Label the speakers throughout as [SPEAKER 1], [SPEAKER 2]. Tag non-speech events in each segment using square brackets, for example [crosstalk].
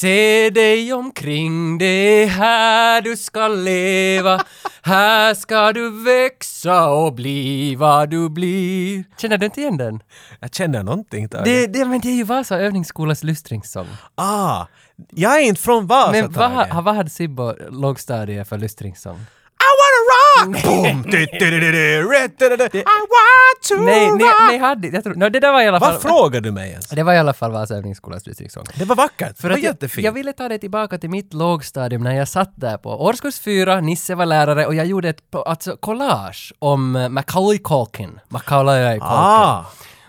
[SPEAKER 1] Se dig omkring, det är här du ska leva. Här ska du växa och bli vad du blir. Känner du inte igen den?
[SPEAKER 2] Jag känner någonting där.
[SPEAKER 1] Det, det, men det är ju Vasa övningsskolas lystringssång.
[SPEAKER 2] Ah! Jag är inte från Vasa,
[SPEAKER 1] Men vad,
[SPEAKER 2] Tage.
[SPEAKER 1] ha- vad hade Sibbo lågstadiet för lystringssång?
[SPEAKER 2] I wanna rock! Boom! Du, du, du, du, du, rätt, du, du, du. I want to
[SPEAKER 1] Nej, nej,
[SPEAKER 2] rock!
[SPEAKER 1] nej, hade, jag tror, no, det där var i alla fall...
[SPEAKER 2] Vad frågar du mig ens?
[SPEAKER 1] Det var i alla fall Vasa övningsskolas lystringssång.
[SPEAKER 2] Det var vackert. För det var
[SPEAKER 1] jag,
[SPEAKER 2] jättefint.
[SPEAKER 1] jag ville ta det tillbaka till mitt lågstadium när jag satt där på årskurs fyra, Nisse var lärare och jag gjorde ett po- alltså, collage om eh, Macaulay Culkin. Macaulay Culkin.
[SPEAKER 2] Ah!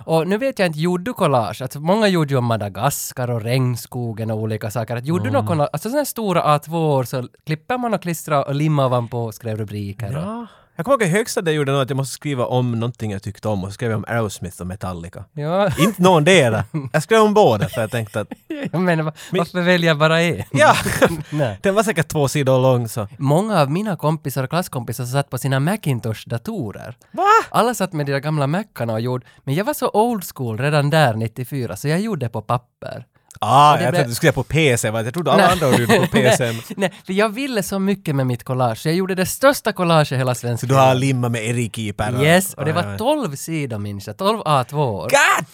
[SPEAKER 1] Och nu vet jag inte, gjorde du collage? Alltså, många gjorde ju om Madagaskar och regnskogen och olika saker. Att, gjorde du
[SPEAKER 2] Mm.
[SPEAKER 1] något collage? Alltså sådana här stora A2-or så klipper man och klistrar och limmar ovanpå och skrev rubriker. Och,
[SPEAKER 2] Ja. Jag kommer ihåg i högstadiet jag gjorde något att jag måste skriva om någonting jag tyckte om och så skrev jag om Aerosmith och Metallica.
[SPEAKER 1] ja.
[SPEAKER 2] Inte någon där. Jag skrev om båda för jag tänkte att
[SPEAKER 1] [laughs] jag menar, va- varför väljer jag bara en?
[SPEAKER 2] ja,
[SPEAKER 1] Nej.
[SPEAKER 2] den var säkert två sidor lång så.
[SPEAKER 1] Många av mina kompisar och klasskompisar satt på sina Macintosh-datorer.
[SPEAKER 2] Va?
[SPEAKER 1] Alla satt med de där gamla Macarna och gjorde, men jag var så old school redan där 94 så jag gjorde på papper.
[SPEAKER 2] Ah,
[SPEAKER 1] Och det
[SPEAKER 2] jag
[SPEAKER 1] blev-
[SPEAKER 2] tänkte du skulle på PC, va? jag trodde alla andra gjorde på PC.
[SPEAKER 1] [laughs] nej, nej, för jag ville så mycket med mitt collage, så jag gjorde det största collaget i hela
[SPEAKER 2] Så
[SPEAKER 1] svenska.
[SPEAKER 2] du har limmat med Erik Kipper.
[SPEAKER 1] Yes, och det
[SPEAKER 2] Oj,
[SPEAKER 1] var
[SPEAKER 2] oj.
[SPEAKER 1] 12 sidor minns jag, 12 A2.
[SPEAKER 2] God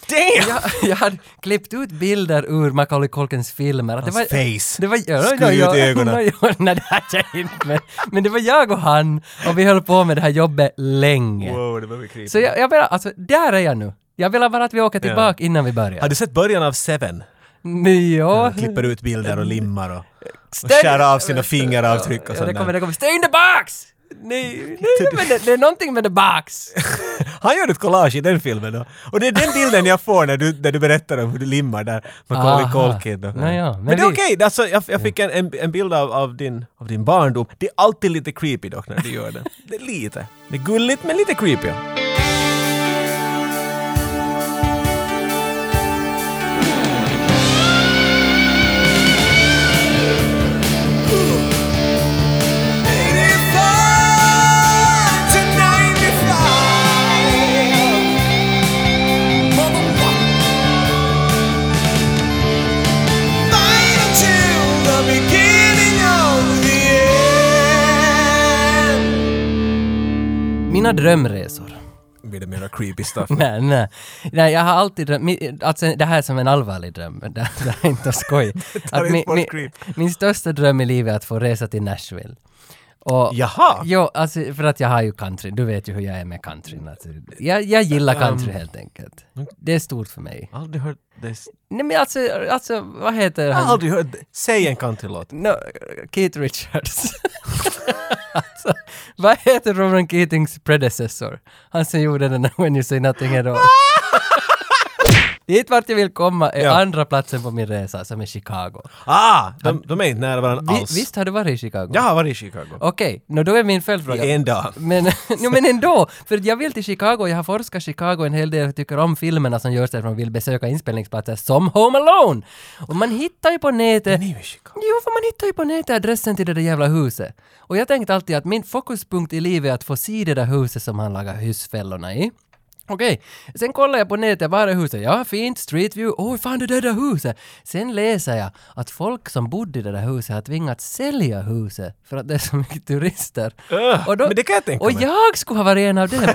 [SPEAKER 2] damn!
[SPEAKER 1] Jag, [laughs] jag hade klippt ut bilder ur Macaulay Culkins filmer. Att det var,
[SPEAKER 2] Hans face.
[SPEAKER 1] Det var, ja,
[SPEAKER 2] Skur
[SPEAKER 1] ja, ja,
[SPEAKER 2] ut i ögonen.
[SPEAKER 1] ja, ja, [laughs] nej, det hade jag inte. Men, men det var jag och han och vi höll på med det här jobbet länge.
[SPEAKER 2] Wow, det var creepy.
[SPEAKER 1] Så jag, jag menar, alltså där är jag nu. Jag vill bara att vi åker tillbaka innan vi
[SPEAKER 2] Har
[SPEAKER 1] börjar.
[SPEAKER 2] du sett början av Seven?
[SPEAKER 1] Nej, Ja,
[SPEAKER 2] Han klipper ut bilder och limmar och, och
[SPEAKER 1] Ställ-
[SPEAKER 2] skär av sina fingeravtryck och
[SPEAKER 1] ja, det
[SPEAKER 2] sånt
[SPEAKER 1] kommer,
[SPEAKER 2] där. Typ.
[SPEAKER 1] det kommer. Stay in the box! Nej, nej, men det, det är någonting med the box.
[SPEAKER 2] [laughs] Han gör ett collage i den filmen då. Och det är den bilden jag får när du, när du berättar om hur du limmar där. Macaulay
[SPEAKER 1] Aha.
[SPEAKER 2] Culkin. och-
[SPEAKER 1] Nå ja, men
[SPEAKER 2] men, det är
[SPEAKER 1] vi-
[SPEAKER 2] okej. Alltså, jag, jag fick en, en, en bild av, av, din, av din barndom. Det är alltid lite creepy dock när du
[SPEAKER 1] [laughs]
[SPEAKER 2] gör det. Det är lite. Det är gulligt men lite creepy.
[SPEAKER 1] Mina drömresor.
[SPEAKER 2] Blir det mera creepy stuff?
[SPEAKER 1] Nej, nej. nej, jag har alltid drömt, mi- alltså det här är som en allvarlig dröm, [laughs] det, det här är inte
[SPEAKER 2] [laughs]
[SPEAKER 1] skoj.
[SPEAKER 2] tar
[SPEAKER 1] Att
[SPEAKER 2] inte
[SPEAKER 1] min,
[SPEAKER 2] bort
[SPEAKER 1] min,
[SPEAKER 2] creep.
[SPEAKER 1] min största dröm i livet är att få resa till Nashville. Och,
[SPEAKER 2] Jaha.
[SPEAKER 1] Jo, alltså för att jag har ju country, du vet ju hur jag är med country. Alltså, jag, jag gillar
[SPEAKER 2] um,
[SPEAKER 1] country helt enkelt. Det är stort för mig.
[SPEAKER 2] Aldrig hört det.
[SPEAKER 1] Nej men alltså, alltså vad heter
[SPEAKER 2] Jag har
[SPEAKER 1] han?
[SPEAKER 2] aldrig hört det. Säg en countrylåt.
[SPEAKER 1] No, Keith Richards. [laughs] alltså, vad heter Roman Keatings predecessor? Han som gjorde den där When You Say Nothing At
[SPEAKER 2] [laughs]
[SPEAKER 1] All. Dit vart jag vill komma är
[SPEAKER 2] Ja.
[SPEAKER 1] andra platsen på min resa som är Chicago.
[SPEAKER 2] Ah! De, de är inte nära varandra
[SPEAKER 1] Vi,
[SPEAKER 2] alls.
[SPEAKER 1] visst har du varit i Chicago?
[SPEAKER 2] Jag har varit i Chicago.
[SPEAKER 1] Okej, nå då är min följdfråga.
[SPEAKER 2] I en dag.
[SPEAKER 1] Men, [laughs] jo, men ändå, för jag vill till Chicago, jag har forskat Chicago en hel del, jag tycker om filmerna som görs därifrån, vill besöka inspelningsplatser som Home Alone! Och man hittar ju på nätet...
[SPEAKER 2] Nej, men Chicago.
[SPEAKER 1] Jo, för man hittar ju på nätet adressen till det där jävla huset. Och jag tänkte alltid att min fokuspunkt i livet är att få se det där huset som han lagar husfällorna i. Okej, sen kollar jag på nätet, var är huset? Ja, fint, street view, åh fan det där, där huset! Sen läser jag att folk som bodde i det där huset har tvingats sälja huset för att det är så mycket turister.
[SPEAKER 2] Öh, men det kan jag tänka
[SPEAKER 1] Och
[SPEAKER 2] mig.
[SPEAKER 1] jag skulle ha varit en av
[SPEAKER 2] [laughs]
[SPEAKER 1] dem!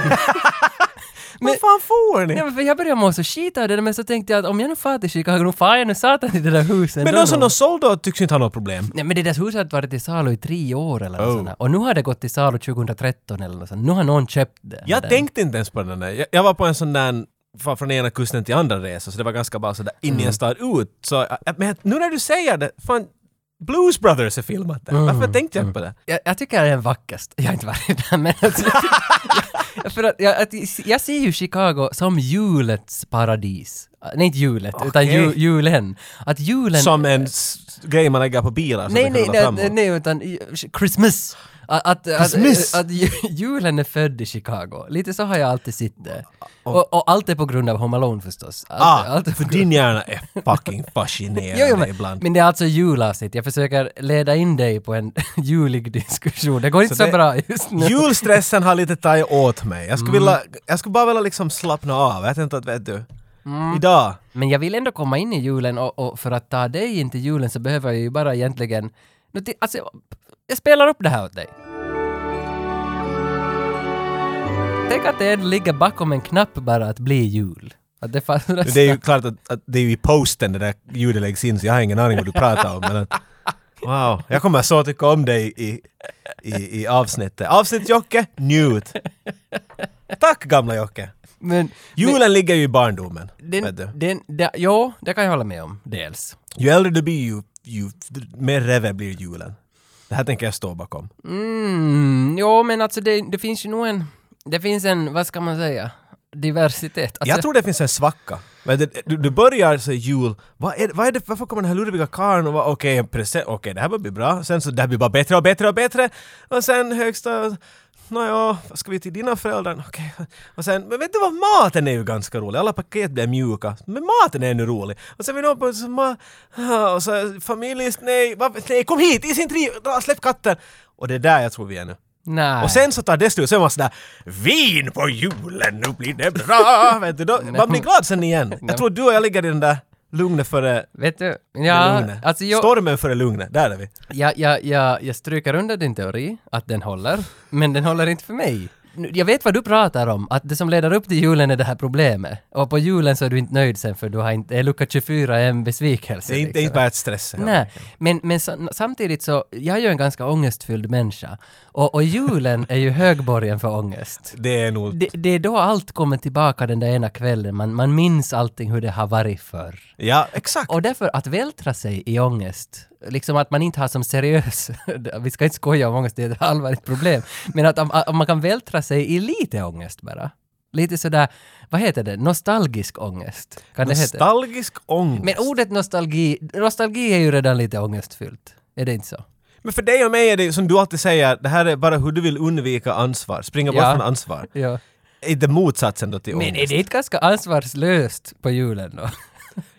[SPEAKER 2] Vad fan får ni?
[SPEAKER 1] Nej, men för jag började må så skit av det men så tänkte jag att om jag nu far till Chicago, nu far jag nu satan i det där huset
[SPEAKER 2] Men
[SPEAKER 1] ändå.
[SPEAKER 2] de som de sålde åt tycks inte ha något problem.
[SPEAKER 1] Nej men det där huset har varit till salu i tre år eller något
[SPEAKER 2] Oh.
[SPEAKER 1] sånt där. Och nu har det gått till salu 2013 eller något sånt. Nu har någon köpt det.
[SPEAKER 2] Jag
[SPEAKER 1] Den-
[SPEAKER 2] tänkte inte ens på den där. Jag, jag var på en sån där fan, från ena kusten till andra resa, så det var ganska bara sådär in
[SPEAKER 1] Mm.
[SPEAKER 2] i en stad ut. Så, äh, men nu när du säger det, fan, Blues Brothers är filmat där.
[SPEAKER 1] Mm.
[SPEAKER 2] Varför tänkte jag inte på det?
[SPEAKER 1] jag, jag tycker det är den vackraste. Jag har inte varit där men alltså, jag, [laughs] för att, jag, att, jag ser ju Chicago som julets paradis. Äh, Nej inte julet, utan ju,
[SPEAKER 2] Okej.
[SPEAKER 1] julen. Att julen...
[SPEAKER 2] Som en s- grej man lägger på bilar så
[SPEAKER 1] Nej,
[SPEAKER 2] att de
[SPEAKER 1] nej,
[SPEAKER 2] kan rulla
[SPEAKER 1] nej,
[SPEAKER 2] framåt.
[SPEAKER 1] nej, nej, utan i- Christmas! Att, att,
[SPEAKER 2] Christmas?
[SPEAKER 1] Att, att, ju- julen är född i Chicago. Lite så har jag alltid sett det. Och, och allt är på grund av Home Alone förstås. Allt,
[SPEAKER 2] Ah,
[SPEAKER 1] allt är på
[SPEAKER 2] för
[SPEAKER 1] grund-
[SPEAKER 2] din hjärna är fucking
[SPEAKER 1] Jo, jo,
[SPEAKER 2] fascinerande
[SPEAKER 1] men,
[SPEAKER 2] ibland.
[SPEAKER 1] men det är alltså julavsnitt. Jag försöker leda in dig på en [laughs] julig diskussion. Det går inte så,
[SPEAKER 2] det-
[SPEAKER 1] bra just
[SPEAKER 2] [laughs]
[SPEAKER 1] nu.
[SPEAKER 2] Julstressen har lite tagit åt mig. Jag skulle, vilja, jag skulle bara vilja liksom slappna av. Jag tänkte att, vet du, Idag.
[SPEAKER 1] Men jag vill ändå komma in i julen och, och för att ta dig in till julen så behöver jag ju bara egentligen... Nu, ti- Alltså, jag spelar upp det här åt dig. Tänk att det ändå ligger bakom en knapp bara att bli jul. Att det fanns
[SPEAKER 2] Det är ju klart att, att det är ju i posten det där ljudet läggs in så jag har ingen aning vad du pratar om. Men att, wow, jag kommer så tycka om dig i, i, i avsnittet. Avsnitt Jocke, njut! Tack gamla Jocke!
[SPEAKER 1] Men,
[SPEAKER 2] Julen ligger ju i barndomen.
[SPEAKER 1] den,
[SPEAKER 2] vet du.
[SPEAKER 1] den, det- ja, det kan jag hålla med om, dels.
[SPEAKER 2] Ju äldre du blir ju, ju mer reve blir julen. Det här tänker jag stå bakom.
[SPEAKER 1] Mm, ja men alltså det, det finns ju nog en... Det finns en, vad ska man säga, diversitet. Alltså,
[SPEAKER 2] jag tror det finns en svacka. Men det, du, du börjar så är jul, vad är, vad är det, varför kommer den här ludviga karln och vad- okej, en present, okej det här börjar bli bra, sen så det här blir bara bättre och bättre och bättre och sen högsta, nåja, vad ska vi till dina föräldrar? Okej, och sen, men vet du vad, maten är ju ganska rolig, alla paket blir mjuka, men maten är ännu rolig. Och sen vi någon på, så ma, och så familj, nej, vad, nej, kom hit, i sin tri, dra, släpp katten! Och det är där jag tror vi är nu.
[SPEAKER 1] nej.
[SPEAKER 2] Och sen så tar det slut, så är man sådär Vin på julen, nu blir det
[SPEAKER 1] [laughs]
[SPEAKER 2] bra! Vet du, då, man blir glad sen igen. Jag tror du och jag ligger i den där lugnet före
[SPEAKER 1] Vet du?
[SPEAKER 2] ja,
[SPEAKER 1] Ja,
[SPEAKER 2] lugnet.
[SPEAKER 1] alltså jag...
[SPEAKER 2] Stormen före lugnet, där är vi.
[SPEAKER 1] Jag, jag, jag, jag stryker under din teori, att den håller, men den håller inte för mig. Nu, Jag vet vad du pratar om, att det som leder upp till julen är det här problemet. Och på julen så är du inte nöjd sen för du har inte, är lucka 24 en besvikelse.
[SPEAKER 2] Det är inte, det är
[SPEAKER 1] liksom.
[SPEAKER 2] inte värt stressen.
[SPEAKER 1] Nej, men, men sam- samtidigt så, jag är ju en ganska ångestfylld människa. Och, och julen är ju högborgen för ångest.
[SPEAKER 2] Det är nog...
[SPEAKER 1] Det, det är då allt kommer tillbaka den där ena kvällen, man, man minns allting hur det har varit förr.
[SPEAKER 2] Ja, exakt.
[SPEAKER 1] Och därför att vältra sig i ångest, liksom att man inte har som seriös, [laughs] vi ska inte skoja om ångest, det är ett allvarligt problem, men att om, om man kan vältra sig i lite ångest bara. Lite sådär, vad heter det, nostalgisk ångest? Kan det heta?
[SPEAKER 2] Nostalgisk ångest.
[SPEAKER 1] Men
[SPEAKER 2] Men,
[SPEAKER 1] ordet nostalgi, nostalgi är ju redan lite ångestfyllt. Är det inte så?
[SPEAKER 2] för dig och mig är det som du alltid säger, det här är bara hur du vill undvika ansvar. Springa bort
[SPEAKER 1] Ja.
[SPEAKER 2] från ansvar.
[SPEAKER 1] Ja.
[SPEAKER 2] Är det motsatsen då till
[SPEAKER 1] Men är
[SPEAKER 2] ångest?
[SPEAKER 1] det inte ganska ansvarslöst på julen då?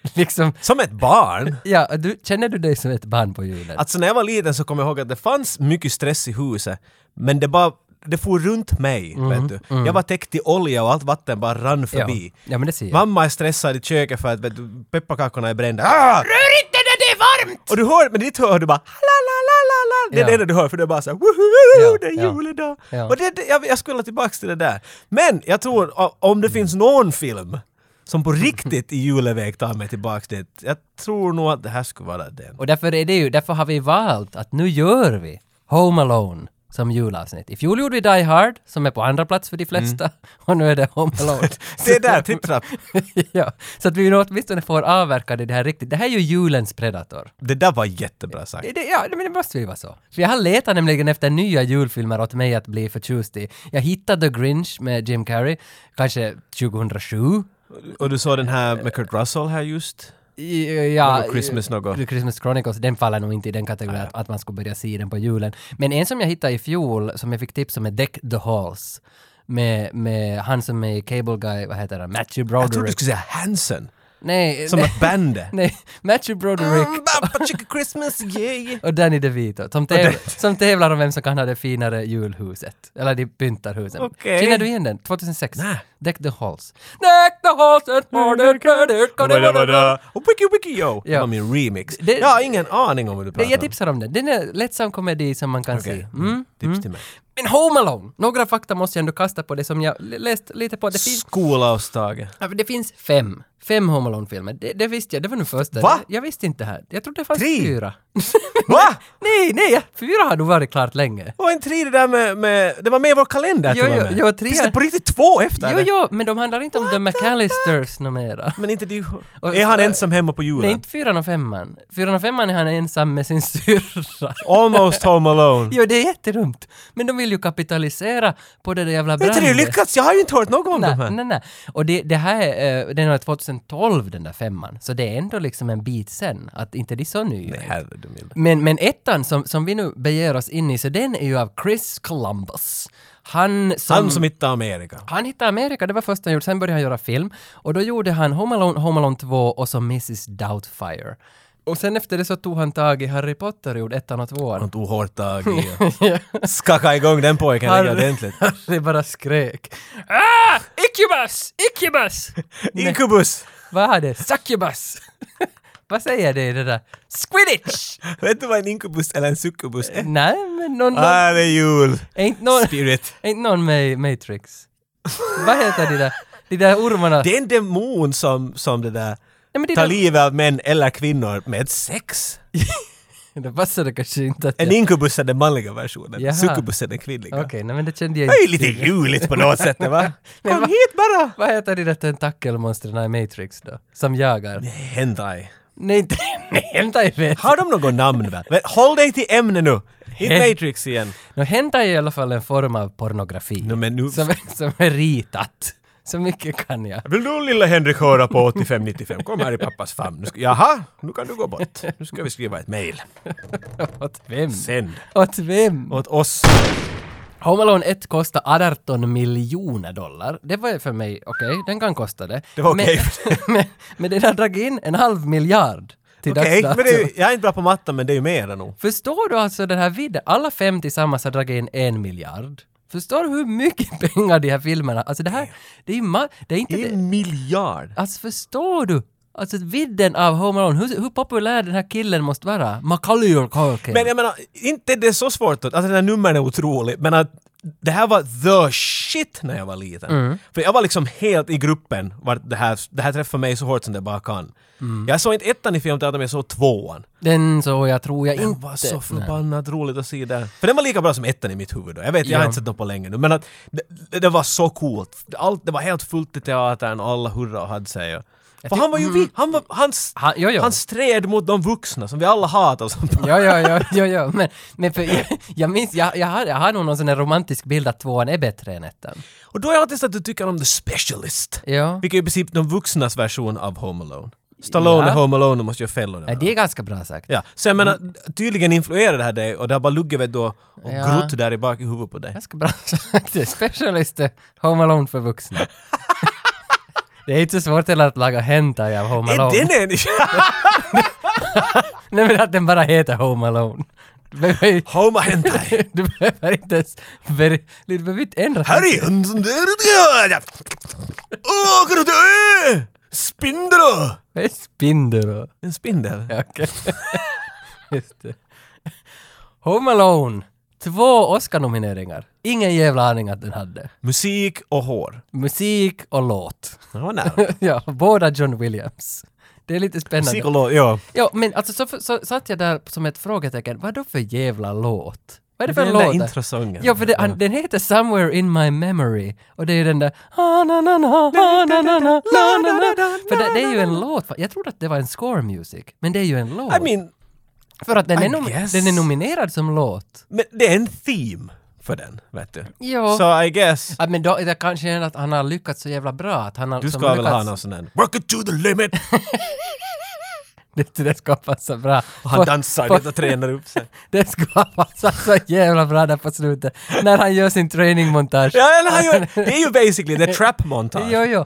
[SPEAKER 1] [laughs] liksom,
[SPEAKER 2] Som ett barn.
[SPEAKER 1] ja, du, känner du dig som ett barn på julen?
[SPEAKER 2] Alltså när jag var liten så kom jag ihåg att det fanns mycket stress i huset, men det bara det for runt mig, vet du. Jag var täckt i olja och allt vatten bara rann
[SPEAKER 1] Mm, ja.
[SPEAKER 2] förbi.
[SPEAKER 1] ja, men det ser jag.
[SPEAKER 2] Mamma är stressad i köket för att vet du, pepparkakorna är brända. Ah!
[SPEAKER 1] Rör inte när det är varmt!
[SPEAKER 2] Och du hör, men ditt hör du bara "Halalalala." Det är
[SPEAKER 1] Ja.
[SPEAKER 2] det enda du hör för det är bara såhär woho,
[SPEAKER 1] Ja,
[SPEAKER 2] det är
[SPEAKER 1] ja.
[SPEAKER 2] jul idag.
[SPEAKER 1] Ja.
[SPEAKER 2] Och det, det, jag, jag skulle tillbaks till det där. Men jag tror o- om det finns någon film som på riktigt i juleväg tar mig tillbaks dit. Jag tror nog att det här skulle vara den.
[SPEAKER 1] Och därför, är det ju, därför har vi valt att nu gör vi Home Alone som julavsnitt. I fjol gjorde vi Die Hard, som är på andra plats för de flesta, och nu är det Home Alone.
[SPEAKER 2] Mm. [laughs] Se där, titta!
[SPEAKER 1] [laughs] ja, så att vi nu åtminstone får avverka det här riktigt. Det här är ju julens predator.
[SPEAKER 2] Det där var jättebra sagt.
[SPEAKER 1] Det, det, ja, men det måste ju vara så. För jag har letat nämligen efter nya julfilmer åt mig att bli förtjust i. Jag hittade The Grinch med Jim Carrey, kanske 2007.
[SPEAKER 2] Och du sa den här med Kurt Russell här just?
[SPEAKER 1] I- Ja,
[SPEAKER 2] Något Christmas något.
[SPEAKER 1] The Christmas Chronicles, den faller nog inte i den kategorin att, att man skulle börja se den på julen. Men en som jag hittade i fjol, som jag fick tips om, är Deck the Halls. Med, med han som är Cable Guy, vad heter han, Matthew
[SPEAKER 2] Jag trodde du
[SPEAKER 1] Broderick.
[SPEAKER 2] skulle säga Hansen,
[SPEAKER 1] Nej,
[SPEAKER 2] som Mm,
[SPEAKER 1] nej, [laughs]
[SPEAKER 2] ett bandet.
[SPEAKER 1] nej, Matthew Broderick
[SPEAKER 2] Mm, Christmas,
[SPEAKER 1] [laughs]
[SPEAKER 2] yeah!
[SPEAKER 1] och Danny DeVito, som, täv-
[SPEAKER 2] Danny-
[SPEAKER 1] som tävlar om vem som kan ha det finare julhuset. Eller de pyntar husen.
[SPEAKER 2] Okej.
[SPEAKER 1] Känner du igen den? 2006?
[SPEAKER 2] Nej. Mm.
[SPEAKER 1] Deck the Halls. Deck the Halls, ett mörder, krödert, kan det vara
[SPEAKER 2] Och Wiki Wiki Yo! Det
[SPEAKER 1] Ja.
[SPEAKER 2] var min remix.
[SPEAKER 1] Det-
[SPEAKER 2] Jag har ingen aning om vad du
[SPEAKER 1] Nej,
[SPEAKER 2] pratar
[SPEAKER 1] jag
[SPEAKER 2] om.
[SPEAKER 1] tipsar om den. Den är lättsam komedi som man kan se. Mm.
[SPEAKER 2] Tips till mig.
[SPEAKER 1] Men Home Alone! Några fakta måste jag ändå kasta på det som jag l- läst lite på. Det, finns,
[SPEAKER 2] Skola och Stage.
[SPEAKER 1] [laughs] ja, för det finns fem. Fem Home Alone-filmer. Det, det visste jag, det var nu första.
[SPEAKER 2] Va?
[SPEAKER 1] Jag visste inte det här. Jag trodde det fanns
[SPEAKER 2] Tre?
[SPEAKER 1] fyra.
[SPEAKER 2] Va?
[SPEAKER 1] nej, nej, ja, fyra har nog varit klart länge.
[SPEAKER 2] Och en tre det där med, med... Det var med i vår kalender
[SPEAKER 1] Jo,
[SPEAKER 2] tror jag
[SPEAKER 1] jo,
[SPEAKER 2] med.
[SPEAKER 1] jo, tre-
[SPEAKER 2] Finns det på riktigt två efter
[SPEAKER 1] Jo,
[SPEAKER 2] det?
[SPEAKER 1] jo, men de handlar inte om The McAllisters numera.
[SPEAKER 2] Men inte du...
[SPEAKER 1] Och-
[SPEAKER 2] Är han ensam hemma på
[SPEAKER 1] Nej,
[SPEAKER 2] julen?
[SPEAKER 1] inte fyran och femman. Fyran och femman är han ensam med sin
[SPEAKER 2] [laughs]
[SPEAKER 1] syrra.
[SPEAKER 2] Almost
[SPEAKER 1] [laughs]
[SPEAKER 2] home alone.
[SPEAKER 1] Jo, det är jättedumt. Men de vill ju kapitalisera på det där jävla
[SPEAKER 2] Har inte du
[SPEAKER 1] brandet.
[SPEAKER 2] lyckats? Jag har ju inte hört något om de
[SPEAKER 1] Nej,
[SPEAKER 2] här.
[SPEAKER 1] nej, nej. Och det, det här är, eh, den är 2012 den där femman, så det är ändå liksom en bit sen, att inte det är så ny.
[SPEAKER 2] Herre du min.
[SPEAKER 1] Men, men ettan som, som vi nu beger oss in i, så den är ju av Chris Columbus. Han som...
[SPEAKER 2] Han som hittade Amerika.
[SPEAKER 1] han hittade Amerika, det var första han gjorde, sen började han göra film. Och då gjorde han Home Alone, Home Alone 2 och så Mrs Doubtfire. Och sen efter det så tog han tag i Harry Potter och gjorde ettan och tvåan.
[SPEAKER 2] Han tog hårt tag i
[SPEAKER 1] [laughs]
[SPEAKER 2] och skakade igång den pojken
[SPEAKER 1] Harry-
[SPEAKER 2] ordentligt.
[SPEAKER 1] [laughs] Harry bara skrek. Ah! Incubus!
[SPEAKER 2] [laughs]
[SPEAKER 1] Incubus!
[SPEAKER 2] Incubus!
[SPEAKER 1] Vad har det? Succubus! [laughs] Vad säger det i det där? Squidditch!
[SPEAKER 2] Vet du vad en incubus eller en succubus är?
[SPEAKER 1] Nej, men någon... någon
[SPEAKER 2] Ah, det är jul!
[SPEAKER 1] är inte någon,
[SPEAKER 2] Spirit.
[SPEAKER 1] är inte någon med Matrix? Vad heter de där? De där ormarna?
[SPEAKER 2] Det är en demon som, som det där
[SPEAKER 1] Nej, men de
[SPEAKER 2] tar
[SPEAKER 1] där...
[SPEAKER 2] livet av män eller kvinnor med sex.
[SPEAKER 1] [laughs] Det passade kanske inte att jag...
[SPEAKER 2] En incubus är den manliga versionen,
[SPEAKER 1] Jaha.
[SPEAKER 2] succubus är den kvinnliga.
[SPEAKER 1] Okej, nej men det kände jag
[SPEAKER 2] Det är ju
[SPEAKER 1] inte
[SPEAKER 2] lite
[SPEAKER 1] till.
[SPEAKER 2] juligt på något sätt,
[SPEAKER 1] [laughs]
[SPEAKER 2] va?
[SPEAKER 1] Men
[SPEAKER 2] Kom
[SPEAKER 1] va-
[SPEAKER 2] hit bara!
[SPEAKER 1] Vad heter de där tentakelmonstren i Matrix då? Som jagar?
[SPEAKER 2] Hentai.
[SPEAKER 1] Nej, inte... [laughs] Nej, Hentai vet
[SPEAKER 2] Har de något namn väl? Men Håll dig till ämnet nu! Inte
[SPEAKER 1] Hen-
[SPEAKER 2] Matrix igen.
[SPEAKER 1] Nå, hentai är i alla fall en form av pornografi.
[SPEAKER 2] No, men nu...
[SPEAKER 1] Som, som är ritat. Så mycket kan jag.
[SPEAKER 2] Vill du lilla Henrik höra på 8595? Kom här i pappas famn. Nu ska... Jaha, nu kan du gå bort. Nu ska vi skriva ett mejl.
[SPEAKER 1] Åt vem?
[SPEAKER 2] Sänd.
[SPEAKER 1] Åt vem?
[SPEAKER 2] Åt oss.
[SPEAKER 1] Home Alone 1 kostar 18 miljoner dollar. Det var ju för mig okej, den kan kosta det.
[SPEAKER 2] Det var okej
[SPEAKER 1] [laughs] Men, men, men den har dragit in en halv miljard till dags
[SPEAKER 2] Okej,
[SPEAKER 1] dato.
[SPEAKER 2] men det är, ju- jag är inte bra på matten men det är ju mer än nog.
[SPEAKER 1] Förstår du alltså den här vidden? Alla fem tillsammans har dragit in en miljard. Förstår du hur mycket [laughs] pengar de här filmerna... Alltså det här, det är ju ma- Det är inte... Det,
[SPEAKER 2] En miljard!
[SPEAKER 1] alltså förstår du? Alltså vidden av Home Alone, hur, hur populär den här killen måste vara? Macaulay Culkin.
[SPEAKER 2] Men jag menar, inte är det är så svårt att, alltså den här nummern är otrolig, men att det här var the shit när jag var liten. För jag var liksom helt i gruppen, var det, här, det här träffade mig så hårt som det bara kan. Jag såg inte ettan i filmteatern, men jag såg tvåan.
[SPEAKER 1] Den så jag tror jag
[SPEAKER 2] Den
[SPEAKER 1] inte.
[SPEAKER 2] var så förbannat roligt att se där. För den var lika bra som ettan i mitt huvud då. Jag vet, jag har
[SPEAKER 1] Ja.
[SPEAKER 2] inte sett den på länge nu, men att det, det var så coolt. Allt, det var helt fullt i teatern och alla hurra och hade sig. Och, för han var ju vi, han var, hans,
[SPEAKER 1] Mm. Han- jo, jo.
[SPEAKER 2] han stred mot de vuxna som vi alla hatar [laughs] och sånt.
[SPEAKER 1] Ja, ja, ja, ja, ja. Men, men för, jag, jag minns, jag, jag, har, jag har nog någon sån här romantisk bild att tvåan är bättre än ettan.
[SPEAKER 2] Och då är alltid så att du tycker om The Specialist.
[SPEAKER 1] Ja.
[SPEAKER 2] Vilket är i princip de vuxnas version av Home Alone. Stallone
[SPEAKER 1] Ja.
[SPEAKER 2] är Home Alone och måste göra fällor
[SPEAKER 1] Nej,
[SPEAKER 2] där.
[SPEAKER 1] det Mm. är ganska bra sagt.
[SPEAKER 2] Ja, så jag menar, tydligen influerar det här dig och det har bara luggit vet du och och
[SPEAKER 1] Ja.
[SPEAKER 2] grott där i bak i huvudet på dig.
[SPEAKER 1] Ganska bra sagt. Specialist eh, Home Alone för
[SPEAKER 2] [laughs]
[SPEAKER 1] vuxna. Det är inte så svårt heller att laga hentai av Home
[SPEAKER 2] Är
[SPEAKER 1] Alone.
[SPEAKER 2] den en... [laughs]
[SPEAKER 1] Nej men att den bara heter Home Alone. Du behöver, ju-
[SPEAKER 2] Homa Hentai!
[SPEAKER 1] [laughs] du behöver inte ens... veri- Du behöver inte ändra...
[SPEAKER 2] Harry Jönsson, det är det jag! Åker du till ö? Spindel!
[SPEAKER 1] Vad är spindel och...
[SPEAKER 2] En spindel?
[SPEAKER 1] Ja, [laughs] okej. Just det. Home Alone. Två Oscar-nomineringar. Ingen jävla aning att den hade.
[SPEAKER 2] Musik och hår.
[SPEAKER 1] Musik och låt. [laughs]
[SPEAKER 2] Det var nära.
[SPEAKER 1] ja, båda John Williams. Det är lite spännande.
[SPEAKER 2] Musik och låt, ja.
[SPEAKER 1] Ja, men alltså så, så satt jag där som ett frågetecken. Vad då för jävla låt? Vad är det för
[SPEAKER 2] Den
[SPEAKER 1] låt?
[SPEAKER 2] där
[SPEAKER 1] där?
[SPEAKER 2] introsången.
[SPEAKER 1] Ja, för det, han, den heter Somewhere in my memory. Och det är den där... "Ah, na, na, na, ah, na, na, na, na, na, na." För det, det är ju en låt. Jag trodde att det var en score music. Men det är ju en låt.
[SPEAKER 2] I mean,
[SPEAKER 1] För att den
[SPEAKER 2] I
[SPEAKER 1] är, nom-
[SPEAKER 2] guess.
[SPEAKER 1] den är nominerad som låt.
[SPEAKER 2] men det är en theme för den, vet du.
[SPEAKER 1] Ja.
[SPEAKER 2] Så I guess...
[SPEAKER 1] Ja, men då, jag kanske är att han har lyckats så jävla bra att han har...
[SPEAKER 2] Du
[SPEAKER 1] som
[SPEAKER 2] ska väl
[SPEAKER 1] lyckats-
[SPEAKER 2] ha någon sån där “Work it to the limit”
[SPEAKER 1] [laughs] Det, det ska passa bra. [laughs]
[SPEAKER 2] och han dansar lite och tränar upp sig.
[SPEAKER 1] Det ska passa så jävla bra där på slutet. När han gör sin trainingmontage.
[SPEAKER 2] Ja, eller han gör, det är ju basically the trap montage.
[SPEAKER 1] [laughs] Jo, jo.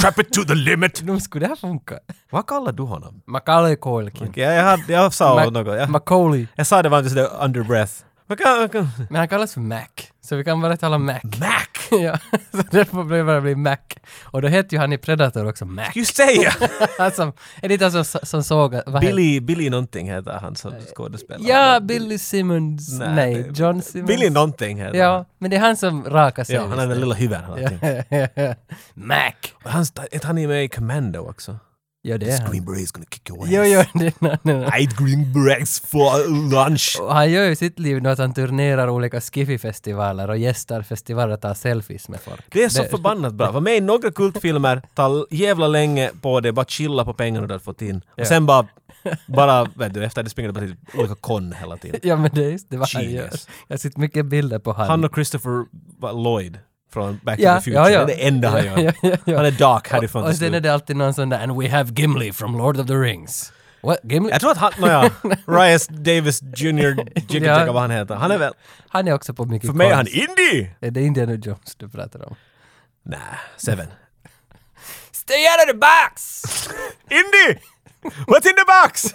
[SPEAKER 2] Trap it to the limit!
[SPEAKER 1] Nu skulle det här funka.
[SPEAKER 2] Vad kallar du honom?
[SPEAKER 1] Macaulay Culkin.
[SPEAKER 2] Okej, jag, hade- jag sa
[SPEAKER 1] Ma-
[SPEAKER 2] något. Jag,
[SPEAKER 1] Macaulay.
[SPEAKER 2] jag sa det var inte sådär under breath. Vad kan- vad kan-
[SPEAKER 1] Men han kallas för Mac. Så vi kan bara tala Mac.
[SPEAKER 2] Mac!
[SPEAKER 1] [laughs] ja, så det får bli- bara bli Mac. Och då heter ju han i Predator också Mac.
[SPEAKER 2] Just säga!
[SPEAKER 1] Han [laughs] som, är det inte han som, som såg... vad heter-
[SPEAKER 2] Billy, Billy någonting heter han som skådespelare.
[SPEAKER 1] Ja, Billy Simmons. Nej,
[SPEAKER 2] det-
[SPEAKER 1] John Simmons.
[SPEAKER 2] Billy någonting heter han.
[SPEAKER 1] Ja, men det är han som rakar sig.
[SPEAKER 2] Ja, han är den lilla hyvern. eller någonting.
[SPEAKER 1] lilla... [laughs] Mac!
[SPEAKER 2] Han, är han är med i Commando också?
[SPEAKER 1] Ja, det är han.
[SPEAKER 2] Green Berets gonna kick your ass.
[SPEAKER 1] Jo, jo, det är han.
[SPEAKER 2] Eat Green Berets for lunch!
[SPEAKER 1] Och han gör ju sitt liv nu att han turnerar olika skiffy-festivaler och gästar festivaler och tar selfies med folk.
[SPEAKER 2] Det är så förbannat bra. Var med i några kultfilmer, ta l- jävla länge på det, bara chilla på pengarna du har fått in. Och
[SPEAKER 1] [laughs]
[SPEAKER 2] sen bara, bara, vet du, efter det springer du bara till olika kon hela tiden.
[SPEAKER 1] Ja men det är just det vad han gör.
[SPEAKER 2] Genius.
[SPEAKER 1] Jag har sett mycket bilder på han.
[SPEAKER 2] Han och Christopher va, Lloyd från Back
[SPEAKER 1] Um, Ja,
[SPEAKER 2] to the
[SPEAKER 1] ja,
[SPEAKER 2] Future,
[SPEAKER 1] ja.
[SPEAKER 2] det är det enda han
[SPEAKER 1] Ja,
[SPEAKER 2] gör.
[SPEAKER 1] ja, ja, ja.
[SPEAKER 2] Han är Doc härifrån
[SPEAKER 1] och
[SPEAKER 2] till
[SPEAKER 1] sen är
[SPEAKER 2] slut.
[SPEAKER 1] det alltid någon sån där “And we have Gimli from Lord of the Rings”. What? Gimli?
[SPEAKER 2] Jag tror att han,
[SPEAKER 1] [laughs]
[SPEAKER 2] nåja, Rias Davis Jr. Jigga
[SPEAKER 1] Ja.
[SPEAKER 2] Jigga vad han heter. Han är väl,
[SPEAKER 1] Han är också på mycket
[SPEAKER 2] för mig är han
[SPEAKER 1] konst.
[SPEAKER 2] indie!
[SPEAKER 1] Är det Indiana Jones du pratar om?
[SPEAKER 2] Nä, Seven.
[SPEAKER 1] Stay out of the box!
[SPEAKER 2] Indie! What's in the box?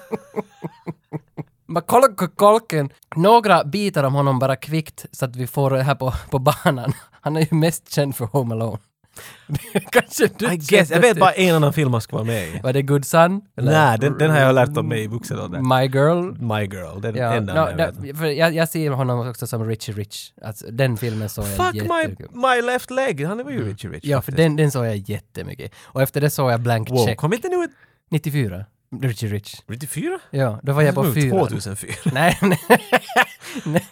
[SPEAKER 1] McColken, några bitar om honom bara kvickt så att vi får det här på, på banan. Han är ju mest känd för Home Alone. [laughs] Kanske du [laughs]
[SPEAKER 2] I guess, jag
[SPEAKER 1] känner
[SPEAKER 2] vet
[SPEAKER 1] till-
[SPEAKER 2] bara en annan film han ska vara med i.
[SPEAKER 1] Var det Good Son? Eller
[SPEAKER 2] Nej, den, den har jag lärt om mig i vuxenåldern.
[SPEAKER 1] My Girl?
[SPEAKER 2] My Girl, det är den
[SPEAKER 1] Ja,
[SPEAKER 2] enda
[SPEAKER 1] no,
[SPEAKER 2] jag vet.
[SPEAKER 1] no, för jag, jag ser honom också som Richie Rich. Alltså, den filmen såg jag
[SPEAKER 2] Fuck my,
[SPEAKER 1] jättemycket.
[SPEAKER 2] my left leg, han var ju Richie Rich.
[SPEAKER 1] Mm. Ja, för
[SPEAKER 2] faktiskt.
[SPEAKER 1] den, den såg jag jättemycket. Och efter det såg jag Blank
[SPEAKER 2] Wow,
[SPEAKER 1] Check.
[SPEAKER 2] kom inte nu ett...
[SPEAKER 1] 94. Richie Rich.
[SPEAKER 2] 94?
[SPEAKER 1] Ja, då var jag
[SPEAKER 2] Alltså,
[SPEAKER 1] på fyra.
[SPEAKER 2] 2004.
[SPEAKER 1] Nej, nej.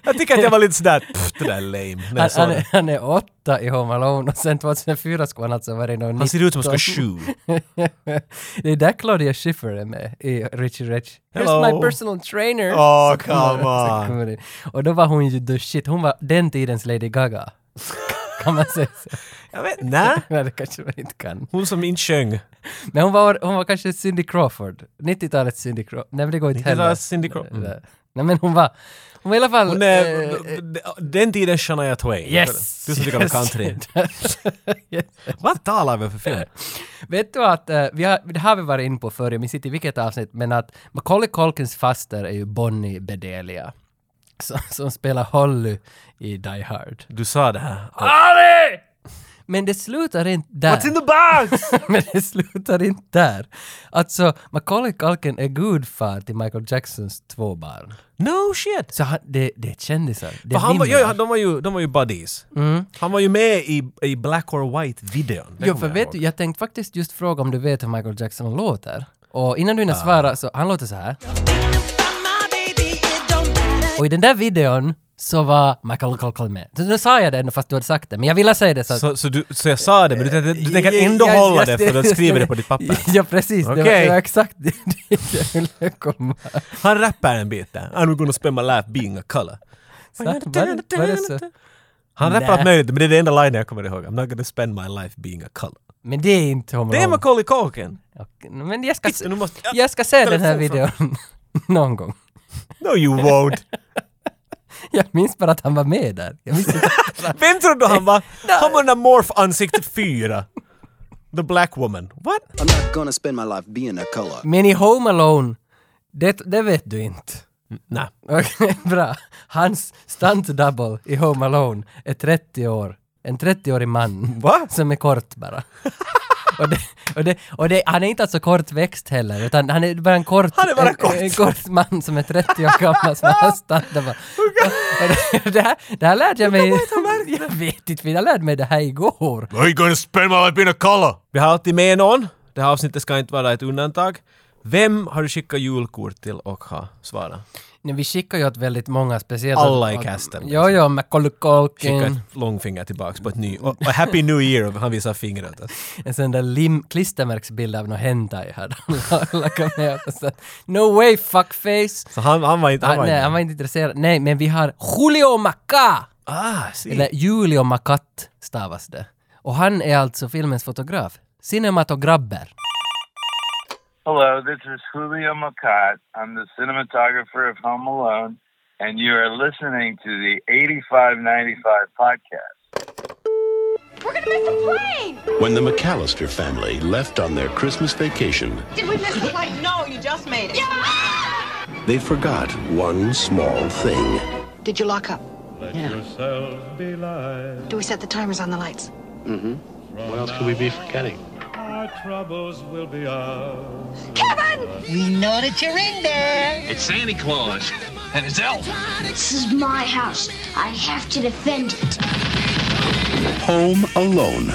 [SPEAKER 2] Jag tycker att jag var lite sådär, pff, det där är lame. När
[SPEAKER 1] Han,
[SPEAKER 2] jag såg
[SPEAKER 1] han,
[SPEAKER 2] det.
[SPEAKER 1] är- han är åtta i Home Alone och [laughs] sen 2004 ska han alltså vara någon
[SPEAKER 2] Han ser ut som
[SPEAKER 1] nitton.
[SPEAKER 2] han ska sju.
[SPEAKER 1] [laughs] det är där Claudia Schiffer är med i Richie Rich. Here's
[SPEAKER 2] Hello.
[SPEAKER 1] my personal trainer. [laughs]
[SPEAKER 2] Åh,
[SPEAKER 1] Så kommer-
[SPEAKER 2] come
[SPEAKER 1] så
[SPEAKER 2] on.
[SPEAKER 1] kommer det in. Och då var hon ju the shit. Hon var den tidens Lady
[SPEAKER 2] [laughs]
[SPEAKER 1] Gaga. kan man säga så? [laughs]
[SPEAKER 2] Jag vet nej.
[SPEAKER 1] Nej, det kanske man inte kan.
[SPEAKER 2] Hon som inte sjöng.
[SPEAKER 1] Men hon var, hon var kanske Cindy Crawford. 90-talets Cindy Crawford. Nej, men det går inte heller.
[SPEAKER 2] 90-talets Cindy Crawford. Mm.
[SPEAKER 1] Nej, men hon var... Hon var i alla fall...
[SPEAKER 2] Hon är,
[SPEAKER 1] eh,
[SPEAKER 2] den tiden Shania Twain.
[SPEAKER 1] Yes!
[SPEAKER 2] Du som tycker om country.
[SPEAKER 1] [laughs] yes.
[SPEAKER 2] Vad talar vi för film?
[SPEAKER 1] Vet du att, eh, vi har, det har vi varit in på förr, jag minns inte i vilket avsnitt, men att Macaulay Culkins faster är ju Bonnie Bedelia. Som, som spelar Holly i Die Hard.
[SPEAKER 2] Du sa det här.
[SPEAKER 1] Ali! Men det slutar inte där. [laughs]
[SPEAKER 2] What's in the box?
[SPEAKER 1] Men det slutar inte där. Alltså, Macaulay Culkin är gudfar till Michael Jacksons två barn.
[SPEAKER 2] No shit!
[SPEAKER 1] Så han, det, det är kändisar. Det är Mm.
[SPEAKER 2] För han var,
[SPEAKER 1] vimlar.
[SPEAKER 2] ja, de, var ju, de var ju buddies. Han var ju med i, i Black or White-videon. Det
[SPEAKER 1] Jo,
[SPEAKER 2] kommer
[SPEAKER 1] för
[SPEAKER 2] jag
[SPEAKER 1] vet
[SPEAKER 2] ihåg.
[SPEAKER 1] du, jag tänkte faktiskt just fråga om du vet hur Michael Jackson låter. Och innan du hinner
[SPEAKER 2] Ah.
[SPEAKER 1] svara, så han låter så här. Och i den där videon så var Michael Culkin med. Så nu sa jag det fast du hade sagt det, men jag ville säga det så att...
[SPEAKER 2] Så, så, du, så jag sa det, men du, tänkte- du tänker ändå
[SPEAKER 1] Ja,
[SPEAKER 2] hålla
[SPEAKER 1] just
[SPEAKER 2] det för att skriva det på ditt papper.
[SPEAKER 1] [laughs] Ja, precis. Det, var, det
[SPEAKER 2] Okej.
[SPEAKER 1] var exakt det [laughs] jag ville komma.
[SPEAKER 2] Han rappar en bit där. I'm gonna spend my life being a color.
[SPEAKER 1] Så, var, det, var det så?
[SPEAKER 2] Han rappar
[SPEAKER 1] Nä.
[SPEAKER 2] allt möjligt, men det är den enda linen jag kommer ihåg. I'm not gonna spend my life being a color.
[SPEAKER 1] Men det är inte Home
[SPEAKER 2] Det är
[SPEAKER 1] Alone.
[SPEAKER 2] Macaulay Culkin!
[SPEAKER 1] Okej, Men jag ska, se-
[SPEAKER 2] Nu måste...
[SPEAKER 1] jag ska se den här
[SPEAKER 2] telefon fram.
[SPEAKER 1] videon [laughs] någon gång.
[SPEAKER 2] No you
[SPEAKER 1] [laughs]
[SPEAKER 2] won't!
[SPEAKER 1] Jag minns bara att han var med där. Jag minns
[SPEAKER 2] [laughs]
[SPEAKER 1] inte
[SPEAKER 2] Vem trodde han var? Han var den där morph-ansiktet fyra. The black woman. What?
[SPEAKER 3] I'm not gonna spend my life being a color.
[SPEAKER 1] Men i Home Alone, det, det vet du inte.
[SPEAKER 2] Nej.
[SPEAKER 1] Okej, [laughs] bra. Hans stunt double i Home Alone är 30 år. En 30-årig man.
[SPEAKER 2] Va?
[SPEAKER 1] Som är kort bara. [laughs] och det, och det, och det, han är inte alltså kortväxt heller, utan han är bara en kort,
[SPEAKER 2] Han är bara
[SPEAKER 1] en,
[SPEAKER 2] kort.
[SPEAKER 1] En, kort man som är 30 år gammal som har stunt
[SPEAKER 2] [laughs]
[SPEAKER 1] double. Och det, det, här, det här lärde jag mig... [laughs] Jag vet inte, jag lärde mig det här igår.
[SPEAKER 2] Are you gonna spend my life being a color? Vi har alltid med någon. Det här avsnittet ska inte vara ett undantag. Vem har du skickat julkort till och har svarat?
[SPEAKER 1] Nej, vi skickar ju åt väldigt många speciellt.
[SPEAKER 2] Alla i casten. liksom.
[SPEAKER 1] Jo, jo, Macaulay
[SPEAKER 2] Skicka
[SPEAKER 1] Culkin.
[SPEAKER 2] ett långfinger tillbaks på ett ny... Och, och happy new year! Han visar fingret åt oss.
[SPEAKER 1] En sån där lim- klistermärksbild av någon hentai [laughs] hade han lagat med. Och så att, no way fuckface!
[SPEAKER 2] Så han, han var inte...
[SPEAKER 1] Ah, nej, han var inte intresserad. Nej, men vi har Julio Maca!
[SPEAKER 2] Ah, see.
[SPEAKER 1] Eller Julio Macat stavas det. Och han är alltså filmens fotograf. Cinematograbber.
[SPEAKER 4] Hello, this is Julio Macat. I'm the cinematographer of Home Alone, and you are listening to the 8595 podcast.
[SPEAKER 5] We're gonna miss the plane!
[SPEAKER 6] When the McAllister family left on their Christmas vacation,
[SPEAKER 5] Did we miss the plane? No, you just made it.
[SPEAKER 6] they forgot one small thing.
[SPEAKER 7] Did you lock up? yeah. Do we set the timers on the lights?
[SPEAKER 8] What else could we be forgetting?
[SPEAKER 9] Our troubles will be ours.
[SPEAKER 5] Kevin!
[SPEAKER 7] We know that you're in there.
[SPEAKER 10] It's Santa Claus and it's Elf.
[SPEAKER 11] This is my house. I have to defend it.
[SPEAKER 6] Home Alone.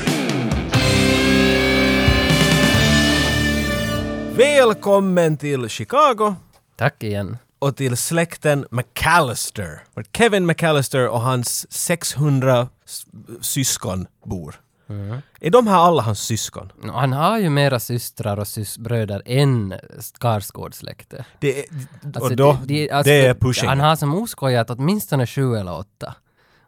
[SPEAKER 2] Välkommen till Chicago
[SPEAKER 1] Tack igen.
[SPEAKER 2] och till släkten McAllister. Var Kevin McAllister och hans 600 s- syskon bor. Är de här alla hans syskon?
[SPEAKER 1] Nå, Han har ju mera systrar och sys- bröder än Skarsgårdssläkte.
[SPEAKER 2] Det är,
[SPEAKER 1] Alltså,
[SPEAKER 2] och då, det,
[SPEAKER 1] alltså,
[SPEAKER 2] är pushing.
[SPEAKER 1] Han har som oskojat åtminstone sju eller åtta.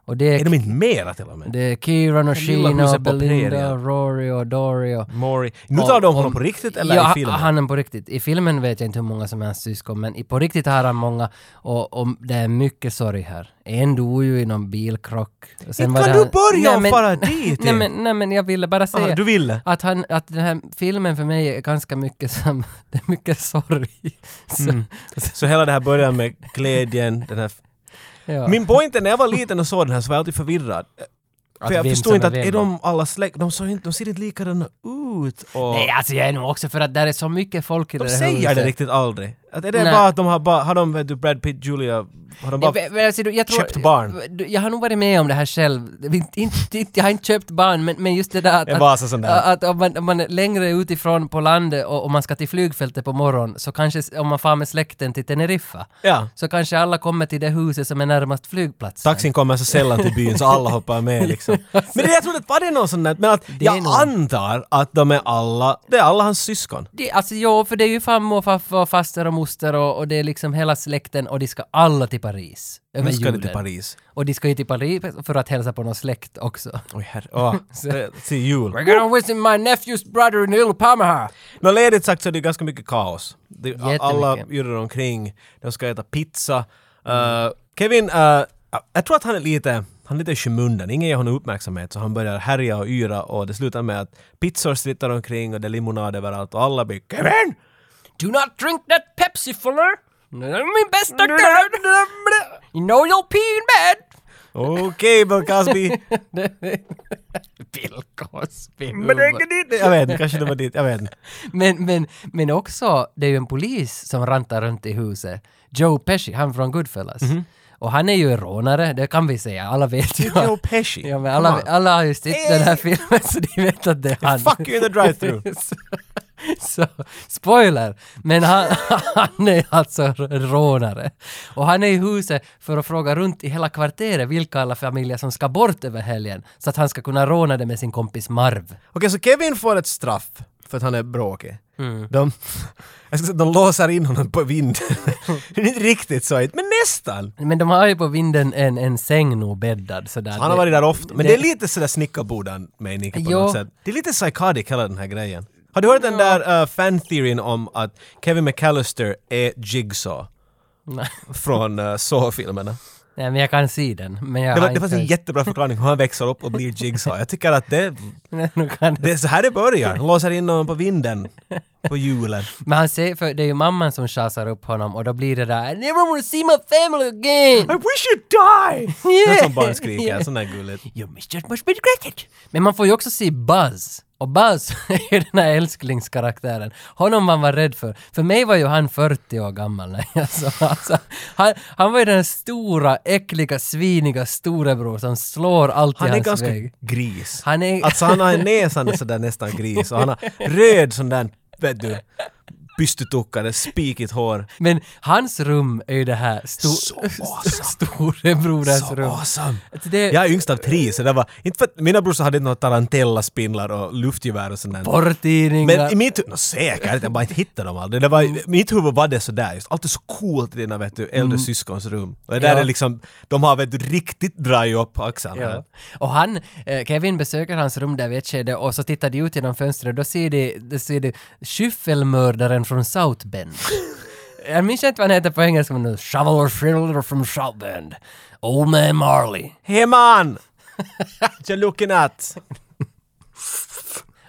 [SPEAKER 1] Och det
[SPEAKER 2] Är
[SPEAKER 1] är,
[SPEAKER 2] de inte mera till och med?
[SPEAKER 1] det är Kieran och
[SPEAKER 2] Det lilla
[SPEAKER 1] Sheena
[SPEAKER 2] huset
[SPEAKER 1] och
[SPEAKER 2] på
[SPEAKER 1] Belinda
[SPEAKER 2] prärien.
[SPEAKER 1] och Rory och Dory och...
[SPEAKER 2] Maury. Nu
[SPEAKER 1] Och-
[SPEAKER 2] tar de honom
[SPEAKER 1] och-
[SPEAKER 2] på riktigt eller
[SPEAKER 1] ja,
[SPEAKER 2] i filmen?
[SPEAKER 1] han är på riktigt. I filmen vet jag inte hur många som är hans syskon, men i, på riktigt har han många och, och det är mycket sorg här. En dog ju i någon bilkrock. Och
[SPEAKER 2] Inte kan
[SPEAKER 1] han-
[SPEAKER 2] du börja
[SPEAKER 1] Nej,
[SPEAKER 2] och
[SPEAKER 1] men- [laughs]
[SPEAKER 2] fara dit,
[SPEAKER 1] Nej
[SPEAKER 2] eh.
[SPEAKER 1] men, nej men jag ville bara säga
[SPEAKER 2] Aha, Ah, du ville?
[SPEAKER 1] att, han, att den här filmen för mig är ganska mycket som, [laughs] det är mycket sorg. [laughs] Så,
[SPEAKER 2] Mm. Så hela det här börjar med glädjen, den här...
[SPEAKER 1] ja.
[SPEAKER 2] Min point är när jag var liten och såg den här så var jag alltid förvirrad. För jag
[SPEAKER 1] vem
[SPEAKER 2] förstod
[SPEAKER 1] som
[SPEAKER 2] inte
[SPEAKER 1] är
[SPEAKER 2] att
[SPEAKER 1] vem.
[SPEAKER 2] är de alla släkt? De, såg inte, de ser inte likadana ut. Och
[SPEAKER 1] Nej alltså jag är nog också för att där är så mycket folk i
[SPEAKER 2] de
[SPEAKER 1] det här
[SPEAKER 2] säger det
[SPEAKER 1] huset.
[SPEAKER 2] riktigt aldrig. Att är det
[SPEAKER 1] Nej.
[SPEAKER 2] bara att de har bara, har de, vet du, Brad Pitt, Julia, har de bara...
[SPEAKER 1] Nej, men- men alltså, du, jag tror,
[SPEAKER 2] köpt barn.
[SPEAKER 1] Du, Jag har nog varit med om det här själv. Inte, inte, inte, jag har inte köpt barn, men, men just det där att,
[SPEAKER 2] Det är bara
[SPEAKER 1] att,
[SPEAKER 2] så sån
[SPEAKER 1] att,
[SPEAKER 2] där.
[SPEAKER 1] om, man, om man är längre utifrån på landet och, och man ska till flygfältet på morgonen, så kanske s- om man far med släkten till Teneriffa,
[SPEAKER 2] Ja.
[SPEAKER 1] så kanske alla kommer till det huset som är närmast flygplatsen.
[SPEAKER 2] Taxin kommer så sällan till byn så alla hoppar
[SPEAKER 1] [laughs]
[SPEAKER 2] med liksom. Men det jag trodde, att- var det någon sån där, men att
[SPEAKER 1] är
[SPEAKER 2] jag
[SPEAKER 1] någon-
[SPEAKER 2] antar att de är alla, det är alla hans syskon.
[SPEAKER 1] Det, alltså ja, för det är ju farmor, farfar, och faster och moster och, och det är liksom hela släkten och de ska alla till Paris. Över
[SPEAKER 2] Nu ska de
[SPEAKER 1] julen.
[SPEAKER 2] till Paris.
[SPEAKER 1] Och de ska ju till Paris för att hälsa på någon släkt också.
[SPEAKER 2] Oj herre,
[SPEAKER 1] [laughs]
[SPEAKER 2] åh, det- till jul.
[SPEAKER 1] We're gonna visit my nephew's brother Neil Palmer.
[SPEAKER 2] Nå ledigt sagt så är det ganska mycket kaos. Det,
[SPEAKER 1] Jättemycket.
[SPEAKER 2] alla yrar omkring, de ska äta pizza. Uh, Kevin, uh, jag tror att han är lite, han är lite i skymundan, ingen ger honom uppmärksamhet så han börjar härja och yra och det slutar med att pizzor slittar omkring och det är limonad överallt och alla blir Kevin!
[SPEAKER 1] Do not drink that Pepsi, Fuller! Det är min bästa kund! You know you'll pee in bed!
[SPEAKER 2] Okej Bill Cosby!
[SPEAKER 1] Bill Cosby.
[SPEAKER 2] Men det är inte dit! Jag vet inte, kanske det var dit, jag vet inte.
[SPEAKER 1] Men, men, men också, det är ju en polis som rantar runt i huset. Joe Pesci, han från Goodfellas. Och han är ju en rånare, det kan vi säga, alla vet ju.
[SPEAKER 2] Joe Pesci.
[SPEAKER 1] Ja, men
[SPEAKER 2] Come
[SPEAKER 1] alla,
[SPEAKER 2] on.
[SPEAKER 1] alla har ju sett den här filmen så de vet att det är han.
[SPEAKER 2] Fuck you in the drive-thru.
[SPEAKER 1] [laughs] så, så, spoiler! Men han, [laughs] han är alltså rånare. Och han är i huset för att fråga runt i hela kvarteret vilka alla familjer som ska bort över helgen så att han ska kunna råna det med sin kompis Marv.
[SPEAKER 2] Okej, så Kevin får ett straff för att han är bråkig.
[SPEAKER 1] Mm.
[SPEAKER 2] De, [laughs] jag ska säga, de låser in honom på vinden. [laughs] det är inte riktigt så, men nästan.
[SPEAKER 1] Men de har ju på vinden en, en säng nog bäddad sådär.
[SPEAKER 2] Han har varit där ofta, men det,
[SPEAKER 1] det-
[SPEAKER 2] är lite sådär snickarbodan mening på
[SPEAKER 1] Jo.
[SPEAKER 2] något sätt. Det är lite psychotic hela den här grejen. Har du hört den där uh, fan-theoryn om att Kevin McAllister är Jigsaw? Från uh,
[SPEAKER 1] [laughs]
[SPEAKER 2] Saw-filmerna.
[SPEAKER 1] Nej men jag kan se den. Men jag
[SPEAKER 2] Det,
[SPEAKER 1] har
[SPEAKER 2] var, det fanns en
[SPEAKER 1] inte...
[SPEAKER 2] jättebra förklaring hur han växer upp och blir Jigsaw. Jag tycker
[SPEAKER 1] [laughs]
[SPEAKER 2] att det,
[SPEAKER 1] Nu kan-
[SPEAKER 2] det är så här det börjar. Han låser in honom på vinden.
[SPEAKER 1] [laughs]
[SPEAKER 2] På julen.
[SPEAKER 1] Men han säger, för det är ju mamman som tjasar upp honom och då blir det där I never wanna see my family again!
[SPEAKER 2] I wish you die!
[SPEAKER 1] Yeah.
[SPEAKER 2] Det är som
[SPEAKER 1] [laughs]
[SPEAKER 2] barn skriker,
[SPEAKER 1] Yeah.
[SPEAKER 2] sån där gulligt.
[SPEAKER 1] You missed it much regretted. Men man får ju också se Buzz. Och Buzz [laughs] är ju den här älsklingskaraktären. Honom man var rädd för. För mig var ju han 40 år gammal när jag såg alltså, han, han var ju den här stora, äckliga, sviniga storebror som slår allt
[SPEAKER 2] Han
[SPEAKER 1] i
[SPEAKER 2] är
[SPEAKER 1] hans
[SPEAKER 2] ganska
[SPEAKER 1] väg.
[SPEAKER 2] gris.
[SPEAKER 1] Han är-
[SPEAKER 2] Alltså han har en näsan är sådär nästan gris och han har röd sån där, vet du, pystetuckade, spikigt hår.
[SPEAKER 1] Men hans rum är ju det här sto-
[SPEAKER 2] Så
[SPEAKER 1] [laughs]
[SPEAKER 2] awesome.
[SPEAKER 1] storebroders
[SPEAKER 2] Så
[SPEAKER 1] rum.
[SPEAKER 2] awesome!
[SPEAKER 1] Att Alltså, Det,
[SPEAKER 2] Jag är yngst av tre, så det var... Inte för att mina brorsor hade inte några tarantellaspindlar och luftgevär och sånt där.
[SPEAKER 1] Porrtidningar.
[SPEAKER 2] Men i mitt huvud, no, säkert, jag bara inte hittade dem aldrig. Det var,
[SPEAKER 1] Mm.
[SPEAKER 2] i mitt huvud var det sådär just, allt är så coolt i dina vet du, äldre syskons rum. Och det där
[SPEAKER 1] Ja.
[SPEAKER 2] är liksom, de har vet du, riktigt drar ju upp axlarna.
[SPEAKER 1] Ja. Och han, eh, Kevin besöker hans rum där vid ett skede och så tittar de ut genom fönstret och då ser de, då ser de skyffelmördaren från South
[SPEAKER 2] [laughs]
[SPEAKER 1] Bend. Jag minns inte vad han heter på engelska men nu, Shoveler Thriller from South Bend. Old Man Marley.
[SPEAKER 2] Hey man! [laughs] What you looking at?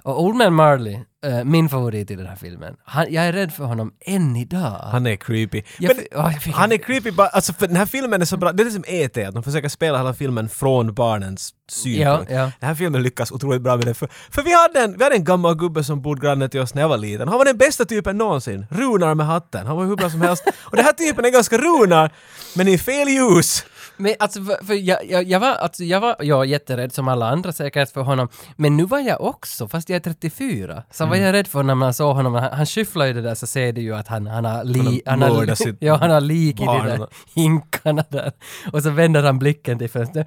[SPEAKER 1] Och Old Man Marley, eh, min favorit i den här filmen, han, jag är rädd för honom än idag.
[SPEAKER 2] Han är creepy.
[SPEAKER 1] Jag
[SPEAKER 2] Men
[SPEAKER 1] fi- åh, jag fick-
[SPEAKER 2] han är creepy bara, alltså för den här filmen är så bra, det är som E.T. att de försöker spela hela filmen från barnens synpunkt.
[SPEAKER 1] Ja, ja.
[SPEAKER 2] Den här filmen lyckas otroligt bra med det. För, för vi, hade en, vi hade en gammal gubbe som bodde granne till oss när jag var liten. Han var den bästa typen någonsin. Runar med hatten. Han var hur bra som
[SPEAKER 1] [laughs]
[SPEAKER 2] helst. Och den här typen är ganska runar, men i fel ljus.
[SPEAKER 1] Men alltså, för, för jag, jag, jag var, alltså, jag var jag var jätterädd som alla andra säkert för honom. Men nu var jag också, fast jag är 34, så var jag rädd för när man såg honom. Han, han skyfflar ju det där så ser det ju att han, han har, li,
[SPEAKER 2] Han
[SPEAKER 1] han
[SPEAKER 2] har
[SPEAKER 1] har,
[SPEAKER 2] mördat sitt
[SPEAKER 1] [laughs] ja, han har lik i de
[SPEAKER 2] barn.
[SPEAKER 1] där hinkarna där. Och så vänder han blicken till fönstret.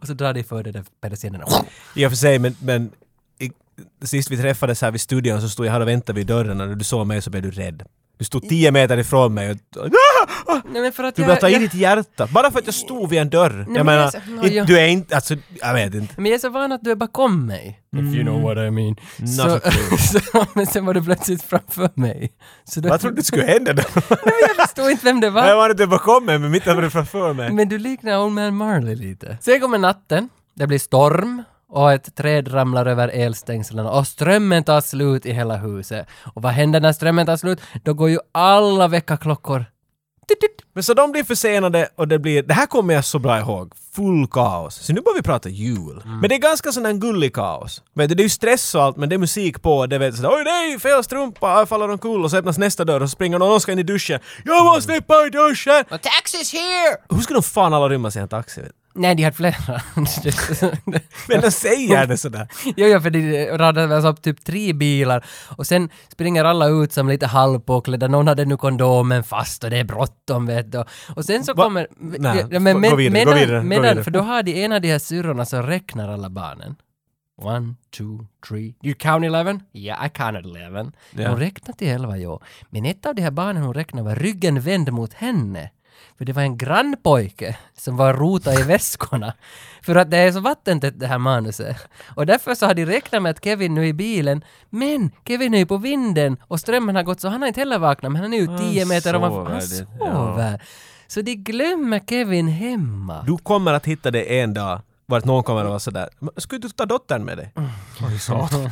[SPEAKER 1] Och så drar de för det där persiennerna.
[SPEAKER 2] I och för sig, men, men i, sist vi träffades här vid studion så stod jag här och väntade vid dörren och när du såg mig så blev du rädd. Du stod tio meter ifrån mig och... Ah!
[SPEAKER 1] Nej, men för att
[SPEAKER 2] Du
[SPEAKER 1] jag-
[SPEAKER 2] behöver ta i
[SPEAKER 1] jag-
[SPEAKER 2] ditt hjärta. Bara för att jag stod vid en dörr.
[SPEAKER 1] men
[SPEAKER 2] jag menar,
[SPEAKER 1] alltså, no,
[SPEAKER 2] inte-
[SPEAKER 1] ja.
[SPEAKER 2] du är inte... Alltså, jag vet inte.
[SPEAKER 1] Men jag är så van att du är bakom mig. If you know what I mean. Så,
[SPEAKER 2] a
[SPEAKER 1] [laughs] så, men sen var du plötsligt framför mig. Så då,
[SPEAKER 2] Vad trodde du skulle
[SPEAKER 1] [laughs]
[SPEAKER 2] hända då?
[SPEAKER 1] jag förstår inte vem det var.
[SPEAKER 2] jag var inte bakom mig, men mitt var det framför mig.
[SPEAKER 1] Men du liknar Old Man Marley lite. Sen kommer natten, det blir storm och ett träd ramlar över elstängslen och strömmen tar slut i hela huset. Och vad händer när strömmen tar slut? Då går ju alla väckarklockor. Tut, tut.
[SPEAKER 2] Men så de blir försenade och det blir, det här kommer jag så bra ihåg, full kaos. Så nu börjar vi prata jul.
[SPEAKER 1] Mm.
[SPEAKER 2] Men det är ganska sån här gullig kaos. Vet du, det är ju stress och allt men det är musik på och det vet sådär oj nej, fel strumpa, jag faller omkull och så öppnas nästa dörr och så springer någon och ska in i duschen. Jag måste slippa i duschen!
[SPEAKER 1] A Mm. taxi's here!
[SPEAKER 2] Hur ska de fan alla rymmas i en taxi? Vet? du?
[SPEAKER 1] Nej, de hade flera. [laughs]
[SPEAKER 2] Men de säger det sådär.
[SPEAKER 1] Jo, ja, för det radades upp typ tre bilar och sen springer alla ut som lite halvpåklädda. Någon hade nu kondomen fast och det är bråttom vet du. Och sen så
[SPEAKER 2] Va?
[SPEAKER 1] kommer...
[SPEAKER 2] Nej,
[SPEAKER 1] Ja, men,
[SPEAKER 2] gå
[SPEAKER 1] men,
[SPEAKER 2] vidare, gå
[SPEAKER 1] medan,
[SPEAKER 2] vidare, gå
[SPEAKER 1] medan,
[SPEAKER 2] vidare.
[SPEAKER 1] För då har de en av de här syrrorna som räknar alla barnen. One, two, three. You count eleven? Yeah, I counted eleven.
[SPEAKER 2] Ja.
[SPEAKER 1] Hon räknade till elva, ja. Men ett av de här barnen hon räknade var ryggen vänd mot henne. För det var en grannpojke som var rota i väskorna. [laughs] För att det är så vattentätt det här manuset. Och därför så har de räknat med att Kevin nu är i bilen. Men Kevin är ju på vinden och strömmen har gått så han har inte heller vaknat. Men han är ju tio meter ovanför. Han
[SPEAKER 2] sover, det-
[SPEAKER 1] sover. Så de glömmer Kevin hemma.
[SPEAKER 2] Du kommer att hitta det en dag vart någon kommer att vara sådär "Men Skulle du ta dottern med dig? [laughs] Oj, satan.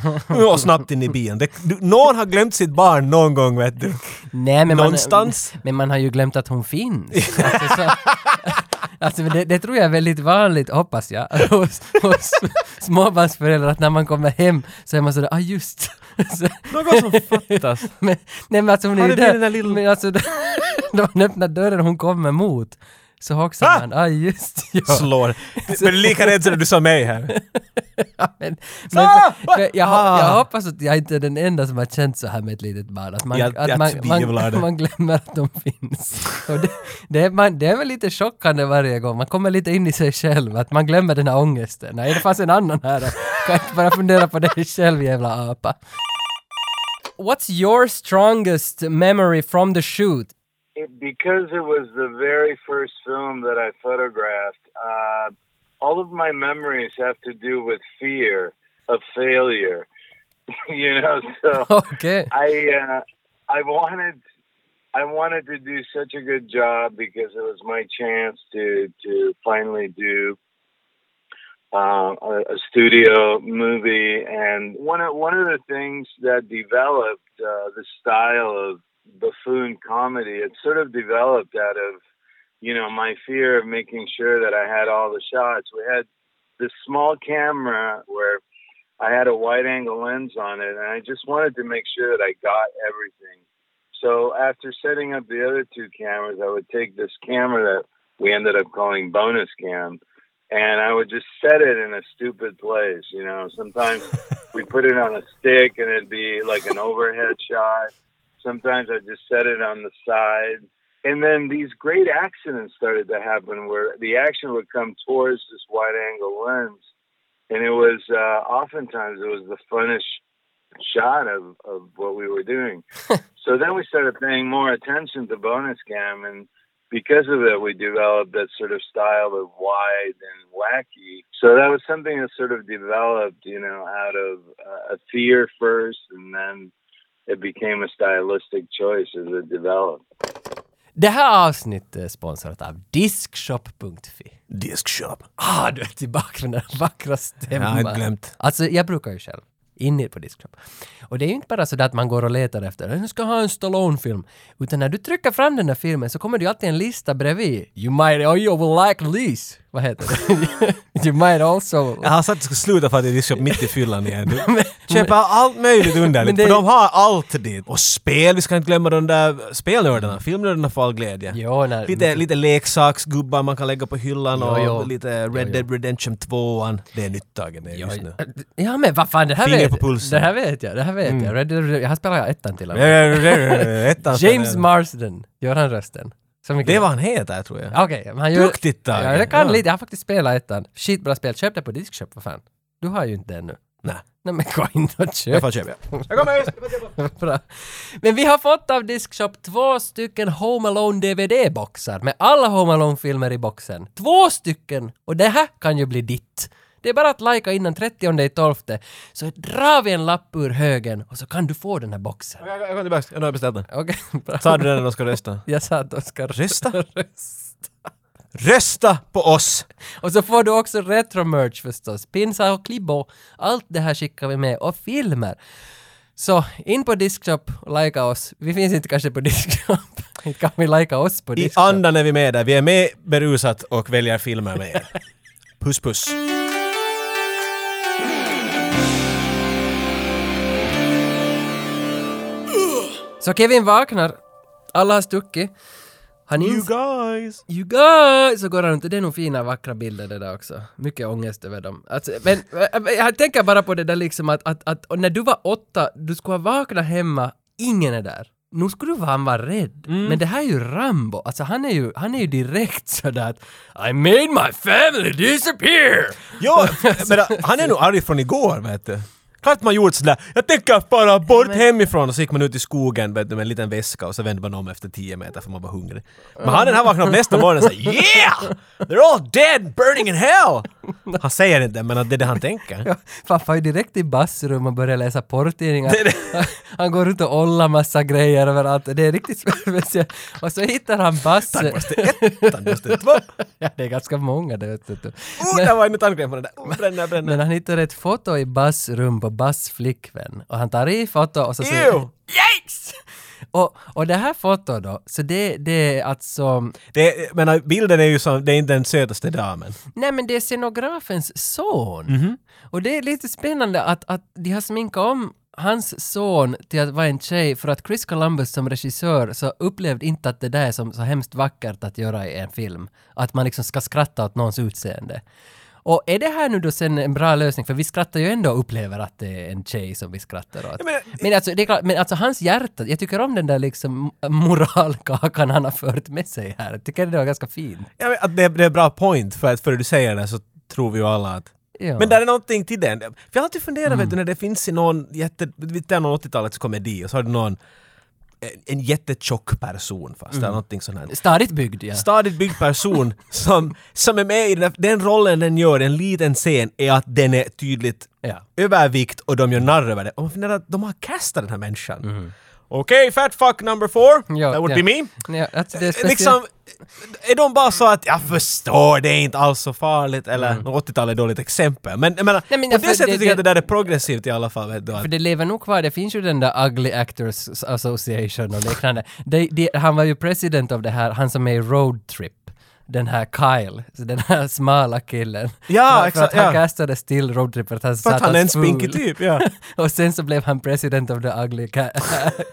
[SPEAKER 2] Och snabbt in i bilen. Det, du, någon har glömt sitt barn någon gång vet du.
[SPEAKER 1] Nej, men
[SPEAKER 2] Någonstans.
[SPEAKER 1] Man, men man har ju glömt att hon
[SPEAKER 2] [laughs]
[SPEAKER 1] finns. Alltså, så, alltså men det, det tror jag är väldigt vanligt, hoppas jag, [laughs] hos, hos småbarnsföräldrar att när man kommer hem så är man sådär, ah just. [laughs] Så,
[SPEAKER 2] Något [laughs] som fattas.
[SPEAKER 1] [laughs] men, nej men alltså hon är
[SPEAKER 2] Har
[SPEAKER 1] ju
[SPEAKER 2] det blivit den
[SPEAKER 1] där.
[SPEAKER 2] där lilla-
[SPEAKER 1] Men alltså, [laughs] när man öppnar dörren hon kommer mot så hoxar
[SPEAKER 2] Ah!
[SPEAKER 1] man, ah just [laughs] ja.
[SPEAKER 2] slår. Men du är lika rädd som du sa mig här.
[SPEAKER 1] Men, men,
[SPEAKER 2] Ah!
[SPEAKER 1] men jag, ho- jag
[SPEAKER 2] Ah!
[SPEAKER 1] hoppas att jag inte är den enda som har känt så här med ett litet barn. Att man,
[SPEAKER 2] Jag-
[SPEAKER 1] att
[SPEAKER 2] jag
[SPEAKER 1] man, [laughs]
[SPEAKER 2] tvivlar
[SPEAKER 1] man,
[SPEAKER 2] det.
[SPEAKER 1] man glömmer att de finns. Och det, det, är, man, det är väl lite chockande varje gång. Man kommer lite in i sig själv. Att man glömmer den här ångesten. Nej, det fanns en annan här. då. Kan inte bara fundera på det själv, jävla apa. What's your strongest memory from the shoot? [laughs]
[SPEAKER 4] It, because it was the very first film that I photographed, uh, all of my memories have to do with fear of failure. [laughs] you know, so
[SPEAKER 1] Okej. [laughs]
[SPEAKER 4] I uh, I wanted I wanted to do such a good job because it was my chance to to finally do uh, a, a studio movie. And one of one of the things that developed uh, the style of buffoon comedy, it sort of developed out of you know my fear of making sure that I had all the shots. We had this small camera where I had a wide angle lens on it, and I just wanted to make sure that I got everything. So after setting up the other two cameras, I would take this camera that we ended up calling bonus cam, and I would just set it in a stupid place. You know, sometimes we put it on a stick, and it'd be like an overhead shot. Sometimes I just set it on the side. And then these great accidents started to happen where the action would come towards this wide angle lens and it was uh, oftentimes it was the funnest shot of, of what we were doing. so then we started paying more attention to bonus cam, and because of it, we developed that sort of style of wide and wacky. So that was something that sort of developed, you know, out of uh, a fear first, and then it became a stylistic choice as it developed.
[SPEAKER 1] Det här avsnittet är sponsrat av Diskshop.fi.
[SPEAKER 2] Diskshop.
[SPEAKER 1] Ah, du är tillbaka med den här vackra
[SPEAKER 2] Jag har
[SPEAKER 1] stämman.
[SPEAKER 2] inte glömt.
[SPEAKER 1] Alltså, jag brukar ju själv. Inne på Discshop. Och det är ju inte bara sådär att man går och letar efter jag ska ha en Stallone-film. Utan när du trycker fram den där filmen så kommer det ju alltid en lista bredvid. You might, oh you will like this. Vad heter det? [laughs] you might also...
[SPEAKER 2] Jag har sagt att jag ska sluta för att det är diskshop mitt i fyllan igen.
[SPEAKER 1] [laughs]
[SPEAKER 2] Du köper allt möjligt
[SPEAKER 1] Men
[SPEAKER 2] underligt,
[SPEAKER 1] det-
[SPEAKER 2] för de har allt dit. Och spel, vi ska inte glömma de där spelnördarna, filmnördarna får all glädje.
[SPEAKER 1] Jo, nej.
[SPEAKER 2] Lite, lite leksaksgubbar man kan lägga på hyllan
[SPEAKER 1] Jo,
[SPEAKER 2] och
[SPEAKER 1] jo.
[SPEAKER 2] lite Red Dead Redemption 2 Det är nyttagen det just nu.
[SPEAKER 1] Ja men vad fan, det här,
[SPEAKER 2] Finger på
[SPEAKER 1] vet,
[SPEAKER 2] pulsen. Mm.
[SPEAKER 1] det här vet jag. Det här vet jag. Red, Dead Red, jag har spelat ettan till och med.
[SPEAKER 2] [laughs] Ettan ska
[SPEAKER 1] James
[SPEAKER 2] ner.
[SPEAKER 1] Marsden, gör han rösten? Så mycket-
[SPEAKER 2] Det är vad han heter tror jag.
[SPEAKER 1] Okej, men han gör...
[SPEAKER 2] Duktigt, Tage.
[SPEAKER 1] Ja, jag kan
[SPEAKER 2] Ja.
[SPEAKER 1] lite. Jag har faktiskt spelat ettan. Skitbra spel. Köp det på Diskshop, vad fan. Du har ju inte det ännu.
[SPEAKER 2] Nej.
[SPEAKER 1] Nej men gå in och
[SPEAKER 2] Jag
[SPEAKER 1] köp.
[SPEAKER 2] får köpa. Jag kommer just!
[SPEAKER 1] Bra. Men vi har fått av Discshop två stycken Home Alone DVD-boxar med alla Home Alone-filmer i boxen. Två stycken! Och det här kan ju bli ditt. Det är bara att lajka innan 30 i 12 så drar vi en lapp ur högen och så kan du få den här boxen.
[SPEAKER 2] Jag jag kommer tillbaka. Jag har beställt den.
[SPEAKER 1] Okej, bra.
[SPEAKER 2] Sa du det när de ska rösta?
[SPEAKER 1] Jag sa att de ska
[SPEAKER 2] Rösta?
[SPEAKER 1] rösta.
[SPEAKER 2] Rösta på oss!
[SPEAKER 1] Och så får du också retro-merch förstås. Pinsar och klibbor. Allt det här skickar vi med. Och filmer. Så in på Discshop och likea oss. Vi finns inte kanske på Discshop. [laughs] inte kan vi likea oss på
[SPEAKER 2] I
[SPEAKER 1] Discshop.
[SPEAKER 2] andan är vi med där. Vi är med berusat och väljer filmer med er. [laughs] Puss puss.
[SPEAKER 1] Så Kevin vaknar. Alla har stuckit. Han ins-
[SPEAKER 2] guys!
[SPEAKER 1] You guys! Så går han runt. Det är nog fina vackra bilder det där också. Mycket ångest över dem. Alltså, men äh, men jag tänker bara på det där liksom att, att, att och när du var åtta, du skulle ha vaknat hemma, ingen är där. Nu skulle du fan vara rädd. Men det här är ju Rambo. Alltså han är ju, han är ju direkt [laughs] sådär att I made my family disappear!
[SPEAKER 2] [laughs] Jo, men äh, han är nog arg från igår vet du. Klart man gjort sådär, jag tänker fara bort hemifrån och så gick man ut i skogen vet du, med en liten väska och så vände man om efter 10 meter för man var hungrig. Men han den här vaknade upp nästa morgon och sa “Yeah! They're all dead, burning in hell!” Han säger inte men att det är det han tänker.
[SPEAKER 1] Fan, far ju direkt i bassrum och börjar läsa porrtidningar. [laughs] Han går runt och ollar massa grejer överallt. Det är riktigt [laughs] speciellt. Och så hittar han Basse.
[SPEAKER 2] Måste ett, han måste två.
[SPEAKER 1] Ja, det är ganska många det vet du.
[SPEAKER 2] Oh, där var en tandkräm på den där. Oh, bränna, bränna.
[SPEAKER 1] Men han hittar ett foto i Bass rum på Bass flickvän och han tar i foto och så säger
[SPEAKER 2] Ew!
[SPEAKER 1] Yikes! Och, och det här fotot då, så det, det är alltså,
[SPEAKER 2] Det, är- men äh, bilden är ju som, det är inte den sötaste damen.
[SPEAKER 1] nej men det är scenografens son.
[SPEAKER 2] Mhm.
[SPEAKER 1] Och det är lite spännande att, att de har sminkat om hans son till att vara en tjej för att Chris Columbus som regissör så upplevde inte att det där är som så hemskt vackert att göra i en film. Att man liksom ska skratta åt någons utseende. Och är det här nu då sen en bra lösning? För vi skrattar ju ändå och upplever att det är en tjej som vi skrattar åt.
[SPEAKER 2] men- eh,
[SPEAKER 1] men, alltså, det är klart, men alltså hans hjärta, jag tycker om den där liksom moralkakan han har fört med sig här. Jag tycker det var ganska fint.
[SPEAKER 2] Ja, men att det, det är en bra point för att före du säger det så tror vi ju alla att
[SPEAKER 1] Ja.
[SPEAKER 2] Men där är någonting till den. För jag har alltid funderat, vet du, när det finns i någon jätte... Vi tar någon 80-talets komedi och så har du någon... En, en jättetjock person fast,
[SPEAKER 1] Mm.
[SPEAKER 2] eller någonting sånt här.
[SPEAKER 1] Stadigt byggd ja.
[SPEAKER 2] Stadigt
[SPEAKER 1] [laughs]
[SPEAKER 2] byggd person som, som är med i den, här- den rollen den gör i en liten scen är att den är tydligt
[SPEAKER 1] Ja.
[SPEAKER 2] övervikt och de gör narr över det. Och man funderar att de har castat den här människan. Okej, fat fuck number four.
[SPEAKER 1] Mm. Ja,
[SPEAKER 2] That would
[SPEAKER 1] ja.
[SPEAKER 2] be me.
[SPEAKER 1] Ja, alltså det är speciellt.
[SPEAKER 2] Liksom, är de bara så att jag förstår, det är inte alls så farligt, eller
[SPEAKER 1] Mm.
[SPEAKER 2] 80-talet är ett dåligt exempel. Men jag menar,
[SPEAKER 1] Nej, men
[SPEAKER 2] på
[SPEAKER 1] jag-
[SPEAKER 2] det
[SPEAKER 1] för
[SPEAKER 2] sättet
[SPEAKER 1] det-
[SPEAKER 2] tycker jag
[SPEAKER 1] det-
[SPEAKER 2] att det där är progressivt i alla fall. Vet du, att,
[SPEAKER 1] För det lever nog kvar, det finns ju den där Ugly Actors Association och liknande. De, de, han var ju president av det här, han som är i Road Trip. Den här Kyle, så den här smala killen.
[SPEAKER 2] Ja,
[SPEAKER 1] för,
[SPEAKER 2] exakt,
[SPEAKER 1] För att han
[SPEAKER 2] ja.
[SPEAKER 1] castades till Road Trip för att han
[SPEAKER 2] för att
[SPEAKER 1] satt
[SPEAKER 2] han är en
[SPEAKER 1] full.
[SPEAKER 2] spinkig typ, ja.
[SPEAKER 1] Och sen så blev han president of the ugly ca-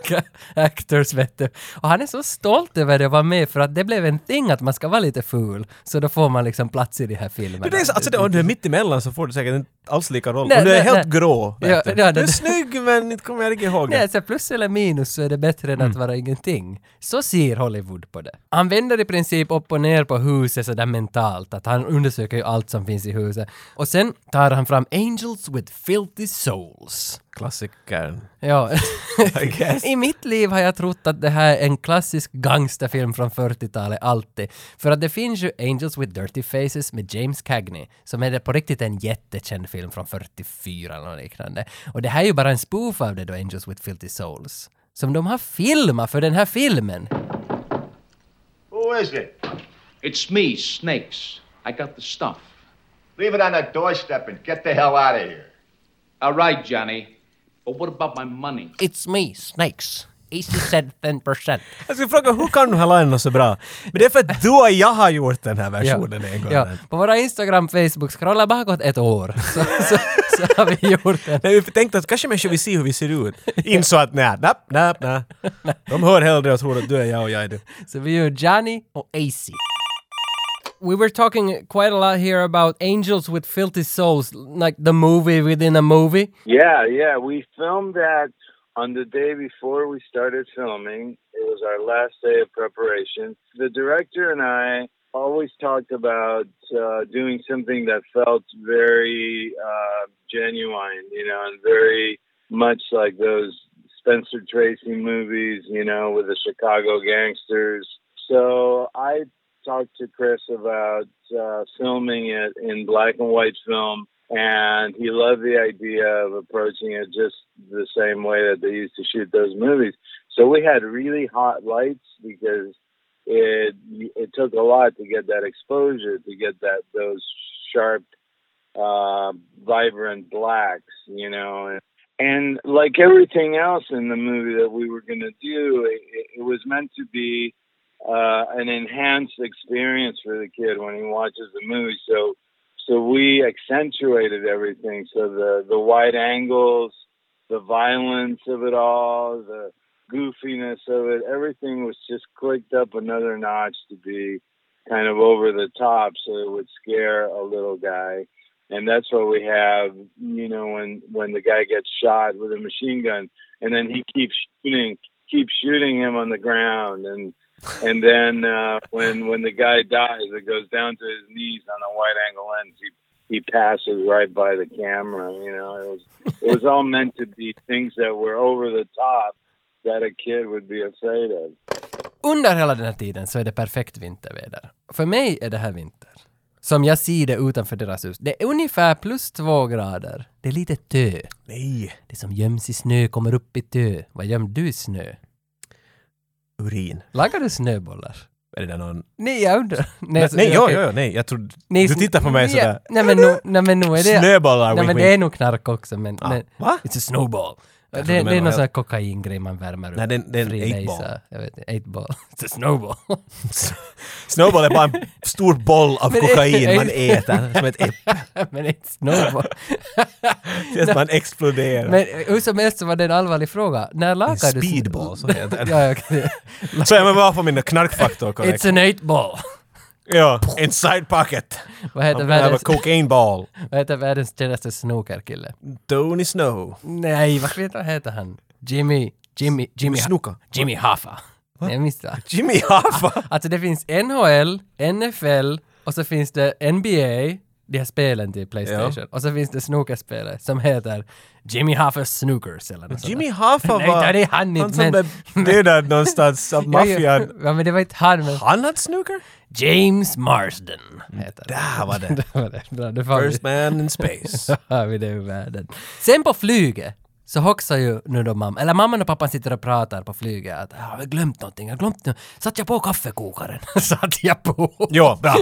[SPEAKER 1] ca- actors, vet du. Och han är så stolt över det att vara med för att det blev en thing att man ska vara lite ful. Så då får man liksom plats i de här filmerna.
[SPEAKER 2] Men det är, så- alltså, det, om du är mitt emellan så får du säkert inte alls lika roll.
[SPEAKER 1] Nej,
[SPEAKER 2] om du är
[SPEAKER 1] nej,
[SPEAKER 2] helt
[SPEAKER 1] nej.
[SPEAKER 2] grå, vet
[SPEAKER 1] Ja,
[SPEAKER 2] du.
[SPEAKER 1] ja,
[SPEAKER 2] du är
[SPEAKER 1] det-
[SPEAKER 2] snygg men inte kommer jag riktigt ihåg
[SPEAKER 1] Nej,
[SPEAKER 2] det.
[SPEAKER 1] så plus eller minus så är det bättre än att vara ingenting. Så ser Hollywood på det. Han vänder i princip upp och ner på huset sådär mentalt, att han undersöker ju allt som finns i huset. Och sen tar han fram Angels with Filthy Souls.
[SPEAKER 2] Klassikern.
[SPEAKER 1] Ja.
[SPEAKER 2] [laughs] I guess.
[SPEAKER 1] I mitt liv har jag trott att det här är en klassisk gangsterfilm från 40-talet alltid. För att det finns ju Angels with Dirty Faces med James Cagney, som är det på riktigt en jättekänd film från 44 eller något liknande. Och det här är ju bara en spoof av det då, Angels with Filthy Souls. Som de har filmat för den här filmen.
[SPEAKER 12] Who is it?
[SPEAKER 10] It's me, Snakes. I got the stuff.
[SPEAKER 12] Leave it on the doorstep and get the hell out of here.
[SPEAKER 10] All right, Johnny. But what about my money?
[SPEAKER 1] It's me, Snakes. Easy said 10%.
[SPEAKER 2] Jag skulle fråga, hur kan du ha linerna så bra? Men det är för att du och jag har gjort den här versionen en gång.
[SPEAKER 1] ja. På våra Instagram, Facebook, scrolla bakåt ett år. Så, så, så har vi gjort den.
[SPEAKER 2] Nej, vi tänkte att kanske människor vill se hur vi
[SPEAKER 1] [laughs]
[SPEAKER 2] ser ut. Insåg att nej, nej, nej, nej. De hör hellre och tror att du är jag och jag är du.
[SPEAKER 1] So we are Johnny or AC. We were talking quite a lot here about Angels with Filthy Souls, like the movie within a movie.
[SPEAKER 4] Yeah, yeah. We filmed that on the day before we started filming. It was our last day of preparation. The director and I always talked about uh, doing something that felt very uh, genuine, you know, and very much like those Spencer Tracy movies, you know, with the Chicago gangsters. So I talked to Chris about uh, filming it in black and white film, and he loved the idea of approaching it just the same way that they used to shoot those movies. So we had really hot lights because it it took a lot to get that exposure, to get that those sharp, uh, vibrant blacks, you know. And, and like everything else in the movie that we were going to do, it, it was meant to be uh, an enhanced experience for the kid when he watches the movie. So, so we accentuated everything. So the the wide angles, the violence of it all, the goofiness of it, everything was just clicked up another notch to be kind of over the top, so it would scare a little guy. And that's what we have, you know, when when the guy gets shot with a machine gun, and then he keeps shooting, keeps shooting him on the ground, and and then uh, when when the guy dies, it goes down to his knees on the wide angle lens. He he passes right by the camera. You know, it was it was all meant to be things that were over the top that a kid would be afraid of.
[SPEAKER 1] Under hela den här tiden så är det perfekt vinterväder. För mig är det här vinter. Som jag ser det utanför deras hus. Det är ungefär plus två grader. Det är lite tö.
[SPEAKER 2] Nej.
[SPEAKER 1] Det som göms i snö kommer upp i tö. Vad gömde du i snö?
[SPEAKER 2] Urin.
[SPEAKER 1] Lagar du snöbollar?
[SPEAKER 2] Är det någon...
[SPEAKER 1] Nej, jag undrar.
[SPEAKER 2] Nej,
[SPEAKER 1] så-
[SPEAKER 2] nej jo,
[SPEAKER 1] okej.
[SPEAKER 2] jo, jo, nej, jag trodde...
[SPEAKER 1] Nej,
[SPEAKER 2] du
[SPEAKER 1] sn-
[SPEAKER 2] tittar på mig
[SPEAKER 1] nej,
[SPEAKER 2] sådär.
[SPEAKER 1] Nej men nu, nej, men nu är det...
[SPEAKER 2] Snöbollar,
[SPEAKER 1] Nej men
[SPEAKER 2] wink,
[SPEAKER 1] det är
[SPEAKER 2] wink.
[SPEAKER 1] nog knark också men... men
[SPEAKER 2] va?
[SPEAKER 1] It's a snowball. Det,
[SPEAKER 2] Jag
[SPEAKER 1] det
[SPEAKER 2] trodde
[SPEAKER 1] är
[SPEAKER 2] du
[SPEAKER 1] någon
[SPEAKER 2] menade
[SPEAKER 1] sån här kokaingrej man värmer upp.
[SPEAKER 2] Nej, det är en- det är en
[SPEAKER 1] Free
[SPEAKER 2] eight
[SPEAKER 1] days,
[SPEAKER 2] ball.
[SPEAKER 1] uh, Jag vet inte, eight ball. [laughs] It's a
[SPEAKER 2] [laughs]
[SPEAKER 1] snowball.
[SPEAKER 2] [laughs] Snowball är bara en stor boll av
[SPEAKER 1] Men- [laughs]
[SPEAKER 2] kokain man äter som ett äpple.
[SPEAKER 1] men it's
[SPEAKER 2] [laughs]
[SPEAKER 1] snowball.
[SPEAKER 2] Tills man exploderar.
[SPEAKER 1] men hur som helst så var det en allvarlig fråga. När lagar du... sn-
[SPEAKER 2] speedball, så heter
[SPEAKER 1] [laughs]
[SPEAKER 2] det.
[SPEAKER 1] ja, okej.
[SPEAKER 2] Så jag men bara få mina knarkfaktor korrekt.
[SPEAKER 1] It's an eight ball.
[SPEAKER 2] Ja, inside pocket.
[SPEAKER 1] Vad heter
[SPEAKER 2] I'm gonna have a
[SPEAKER 1] världens...
[SPEAKER 2] cocaine ball.
[SPEAKER 1] Vad heter världens kändaste snookerkille?
[SPEAKER 2] Tony Snow.
[SPEAKER 1] Nej, vad heter- heter han? Jimmy... Jimmy... Jimmy...
[SPEAKER 2] Snooker.
[SPEAKER 1] Jimmy Hoffa. Nej, jag missade.
[SPEAKER 2] Jimmy Hoffa.
[SPEAKER 1] Alltså det finns NHL, NFL och så finns det NBA, de här spelen till Playstation. Och så finns det snookerspelet som heter Jimmy Hoffa's Snookers eller något sånt
[SPEAKER 2] Jimmy
[SPEAKER 1] där.
[SPEAKER 2] Hoffa
[SPEAKER 1] Nej,
[SPEAKER 2] var...
[SPEAKER 1] det är han inte,
[SPEAKER 2] som
[SPEAKER 1] men-
[SPEAKER 2] blev dödad någonstans av
[SPEAKER 1] Ja, ja.
[SPEAKER 2] maffian.
[SPEAKER 1] Ja, men det var inte han, men
[SPEAKER 2] Han hade snooker?
[SPEAKER 1] James Marsden heter det.
[SPEAKER 2] Där
[SPEAKER 1] [laughs]
[SPEAKER 2] var det.
[SPEAKER 1] Där var det. Där- där var vi-
[SPEAKER 2] Mm. First man in space.
[SPEAKER 1] [laughs] har vi det ur världen. Sen på flyget så hoxar ju nu då mamma, eller mamman och pappan sitter och pratar på flyget att har vi glömt någonting, har jag glömt nu. Satt jag på kaffekokaren? [laughs] Satt jag på?
[SPEAKER 2] Jo, bra.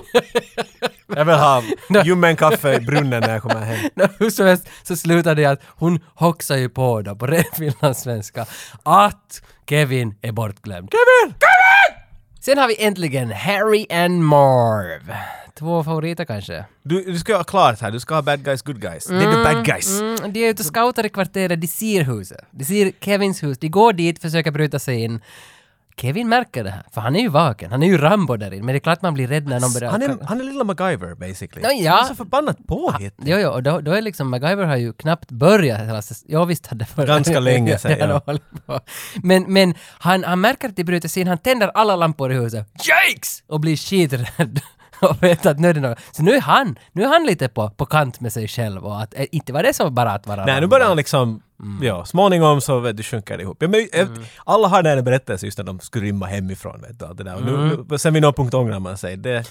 [SPEAKER 2] Jag
[SPEAKER 1] [laughs]
[SPEAKER 2] vill ha ljummen kaffe i brunnen när jag kommer hem.
[SPEAKER 1] Nå, Hur som helst så slutade jag att hon hoxar ju på då på [laughs] ren finlandssvenska att Kevin är bortglömd. Kevin! Kevin! Sen har vi äntligen Harry and Marv. Två favoriter kanske.
[SPEAKER 2] Du, du ska ha klart här, du ska ha bad guys, good guys. Det är the bad guys.
[SPEAKER 1] Mm, de är ute och scoutar i kvarteret, de ser huset. De ser Kevins hus. De går dit, försöker bryta sig in. Kevin märker det här, för han är ju vaken. Han är ju Rambo där inne, men det är klart man blir rädd när någon börjar...
[SPEAKER 2] Han är, han är lilla MacGyver basically.
[SPEAKER 1] Nå, ja.
[SPEAKER 2] Han är så förbannat påhitt.
[SPEAKER 1] Jo, jo, och då, då är liksom MacGyver har ju knappt börjat hela säs- Ja, visst hade det börjat.
[SPEAKER 2] Ganska länge sedan,
[SPEAKER 1] Det hade
[SPEAKER 2] ja.
[SPEAKER 1] hållit på. Men, men han, han märker att det bryter sig in, han tänder alla lampor i huset. Jakes! Och blir skiträdd. [laughs] Och vet att nu är det något. Så nu är han, nu är han lite på, på kant med sig själv och att eh, inte var det så bara att vara
[SPEAKER 2] Nej, nu
[SPEAKER 1] Rambo.
[SPEAKER 2] börjar han liksom... Ja, småningom så vet du, sjunker det ihop. Ja, men, eh, Alla har den här berättelsen just när de skulle rymma hemifrån. Vet du, allt det där. Och Nu, nu, sen vid någon punkt ångrar man sig. Det,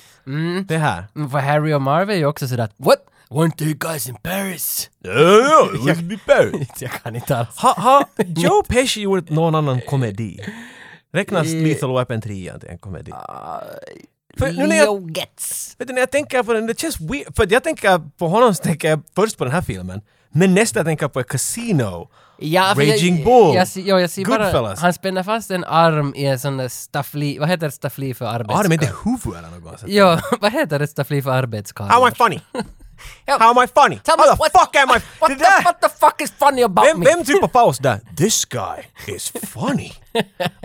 [SPEAKER 2] det här.
[SPEAKER 1] Mm, För Harry och Marv är ju också sådär att “What? Weren't you guys in Paris?” [laughs]
[SPEAKER 2] Ja, it was before.
[SPEAKER 1] Jag kan inte alls.
[SPEAKER 2] Ha, [laughs] ha Joe Pesci gjort någon annan komedi? Räknas Lethal Weapon 3 till en komedi? För nu när jag
[SPEAKER 1] Leo gets.
[SPEAKER 2] Vet du, när jag tänker på den, det känns weird. För att jag tänker på honom så tänker jag först på den här filmen. Men nästa tänker jag på Casino.
[SPEAKER 1] Ja, för
[SPEAKER 2] Raging
[SPEAKER 1] jag,
[SPEAKER 2] Bull.
[SPEAKER 1] Jag, ser- ja, jag ser bara,
[SPEAKER 2] Goodfellas.
[SPEAKER 1] han spänner fast en arm i en sån där staffli, vad heter ett staffli för arbetskar?
[SPEAKER 2] Har de inte huvud eller något sånt?
[SPEAKER 1] Ja, [laughs] vad heter ett staffli för arbetskar?
[SPEAKER 2] How am I funny? How am I funny?
[SPEAKER 1] Tell me
[SPEAKER 2] How the
[SPEAKER 1] what-
[SPEAKER 2] fuck am I...
[SPEAKER 1] What the,
[SPEAKER 2] det där!
[SPEAKER 1] what the fuck is funny about
[SPEAKER 2] Vem,
[SPEAKER 1] me?
[SPEAKER 2] vem typ av paus där? This guy is
[SPEAKER 1] [laughs]
[SPEAKER 2] funny.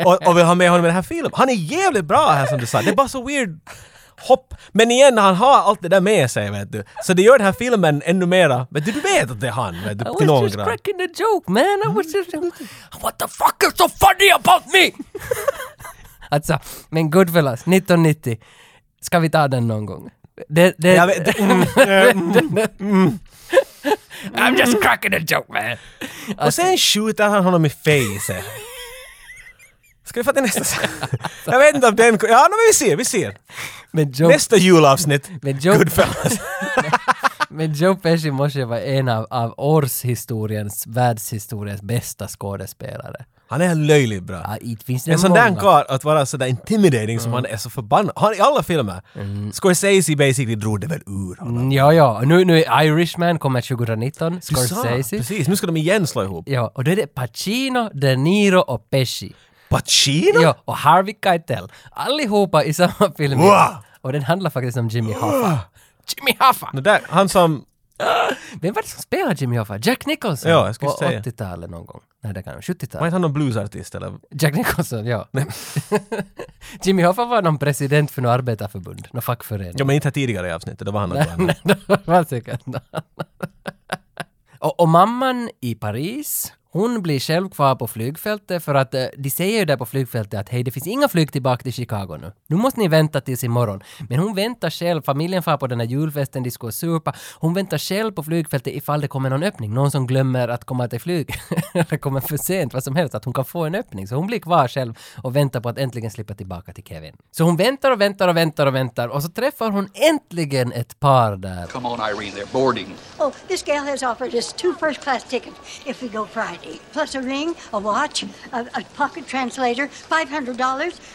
[SPEAKER 2] och, och vill ha med honom i den här filmen. Han är jävligt bra här som du sa. Det är bara så weird hopp. Men igen, han har allt det där med sig vet du. Så det gör den här filmen ännu mera... Men du, du vet att det är han vet du,
[SPEAKER 1] I
[SPEAKER 2] till
[SPEAKER 1] was
[SPEAKER 2] någon
[SPEAKER 1] just
[SPEAKER 2] grad. Mm.
[SPEAKER 1] cracking a joke man, I was just... What the fuck is [laughs] so funny about me? alltså, men Goodfellas, 1990. Ska vi ta den någon gång? Det, det, [laughs]
[SPEAKER 2] Jag vet- mm, mm, mm.
[SPEAKER 1] I'm just cracking a joke man.
[SPEAKER 2] Och
[SPEAKER 1] Alltså,
[SPEAKER 2] sen skjuter han honom i face. Ska vi fatta
[SPEAKER 1] [laughs]
[SPEAKER 2] nästa sak? Jag vet inte om den... Ja, no, men vi ser, vi ser.
[SPEAKER 1] men Joe,
[SPEAKER 2] Nästa julavsnitt.
[SPEAKER 1] men Joe,
[SPEAKER 2] Goodfellas.
[SPEAKER 1] [laughs] men Joe Pesci måste ju vara en av, av årshistoriens, världshistoriens bästa skådespelare.
[SPEAKER 2] Han är löjligt bra.
[SPEAKER 1] Ja, inte finns det
[SPEAKER 2] En sån där
[SPEAKER 1] många. Mm.
[SPEAKER 2] karl att vara sådär intimidating som han är så förbannad. Han i alla filmer. Scorsese basically drog det väl ur honom.
[SPEAKER 1] Mm, Ja, ja. Nu, nu är Irishman kommer 2019,
[SPEAKER 2] Du sa,
[SPEAKER 1] Scorsese.
[SPEAKER 2] Precis, nu ska de igen slå ihop.
[SPEAKER 1] Ja, och då är det Pacino, De Niro och Pesci.
[SPEAKER 2] Pacino?
[SPEAKER 1] Ja, och Harvey Keitel. Allihopa i samma film.
[SPEAKER 2] Wow!
[SPEAKER 1] Och den handlar faktiskt om Jimmy Hoffa. Jimmy Hoffa!
[SPEAKER 2] Det där, han som...
[SPEAKER 1] Vem var det som spelade Jimmy Hoffa? Jack Nicholson?
[SPEAKER 2] Ja, jag skulle
[SPEAKER 1] på
[SPEAKER 2] säga.
[SPEAKER 1] 80-talet någon gång. Nej, det kan 70-talet.
[SPEAKER 2] Var inte han någon bluesartist eller?
[SPEAKER 1] Jack Nicholson, ja. [laughs] Jimmy Hoffa var någon president för något arbetarförbund, någon fackförening.
[SPEAKER 2] Ja men inte här tidigare i avsnittet, då var han något annat.
[SPEAKER 1] [laughs] Det var säkert någon annan. och, och mamman i Paris, hon blir själv kvar på flygfältet för att eh, de säger ju där på flygfältet att hej, det finns inga flyg tillbaka till Chicago nu. Nu måste ni vänta tills imorgon. Men hon väntar själv, familjen far på den här julfesten, de ska supa. Hon väntar själv på flygfältet ifall det kommer någon öppning, någon som glömmer att komma till flyg, [laughs] eller kommer för sent, vad som helst, att hon kan få en öppning. Så hon blir kvar själv och väntar på att äntligen slippa tillbaka till Kevin. Så hon väntar och väntar och väntar och väntar och så träffar hon äntligen ett par där.
[SPEAKER 10] Come on, Irene, they're boarding.
[SPEAKER 13] Oh, this gal has offered us two first class tickets if we go Friday, plus a ring, a watch, a, a pocket translator, $500,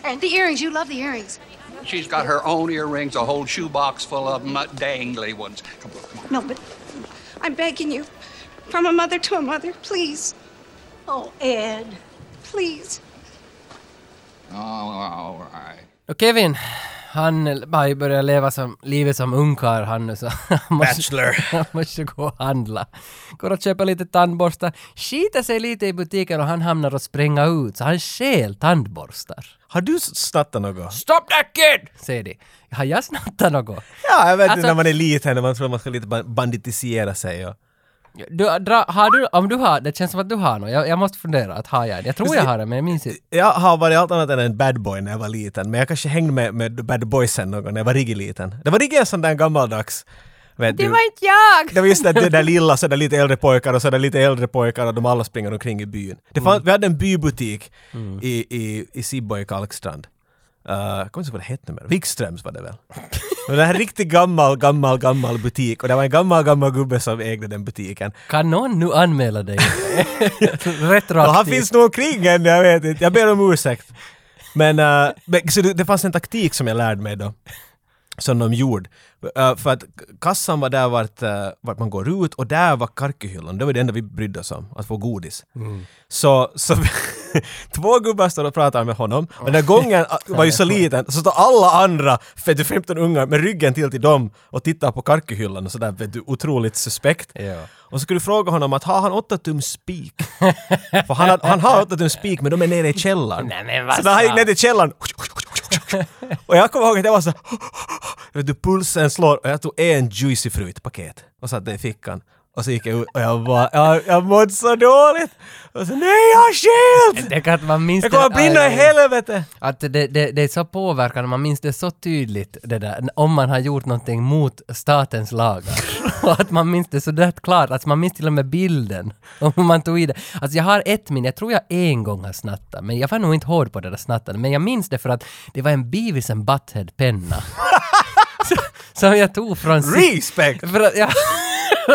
[SPEAKER 13] and the earrings. You love the earrings.
[SPEAKER 10] She's got her own earrings, a whole shoebox full of them, uh, dangly ones. Come on, come on.
[SPEAKER 13] No, but I'm begging you. From a mother to a mother, please. Oh, Ed. Please.
[SPEAKER 10] Oh, all right.
[SPEAKER 1] Och Kevin, han har ju börjat leva som, livet som ungkarl han nu så han måste,
[SPEAKER 2] Bachelor.
[SPEAKER 1] [laughs] han måste gå och handla. Går och köper lite tandborstar, skiter sig lite i butiken och han hamnar och spränga ut så han stjäl tandborstar.
[SPEAKER 2] Har du snattat något?
[SPEAKER 1] Stop that kid! Säger de. Har jag snattat något?
[SPEAKER 2] Ja, jag vet
[SPEAKER 1] Alltså-
[SPEAKER 2] inte när man är liten, när man tror man ska lite ba- banditisera sig och...
[SPEAKER 1] Du, dra, har du, om du har, det känns som att du har något. Jag, jag måste fundera, att har jag det? Jag tror jag har det men jag minns inte.
[SPEAKER 2] Jag har varit allt annat än en bad boy när jag var liten, men jag kanske hängde med, med bad boysen någon gång när jag var riktigt liten. Det var riktigt en sån där gammaldags... Vet du,
[SPEAKER 1] inte jag!
[SPEAKER 2] [laughs] Det var just det, det där lilla, så där lite äldre pojkar och så där lite äldre pojkar och de alla springer omkring i byn. Det fanns, Vi hade en bybutik i, i, i Sibbo i Kalkstrand. Uh, jag kommer inte ihåg vad det hette numera. Wikströms var det väl? Det var en riktigt gammal, gammal, gammal butik och det var en gammal, gammal gubbe som ägde den butiken.
[SPEAKER 1] Kan någon nu anmäla
[SPEAKER 2] [laughs]
[SPEAKER 1] dig?
[SPEAKER 2] Och han
[SPEAKER 1] Retroaktivt.
[SPEAKER 2] finns nog omkring än, jag vet inte. Jag ber om ursäkt. Men, eh, men så det, det fanns en taktik som jag lärde mig då. Som de gjorde. Eh, för att kassan var där vart, eh, vart man går ut och där var karkihyllan. Det var det enda vi brydde oss om, att få godis. Så, så [laughs] två gubbar står och pratar med honom. Och den där gången eh, var ju så liten, så står alla andra, för du 15 ungar, med ryggen till till dem och tittar på karkihyllan och sådär, vet du, otroligt suspekt.
[SPEAKER 1] Ja.
[SPEAKER 2] Och så skulle du fråga honom att har han åtta tum spik? För han, har- han har åtta tum spik men de är nere i källaren.
[SPEAKER 1] Nej, men vad
[SPEAKER 2] så när han gick
[SPEAKER 1] sa-
[SPEAKER 2] ner till källaren och jag kommer ihåg att jag var så vet du, pulsen slår och jag tog en Juicy Fruit-paket och satte i fickan. Och så gick jag ut och jag bara, jag, jag mådde så dåligt! Och så nej, jag har skilt!
[SPEAKER 1] Det kan att man minns
[SPEAKER 2] Jag kommer att brinna i helvete!
[SPEAKER 1] Att det, det, det är så påverkande, man minns det så tydligt det där, om man har gjort någonting mot statens lagar. [laughs] och att man minns det så där klart, alltså man minns till och med bilden. [laughs] Om hur man tog i det. Alltså jag har ett minne, jag tror jag en gång har snattat, men jag var nog inte hård på det där snattandet, men jag minns det för att det var en Beavis and Butthead-penna. [laughs] som jag tog från... Ci-
[SPEAKER 2] Respect!
[SPEAKER 1] för att, ja,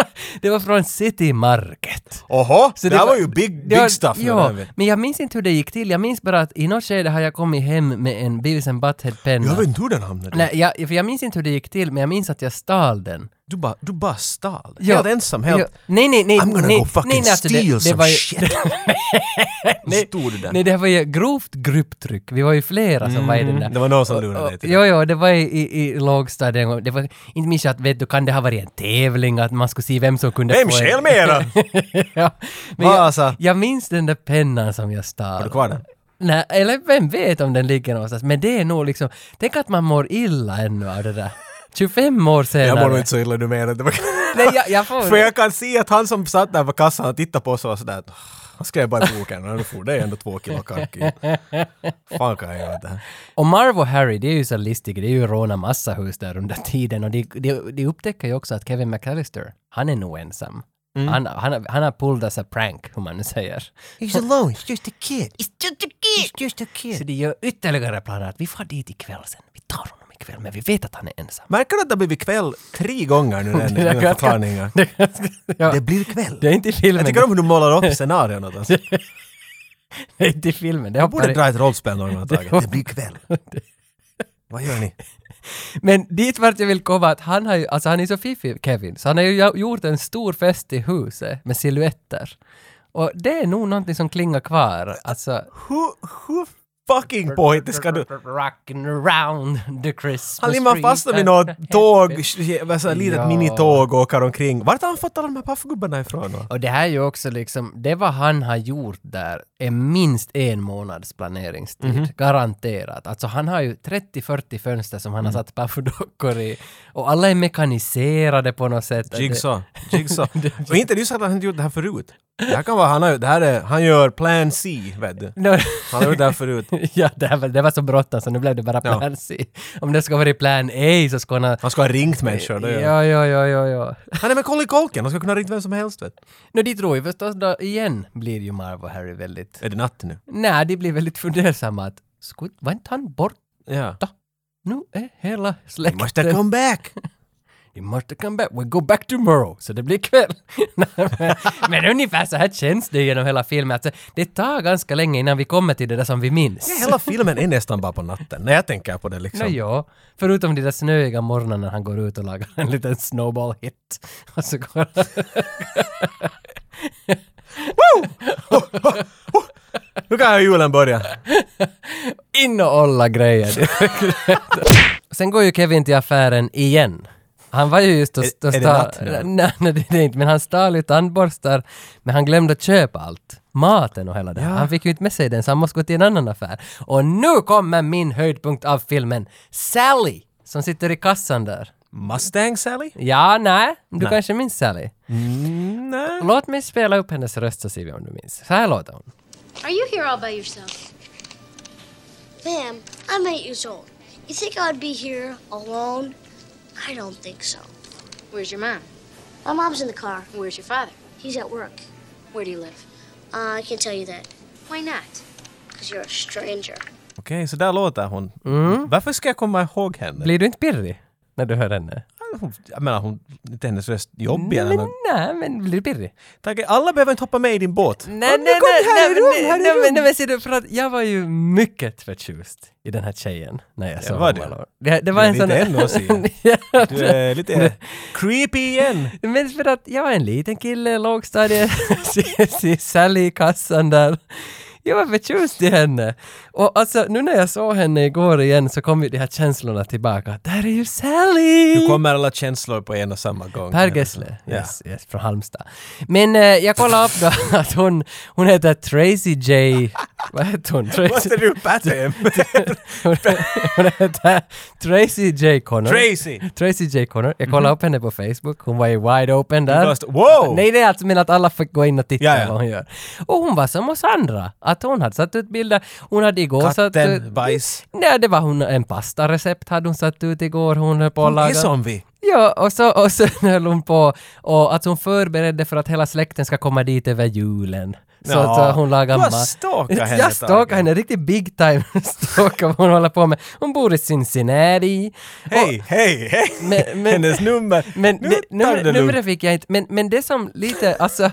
[SPEAKER 1] [laughs] det var från City Market.
[SPEAKER 2] Oho,
[SPEAKER 1] Så
[SPEAKER 2] det, här var ju big,
[SPEAKER 1] det
[SPEAKER 2] big
[SPEAKER 1] var-
[SPEAKER 2] stuff nu, det
[SPEAKER 1] Ja,
[SPEAKER 2] här vet.
[SPEAKER 1] men jag minns inte hur det gick till. Jag minns bara att i något skede har jag kommit hem med en Beavis and Butthead-penna.
[SPEAKER 2] Jag vet inte hur den hamnade.
[SPEAKER 1] Nej, jag, för jag minns inte hur det gick till, men jag minns att jag stal den.
[SPEAKER 2] Du bara, du bara stal. Helt ensam, helt...
[SPEAKER 1] Ja. Nej, nej, nej.
[SPEAKER 2] I'm gonna
[SPEAKER 1] nej,
[SPEAKER 2] go fucking
[SPEAKER 1] nej, nej, alltså
[SPEAKER 2] steal
[SPEAKER 1] det, det
[SPEAKER 2] some
[SPEAKER 1] var ju, [laughs]
[SPEAKER 2] shit.
[SPEAKER 1] nej,
[SPEAKER 2] stod du där.
[SPEAKER 1] Nej, det här var ju grovt grupptryck. Vi var ju flera som var i den där.
[SPEAKER 2] Mm, Det var någon som lurade
[SPEAKER 1] Och-
[SPEAKER 2] dig till det.
[SPEAKER 1] Jo, jo, det var i, i, i lågstadiet en gång. Det var, inte minns jag att, vet du, kan det ha varit en tävling att man skulle se vem som kunde
[SPEAKER 2] Vem
[SPEAKER 1] få en-
[SPEAKER 2] stjäl mera?
[SPEAKER 1] [laughs] ja, men jag,
[SPEAKER 2] Vasa.
[SPEAKER 1] jag minns den där pennan som jag stal.
[SPEAKER 2] alltså? Har du kvar den?
[SPEAKER 1] Nej, eller vem vet om den ligger någonstans. Men det är nog liksom, tänk att man mår illa ännu av det där. 25 år senare.
[SPEAKER 2] Jag mår nog inte så illa numera. Det var...
[SPEAKER 1] Nej, jag, jag får...
[SPEAKER 2] För jag kan se att han som satt där på kassan och tittade på oss och sådär att "Åh, han skrev bara i boken och nu får det är ändå två kilo kaki. Fan kan jag göra det här?
[SPEAKER 1] Och Marv och Harry, det är ju så listiga, det är ju råna massa hus där under tiden och de, de, de upptäcker ju också att Kevin McAllister, han är nog ensam.
[SPEAKER 2] Mm.
[SPEAKER 1] Han, han, han har pulled as a prank, hur man nu säger.
[SPEAKER 2] He's alone, he's just a kid.
[SPEAKER 1] It's just a kid! It's just a kid. Så de gör ytterligare planer att vi får dit ikväll sen, vi tar honom ikväll, men vi vet att han är ensam.
[SPEAKER 2] Märker du att det har blivit kväll tre gånger nu den
[SPEAKER 1] Det är
[SPEAKER 2] den
[SPEAKER 1] ganska-
[SPEAKER 2] förklaringen?
[SPEAKER 1] Det, är ganska- ja.
[SPEAKER 2] Det blir kväll.
[SPEAKER 1] Det är inte i filmen.
[SPEAKER 2] Jag tycker om hur du målar upp scenarion åt oss.
[SPEAKER 1] Det är inte i filmen. Det
[SPEAKER 2] Jag
[SPEAKER 1] hoppar
[SPEAKER 2] borde
[SPEAKER 1] i-
[SPEAKER 2] dra ett rollspel [laughs] någon gång i taget.
[SPEAKER 1] hoppar-
[SPEAKER 2] Det blir kväll. Vad gör ni?
[SPEAKER 1] Men dit vart jag vill komma att han har ju, alltså han är så fiffig Kevin, så han har ju ja- gjort en stor fest i huset med silhuetter. Och det är nog någonting som klingar kvar, alltså...
[SPEAKER 2] Hur, hur fucking påhittig ska du...
[SPEAKER 1] Rockin' around the Christmas
[SPEAKER 2] Han limmar
[SPEAKER 1] tree.
[SPEAKER 2] fast dem i något tåg, ett litet
[SPEAKER 1] Ja.
[SPEAKER 2] minitåg och åker omkring. Vart har han fått alla de här paffgubbarna ifrån? då?
[SPEAKER 1] [laughs] Och det här är ju också liksom, det vad han har gjort där är minst en månads planeringstid,
[SPEAKER 2] Mhm.
[SPEAKER 1] garanterat. Alltså han har ju 30-40 fönster som han har
[SPEAKER 2] Mm.
[SPEAKER 1] satt [laughs] pafferdockor i och alla är mekaniserade på något sätt.
[SPEAKER 2] Jigsaw. [laughs] Jigsaw. och inte det är ju så att han inte gjort det här förut. Det här kan vara, han, har, ju- det här är, han gör plan C,
[SPEAKER 1] [laughs]
[SPEAKER 2] vet du.
[SPEAKER 1] Det,
[SPEAKER 2] Han har gjort det här förut.
[SPEAKER 1] [laughs] ja, det, här, var- det var så bråttom så nu blev det bara
[SPEAKER 2] Ja.
[SPEAKER 1] plan C. Om det ska vara i plan A så ska han ha...
[SPEAKER 2] Han ska ha ringt människor. Det gör. han.
[SPEAKER 1] Ja, ja, ja, ja, ja.
[SPEAKER 2] Han är med koll i kolken, han ska kunna ha ringt vem som helst. Vet. du.
[SPEAKER 1] Nu de tror ju förstås då igen blir ju Marv och Harry väldigt...
[SPEAKER 2] Är det natt nu?
[SPEAKER 1] Nej, de blir väldigt fundersamma att "Skulle- var inte han borta?
[SPEAKER 2] Ja.
[SPEAKER 1] Nu är hela
[SPEAKER 2] You
[SPEAKER 1] släkten...
[SPEAKER 2] must have come back!
[SPEAKER 1] You must come back. We go back tomorrow. Så det blir kväll. [laughs] men, men ungefär så här känns det genom hela filmen. Alltså, det tar ganska länge innan vi kommer till det där som vi minns.
[SPEAKER 2] Ja, hela filmen är nästan bara på natten, när jag tänker på det
[SPEAKER 1] Nå
[SPEAKER 2] liksom.
[SPEAKER 1] ja, förutom de där snöiga morgnarna när han går ut och lagar en liten snowball hit. [laughs] Och så går han... [laughs]
[SPEAKER 2] Nu kan ju julen börja.
[SPEAKER 1] in och olla grejer. [laughs] Sen går ju Kevin till affären igen. Han var ju just och,
[SPEAKER 2] Är-
[SPEAKER 1] och
[SPEAKER 2] är det
[SPEAKER 1] stal...
[SPEAKER 2] natt nu?
[SPEAKER 1] nej, [laughs] nej, det är det inte. Men han stal ju tandborstar. Men han glömde att köpa allt. Maten och hela det. här. Han fick ju inte med sig den så han måste gå till en annan affär. Och nu kommer min höjdpunkt av filmen. Sally! Som sitter i kassan där.
[SPEAKER 2] Mustang Sally?
[SPEAKER 1] Ja, nej. Du kanske minns Sally?
[SPEAKER 2] Mm, Nej.
[SPEAKER 1] Låt mig spela upp hennes röst så ser vi om du minns. Så här låter hon.
[SPEAKER 11] Are you here all by yourself? Ma'am, I'm eight years old. You think I'd be here alone? I don't think so.
[SPEAKER 7] Where's your mom?
[SPEAKER 11] My mom's in the car.
[SPEAKER 7] Where's your father?
[SPEAKER 11] He's at work.
[SPEAKER 7] Where do you live?
[SPEAKER 11] Uh, I can't tell you that
[SPEAKER 7] Why not?
[SPEAKER 11] because you're a stranger.
[SPEAKER 2] Okej, så där låter hon. Varför ska jag komma ihåg henne?
[SPEAKER 1] Blir du inte pirrig när du hör henne?
[SPEAKER 2] Hon, jag menar, hon, inte hennes röst jobbig eller
[SPEAKER 1] Men
[SPEAKER 2] något.
[SPEAKER 1] nej, men blir du pirrig?
[SPEAKER 2] Tagge, alla behöver inte hoppa med i din båt.
[SPEAKER 1] Nej, nej, nej, nej, men- nej, nej, men- nej, men ser du, för att jag var ju mycket förtjust i den här tjejen när jag såg
[SPEAKER 2] var
[SPEAKER 1] Home
[SPEAKER 2] du.
[SPEAKER 1] Alone. det. Det var
[SPEAKER 2] Du är
[SPEAKER 1] en sån...
[SPEAKER 2] lite ännu att se.
[SPEAKER 1] [laughs] Ja,
[SPEAKER 2] Du är lite creepy igen.
[SPEAKER 1] Men för att jag var en liten kille i [laughs] lågstadiet, ser- ser Sally i kassan där. Jag var förtjust i henne. Och alltså, nu när jag såg henne igår igen så kom ju de här känslorna tillbaka. Där är ju Sally!
[SPEAKER 2] Nu kommer alla känslor på en och samma gång.
[SPEAKER 1] Per Gessle,
[SPEAKER 2] Ja.
[SPEAKER 1] yes, yes, från Halmstad. Men eh, jag kollade upp då [laughs] att hon, hon heter Tracy J... Vad heter hon? Tracy,
[SPEAKER 2] Måste du patta [laughs] hem?
[SPEAKER 1] hon, hon heter Tracy J Connor.
[SPEAKER 2] Tracy! Mhm.
[SPEAKER 1] Tracy J Connor. Jag kollade upp henne på Facebook, hon var ju wide open
[SPEAKER 2] Du
[SPEAKER 1] där.
[SPEAKER 2] måste- wow!
[SPEAKER 1] Nej, det är alltså men att alla fick gå in och titta
[SPEAKER 2] Ja, ja.
[SPEAKER 1] vad hon gör. Och hon var som oss andra, att hon hade satt ut bilder. Hon hade igår satt ut...
[SPEAKER 2] Katten, bajs.
[SPEAKER 1] Nej, det var hon, en pastarecept hade hon satt ut igår, hon höll på att
[SPEAKER 2] Hon är
[SPEAKER 1] laga...
[SPEAKER 2] som vi.
[SPEAKER 1] Ja, och, så, [laughs] och sen höll hon på och att hon förberedde för att hela släkten ska komma dit över julen. Så
[SPEAKER 2] Ja,
[SPEAKER 1] att så hon lagar
[SPEAKER 2] du har
[SPEAKER 1] mat.
[SPEAKER 2] stalkat henne,
[SPEAKER 1] Jag
[SPEAKER 2] Tage.
[SPEAKER 1] stalkar henne, riktigt big time [laughs] stalkar vad hon håller på med. Hon bor i Cincinnati.
[SPEAKER 2] Hej, hej, hej!
[SPEAKER 1] Men- men-
[SPEAKER 2] Hennes nummer.
[SPEAKER 1] Men
[SPEAKER 2] nu
[SPEAKER 1] det,
[SPEAKER 2] tar
[SPEAKER 1] nummer,
[SPEAKER 2] det lugnt.
[SPEAKER 1] numret fick jag inte, men, men det som lite, alltså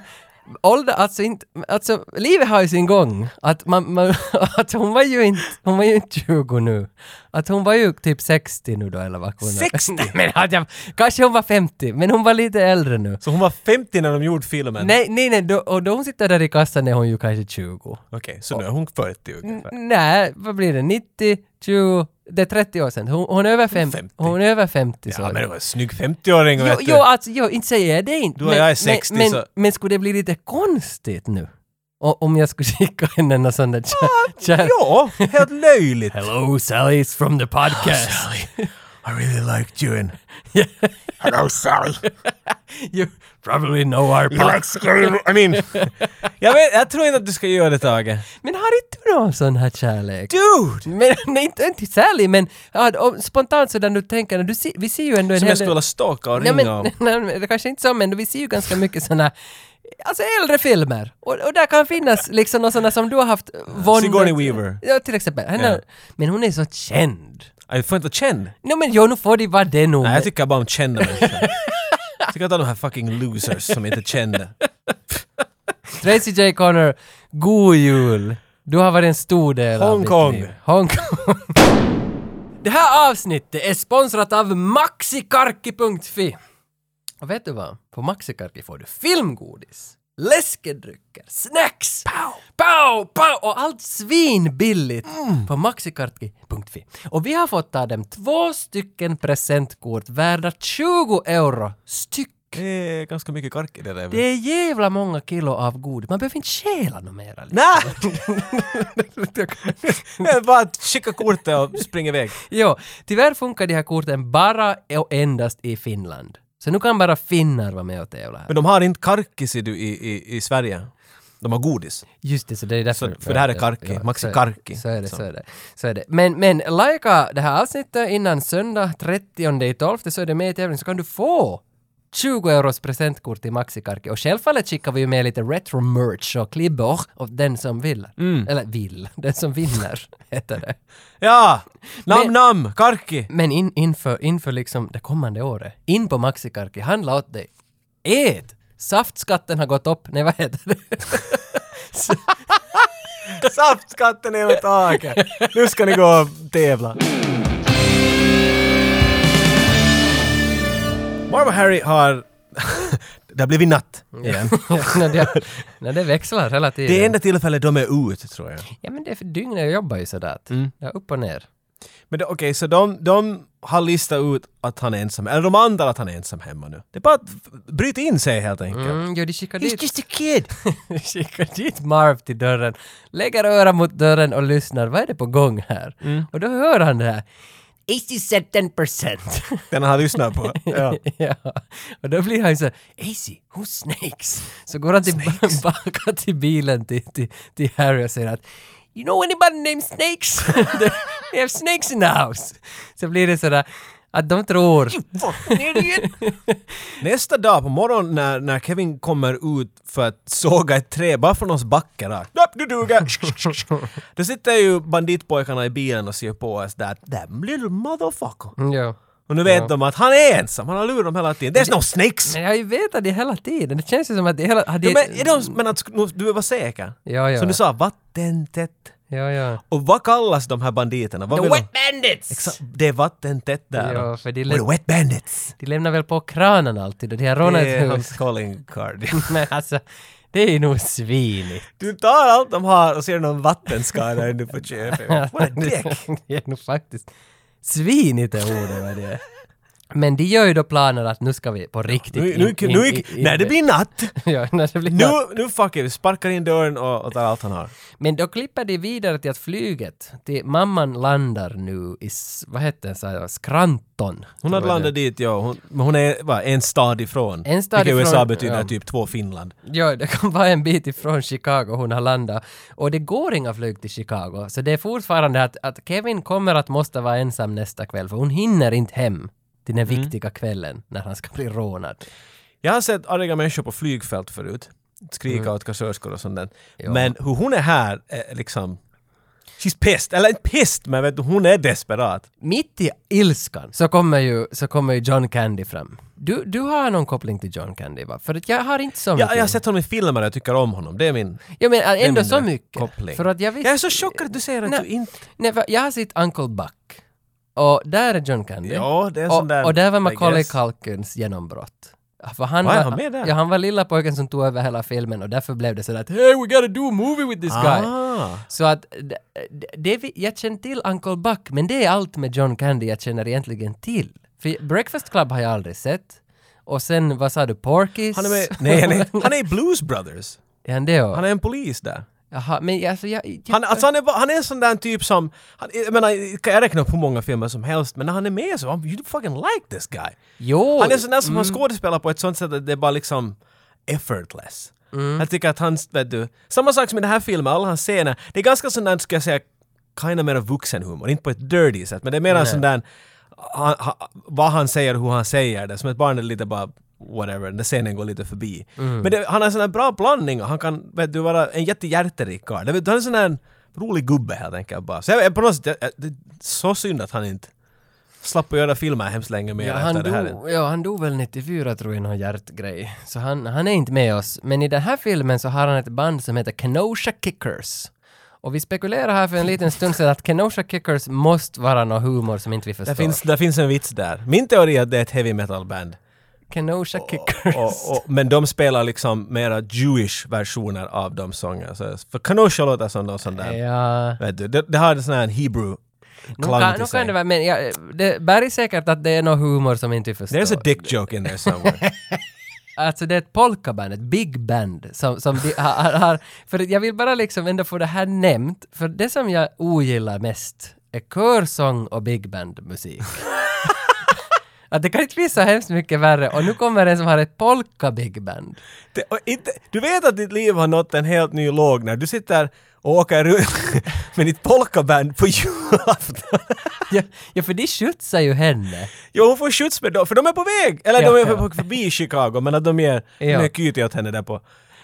[SPEAKER 1] ålder, alltså inte, alltså livet har ju sin gång. Att, man, man, [laughs] att hon var ju inte, hon var ju inte 20 nu. Att hon var ju typ 60 nu då eller vad hon
[SPEAKER 2] 60?
[SPEAKER 1] [laughs] Nej, men att jag, kanske hon var 50, men hon var lite äldre nu.
[SPEAKER 2] Så hon var 50 när de gjorde filmen?
[SPEAKER 1] Nej, nej, nej, då, och då hon sitter där i kassan är hon ju kanske 20.
[SPEAKER 2] Okej, så nu är hon 40
[SPEAKER 1] N-
[SPEAKER 2] ungefär.
[SPEAKER 1] Nej, vad blir det? 90, 20, det är 30 år sedan. Hon, hon är över 50.
[SPEAKER 2] 50.
[SPEAKER 1] Hon är över 50 så.
[SPEAKER 2] Ja, men det var en snygg 50-åring
[SPEAKER 1] Jo,
[SPEAKER 2] vet du.
[SPEAKER 1] jo, alltså, jo, inte säger jag det inte.
[SPEAKER 2] Du och jag är 60,
[SPEAKER 1] men,
[SPEAKER 2] så-
[SPEAKER 1] men skulle det bli lite konstigt nu? O- om jag skulle [laughs] skicka henne någon sån där
[SPEAKER 2] Ah,
[SPEAKER 1] chat?
[SPEAKER 2] Ja, helt löjligt. Ah,
[SPEAKER 1] Hello Sally's from the podcast.
[SPEAKER 2] I really liked you in
[SPEAKER 14] Hello, Sally.
[SPEAKER 1] you probably know our
[SPEAKER 14] You like scary mo- I
[SPEAKER 1] [laughs]
[SPEAKER 14] mean...
[SPEAKER 2] jag, vet, jag tror inte att du ska göra det, Tage.
[SPEAKER 1] Men har inte du någon sån här kärlek?
[SPEAKER 2] Dude!
[SPEAKER 1] Men, [laughs] nej, inte, inte Sally, men ja, om- spontant så där du tänker, du ser- vi ser ju ändå en
[SPEAKER 2] Som
[SPEAKER 1] hel
[SPEAKER 2] jag skulle vilja stalka och
[SPEAKER 1] Nej,
[SPEAKER 2] ringa
[SPEAKER 1] men,
[SPEAKER 2] om.
[SPEAKER 1] [laughs] nej, men det kanske inte så, men vi ser ju ganska mycket såna Alltså äldre filmer. Och, och där kan finnas liksom några såna som du har haft... Von
[SPEAKER 2] Sigourney Weaver.
[SPEAKER 1] Ja, till exempel. Henne,
[SPEAKER 2] Ja.
[SPEAKER 1] Men hon är så känd.
[SPEAKER 2] Jag får inte vara känd.
[SPEAKER 1] Nej men jo, nu får de vara det nog.
[SPEAKER 2] Nej, jag tycker bara om kända människor.
[SPEAKER 1] [laughs]
[SPEAKER 2] Jag tycker att de här fucking losers som inte kände.
[SPEAKER 1] Tracy J. Connor, god jul! Du har varit en stor del av mitt
[SPEAKER 2] Hongkong.
[SPEAKER 1] liv. Hongkong! [laughs] Det här avsnittet är sponsrat av maxikarki.fi. Och vet du vad? På Maxikarki får du filmgodis, läskedrycker, snacks, pow, pow, pow och allt svinbilligt på maxikarki.fi. Och vi har fått ta dem två stycken presentkort värda 20 euro styck.
[SPEAKER 2] Det är ganska mycket kark i det där.
[SPEAKER 1] Det är jävla många kilo av godis. Man behöver inte stjäla något mera.
[SPEAKER 2] Nej! [laughs] Det är bara att skicka kortet och springa iväg.
[SPEAKER 1] [laughs] Jo, tyvärr funkar de här korten bara och endast i Finland. Så nu kan bara finnar vara med och tävla här.
[SPEAKER 2] Men de har inte karki ser du, i, i, i Sverige. De har godis.
[SPEAKER 1] Just det, så det är därför.
[SPEAKER 2] Så- för det här är karki, Maxi karki. liksom.
[SPEAKER 1] Så är det, så,
[SPEAKER 2] Så.
[SPEAKER 1] är det. Så är det. Men, men lajka det här avsnittet innan söndag 30 i 12 så är det med i tävlingen så kan du få 20 euros presentkort till Maxi Karki. Och självfallet skickar vi ju med lite retro-merch och klibbor åt den som vill.
[SPEAKER 2] Mm.
[SPEAKER 1] Eller vill, [laughs] den som vinner, heter det.
[SPEAKER 2] Ja! Nam
[SPEAKER 1] Men-
[SPEAKER 2] nam! Karki!
[SPEAKER 1] Men in, inför, inför liksom det kommande året, in på Maxikarki, handla åt dig. Ät! Saftskatten har gått upp, nej vad heter det? [laughs]
[SPEAKER 2] Saftskatten är åt taket! Nu ska ni gå och tävla. Marv och Harry har... [laughs] det har blivit natt igen.
[SPEAKER 1] när, det, när det växlar hela tiden.
[SPEAKER 2] Det är enda tillfället de är ute, tror jag.
[SPEAKER 1] Ja men det är för dygnet jobbar ju sådär. att- Ja, upp och ner.
[SPEAKER 2] Men det- okej, så de, de har listat ut att han är ensam, eller de andra att han är ensam hemma nu. Det är bara att f- bryta in sig helt enkelt.
[SPEAKER 1] Mm, jo, de skickar
[SPEAKER 2] He's
[SPEAKER 1] dit, [laughs]
[SPEAKER 2] just a kid!
[SPEAKER 1] de skickar dit Marv till dörren, lägger öra mot dörren och lyssnar. Vad är det på gång här? Och då hör han det här. 87%.
[SPEAKER 2] Den han har lyssnat på. Ja.
[SPEAKER 1] [laughs] ja. Och då blir han så här, AC, who's snakes? Så går han [laughs] tillbaka till bilen till, till, till Harry och säger att You know anybody named Snakes? [laughs] They have snakes in the house. Så blir det sådär att de tror...
[SPEAKER 2] Nästa dag på morgonen när, när Kevin kommer ut för att såga ett trä bara från oss backe rakt. Nope, du duger! [laughs] Då sitter ju banditpojkarna i bilen och ser på oss där. Them little motherfucker.
[SPEAKER 1] ja.
[SPEAKER 2] Och nu vet
[SPEAKER 1] Mm. Ja.
[SPEAKER 2] de att han är ensam, han har lurat dem hela tiden. There's no snakes!
[SPEAKER 1] Men jag har ju vetat det hela tiden. Det känns ju som att det hela... Hade,
[SPEAKER 2] Ja, men, är de, men att, du var säker?
[SPEAKER 1] Ja, ja.
[SPEAKER 2] Som du sa, vattentätt.
[SPEAKER 1] ja, ja.
[SPEAKER 2] Och vad kallas de här banditerna? Vad
[SPEAKER 1] The
[SPEAKER 2] vill
[SPEAKER 1] wet
[SPEAKER 2] de?
[SPEAKER 1] bandits!
[SPEAKER 2] Exa- Det är vattentätt där.
[SPEAKER 1] Ja, för det är
[SPEAKER 2] We're
[SPEAKER 1] lätt-
[SPEAKER 2] the wet bandits!
[SPEAKER 1] De lämnar väl på kranen alltid och de har
[SPEAKER 2] Det
[SPEAKER 1] rånat
[SPEAKER 2] är
[SPEAKER 1] ett
[SPEAKER 2] hans
[SPEAKER 1] hus. [laughs]
[SPEAKER 2] calling card.
[SPEAKER 1] Men alltså, det är nog svinigt.
[SPEAKER 2] Du tar allt de har och ser någon vattenskada ännu på köpet. What a dick!
[SPEAKER 1] [laughs] det är nog faktiskt svinigt det ordet vad det är. Men de gör ju då planer att nu ska vi på riktigt
[SPEAKER 2] Nu,
[SPEAKER 1] in-
[SPEAKER 2] nu,
[SPEAKER 1] in-
[SPEAKER 2] nu,
[SPEAKER 1] in- in-
[SPEAKER 2] när det blir natt!
[SPEAKER 1] [laughs] ja, när det blir natt.
[SPEAKER 2] Nu, nu fuckar vi, sparkar in dörren och, och tar allt han har.
[SPEAKER 1] Men då klipper de vidare till att flyget, till mamman landar nu i, s- vad hette det, så här, Scranton. tror
[SPEAKER 2] Hon hade
[SPEAKER 1] jag det-
[SPEAKER 2] landat dit, ja. Hon, men hon är va, en stad ifrån.
[SPEAKER 1] En stad
[SPEAKER 2] Vilket i USA
[SPEAKER 1] ifrån,
[SPEAKER 2] betyder
[SPEAKER 1] ja.
[SPEAKER 2] typ två Finland.
[SPEAKER 1] Ja, det kan vara en bit ifrån Chicago hon har landat. Och det går inga flyg till Chicago, så det är fortfarande att, att Kevin kommer att måste vara ensam nästa kväll, för hon hinner inte hem till
[SPEAKER 2] Mm.
[SPEAKER 1] den viktiga kvällen när han ska bli rånad.
[SPEAKER 2] Jag har sett arga människor på flygfält förut. Skrika åt kassörskor och sånt där.
[SPEAKER 1] Mm. Ja.
[SPEAKER 2] Men hur hon är här är liksom... She's pissed! Eller inte pissed, men vet du, hon är desperat.
[SPEAKER 1] mitt i ilskan så kommer ju, så kommer ju John Candy fram. Du, du har någon koppling till John Candy va? För att jag har inte så mycket.
[SPEAKER 2] Jag, jag har sett honom i filmer och jag tycker om honom. Det är min...
[SPEAKER 1] Ja men äh, ändå
[SPEAKER 2] mindre
[SPEAKER 1] så mycket.
[SPEAKER 2] koppling.
[SPEAKER 1] För att jag visste...
[SPEAKER 2] Jag är så chockad att du säger att
[SPEAKER 1] Nej.
[SPEAKER 2] du inte...
[SPEAKER 1] Nej, för jag har sett Uncle Buck. Och där är John Candy.
[SPEAKER 2] Ja, det är en
[SPEAKER 1] och,
[SPEAKER 2] sån där-
[SPEAKER 1] och där var
[SPEAKER 2] I
[SPEAKER 1] Macaulay
[SPEAKER 2] guess.
[SPEAKER 1] Culkins genombrott. Ja, För han,
[SPEAKER 2] Var
[SPEAKER 1] var,
[SPEAKER 2] är han med där?
[SPEAKER 1] Ja, han var lilla pojken som tog över hela filmen och därför blev det sådär att “Hey, we gotta do a movie with this guy”.
[SPEAKER 2] Ah.
[SPEAKER 1] Så att, d- d- det, vi- jag känner till Uncle Buck, men det är allt med John Candy jag känner egentligen till. För Breakfast Club har jag aldrig sett. Och sen, vad sa du, Porky's? [laughs]
[SPEAKER 2] [laughs] Han är med... Nej, han är, han är i Blues Brothers.
[SPEAKER 1] Är han det också?
[SPEAKER 2] Han är en polis där.
[SPEAKER 1] Jaha, men alltså jag... jag
[SPEAKER 2] Han, alltså han, är, bara- han är en sån där typ som, han, jag menar, kan jag räkna upp hur många filmer som helst, men när han är med så, "Oh, you fucking like this guy.
[SPEAKER 1] Jo!
[SPEAKER 2] Han är sån där som
[SPEAKER 1] mm.
[SPEAKER 2] han skådespelar på ett sånt sätt att det är bara liksom effortless. Jag tycker att han, vet du, samma sak som i den här filmen, alla hans scener, det är ganska sån där, ska jag säga, kinda mera vuxenhumor, inte på ett dirty sätt, men det är mer en
[SPEAKER 1] Nej.
[SPEAKER 2] sån där, han, han, vad han säger, hur han säger det, som ett barn är lite bara whatever, den där scenen går lite förbi.
[SPEAKER 1] Mm.
[SPEAKER 2] Men det, han har en sån där bra blandning och han kan, vet du, vara en jättehjärterik karl. Det vet du, Han är en sån där rolig gubbe helt enkelt bara. Så jag, jag- på något sätt, jag, jag, det är så synd att han inte slapp att göra filmer hemskt länge mer
[SPEAKER 1] Ja
[SPEAKER 2] efter
[SPEAKER 1] han,
[SPEAKER 2] det här.
[SPEAKER 1] dog, ja, han dog väl 94 tror jag, någon hjärtgrej. Så han, han är inte med oss. Men i den här filmen så har han ett band som heter Kenosha Kickers. Och vi spekulerar här för en liten stund sedan att Kenosha Kickers måste vara någon humor som inte vi förstår.
[SPEAKER 2] Det finns, det finns en vits där. Min teori är att det är ett heavy metal band.
[SPEAKER 1] Kenosha Kickers.
[SPEAKER 2] Och, och, men de spelar liksom mera Jewish versioner av de sångerna. Så, för Kenosha låter som någon sån där...
[SPEAKER 1] Ja.
[SPEAKER 2] Vet du, det, det har en sån här Hebrew
[SPEAKER 1] Nu
[SPEAKER 2] klang
[SPEAKER 1] kan, nu
[SPEAKER 2] till
[SPEAKER 1] kan
[SPEAKER 2] sig.
[SPEAKER 1] det vara, men ja, det bär i säkert att det är någon humor som inte vi förstår.
[SPEAKER 2] There's a dick joke in
[SPEAKER 1] [laughs]
[SPEAKER 2] there somewhere.
[SPEAKER 1] Alltså det är ett polkaband, ett big band som, som de har, har, har... För jag vill bara liksom ändå få det här nämnt, för det som jag ogillar mest är körsång och big band-musik. [laughs] att det kan inte bli så hemskt mycket värre och nu kommer en som har ett polka big band.
[SPEAKER 2] Det- och inte, du vet att ditt liv har nått en helt ny låg när du sitter och åker runt [laughs] med ditt polkaband på julafton. [laughs]
[SPEAKER 1] Ja, ja för de skjutsar ju henne.
[SPEAKER 2] Jo, hon får skjuts med dem, för de är på väg! Eller
[SPEAKER 1] Ja,
[SPEAKER 2] de är
[SPEAKER 1] ja.
[SPEAKER 2] på- förbi Chicago, men att de ger
[SPEAKER 1] Ja.
[SPEAKER 2] ja. kytiga åt henne där på,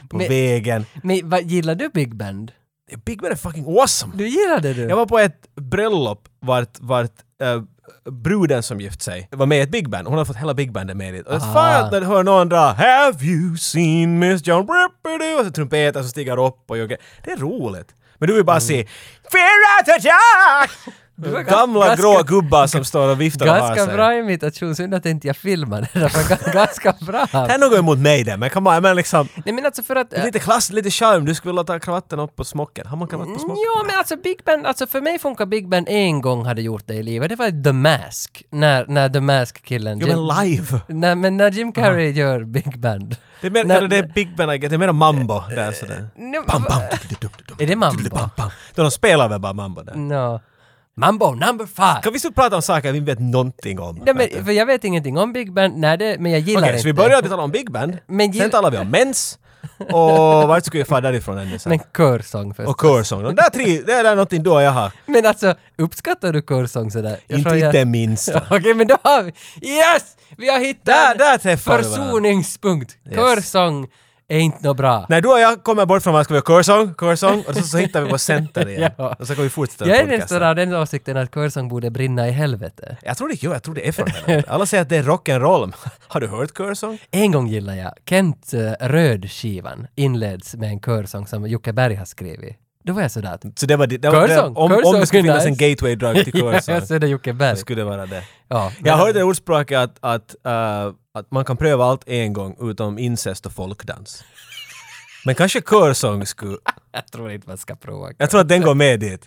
[SPEAKER 2] på
[SPEAKER 1] Men-
[SPEAKER 2] vägen.
[SPEAKER 1] Men vad, gillar du big band?
[SPEAKER 2] Big Band är fucking awesome!
[SPEAKER 1] Du gillar det du?
[SPEAKER 2] Jag var på ett bröllop vart, vart eh, bruden som gift sig var med i ett Big Band. Hon hade fått hela Big Bandet med dit. Och
[SPEAKER 1] Ah.
[SPEAKER 2] fan när du hör någon dra “Have you seen Miss John?” Rippity? och så trumpeten som stiger upp och jag, Det är roligt. Men du vill bara se “Fear at attack!”
[SPEAKER 1] Mm. var ga-
[SPEAKER 2] Gamla
[SPEAKER 1] ganska-
[SPEAKER 2] grå gubbar som står och viftar och har
[SPEAKER 1] Ganska
[SPEAKER 2] sig.
[SPEAKER 1] bra imitation, synd att inte jag filmade det, för ga- [laughs] ganska bra.
[SPEAKER 2] Det är något emot mig det, men come on, men liksom...
[SPEAKER 1] Nej men alltså för att...
[SPEAKER 2] Det är lite klass, lite charm. Du skulle vilja ta kravatten upp på smocken. Har man kravatt på smocken?
[SPEAKER 1] Ja, men alltså Big Band, alltså för mig funkar Big Band en gång hade gjort det i livet. Det var The Mask, när, när The Mask-killen...
[SPEAKER 2] Jo, men live!
[SPEAKER 1] Nej, men när Jim Carrey gör Big Band.
[SPEAKER 2] Det är mer,
[SPEAKER 1] När-
[SPEAKER 2] eller det är Big Ben, I guess. det är alltså mer mambo där sådär.
[SPEAKER 1] Nu-
[SPEAKER 2] Bam, bam,
[SPEAKER 1] Är det mambo? Mm.
[SPEAKER 2] bam, bam. Då de spelar väl bara mambo där.
[SPEAKER 1] No. Mambo number five!
[SPEAKER 2] Kan vi sluta prata om saker vi inte vet någonting om?
[SPEAKER 1] Nej,
[SPEAKER 2] Vet du?
[SPEAKER 1] men, för jag vet ingenting om Big Band, nej det, men jag gillar
[SPEAKER 2] Okej,
[SPEAKER 1] inte.
[SPEAKER 2] så vi börjar att tala om Big Band.
[SPEAKER 1] Men gill-
[SPEAKER 2] Sen talar vi om mens. Och vart ska vi fara därifrån ännu sen?
[SPEAKER 1] Men körsång först.
[SPEAKER 2] Och körsång. De där tre, det är där någonting då jag har.
[SPEAKER 1] Men alltså, uppskattar du körsång sådär? Jag
[SPEAKER 2] Inte
[SPEAKER 1] tror jag-
[SPEAKER 2] inte minst.
[SPEAKER 1] [laughs] Okej, men då har vi... Yes! Vi har hittat
[SPEAKER 2] Där-
[SPEAKER 1] en
[SPEAKER 2] där träffar vi varandra.
[SPEAKER 1] försoningspunkt. Körsång är inte nå bra.
[SPEAKER 2] När du och jag kommer bort från vad ska vi göra? Körsång, körsång. Och så, så hittar vi på center igen.
[SPEAKER 1] [laughs] Ja.
[SPEAKER 2] Och så kan vi fortsätta
[SPEAKER 1] Jag är
[SPEAKER 2] podcasten.
[SPEAKER 1] nästan av den åsikten att körsång borde brinna i helvete.
[SPEAKER 2] Jag tror det, jo, jag tror det är från helvete. Alla säger att det är rock'n'roll. [laughs] Har du hört körsång?
[SPEAKER 1] En gång gillar jag Kent eh, Röd-skivan inleds med en körsång som Jocke Berg har skrivit. Då var jag sådär att...
[SPEAKER 2] Så det var det. det, var, det
[SPEAKER 1] Körsång,
[SPEAKER 2] om, om
[SPEAKER 1] körsång
[SPEAKER 2] det skulle
[SPEAKER 1] är
[SPEAKER 2] finnas
[SPEAKER 1] nice.
[SPEAKER 2] en gateway-drug till
[SPEAKER 1] [laughs] ja,
[SPEAKER 2] körsång.
[SPEAKER 1] jag ser det Jocke Berg.
[SPEAKER 2] så skulle det vara det.
[SPEAKER 1] Ja,
[SPEAKER 2] Jag
[SPEAKER 1] men-
[SPEAKER 2] hörde det ordspråket att, att, eh, att man kan pröva allt en gång utom incest och folkdans. Men kanske körsång skulle...
[SPEAKER 1] Jag tror inte man ska prova.
[SPEAKER 2] Jag tror att den går med dit.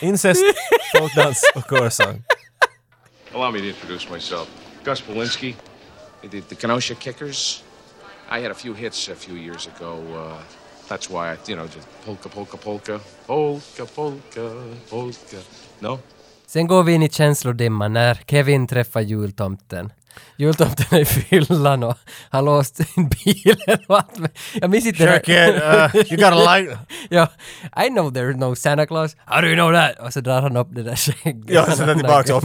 [SPEAKER 2] Incest, folkdans och körsång.
[SPEAKER 15] Allow me to introduce myself. Gus Polinski, the, the Kenosha Kickers. I had a few hits a few years ago. Uh, that's why, I, you know, just polka, polka, polka, polka, polka, polka. No?
[SPEAKER 1] Sen går vi in i känslodimman när Kevin träffar jultomten. Jultomten är i fyllan och har låst sin bil och allt. men- Jag minns inte...
[SPEAKER 2] Sure kid, uh, you gotta like-
[SPEAKER 1] ja, I know there's no Santa Claus. How do you know that? Och så drar han upp det där skägget.
[SPEAKER 2] Ja, så där tillbaka upp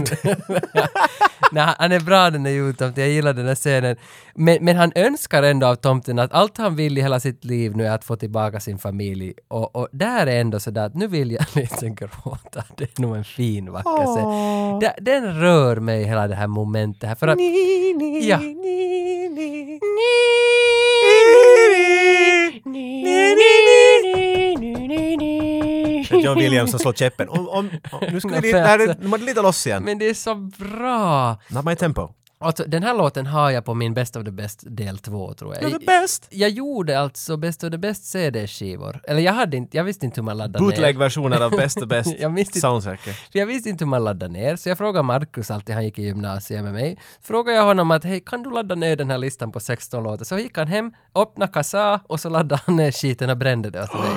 [SPEAKER 1] Nej, han- han är bra den där jultomten, jag gillar den där scenen. Men, men han önskar ändå av tomten att allt han vill i hela sitt liv nu är att få tillbaka sin familj. Och, och där är ändå sådär att nu vill jag [laughs] lite gråta. Det är nog en fin vacker scen. Den, den rör mig hela det här momentet här. För att, ja.
[SPEAKER 2] [laughs] John Williams som slår käppen. Om, om, om, nu ska vi...
[SPEAKER 1] Men
[SPEAKER 2] Där,
[SPEAKER 1] alltså-
[SPEAKER 2] de hade lite loss igen.
[SPEAKER 1] Men det är så bra!
[SPEAKER 2] Not my tempo.
[SPEAKER 1] Alltså den här låten har jag på min Best of the Best del 2 tror jag.
[SPEAKER 2] You're the best!
[SPEAKER 1] Jag gjorde alltså Best of the Best CD-skivor. Eller jag, hade inte, jag visste inte hur man laddade ner.
[SPEAKER 2] Bootleg-versioner av Best of Best
[SPEAKER 1] Jag minns inte.
[SPEAKER 2] soundtracket.
[SPEAKER 1] För jag visste inte hur man laddade ner, så jag frågade Markus alltid, han gick i gymnasiet med mig, frågade jag honom att hej, kan du ladda ner den här listan på 16 låtar? Så gick han hem, öppnade kassa och så laddade han ner skiten och brände det åt
[SPEAKER 2] [gasps]
[SPEAKER 1] mig.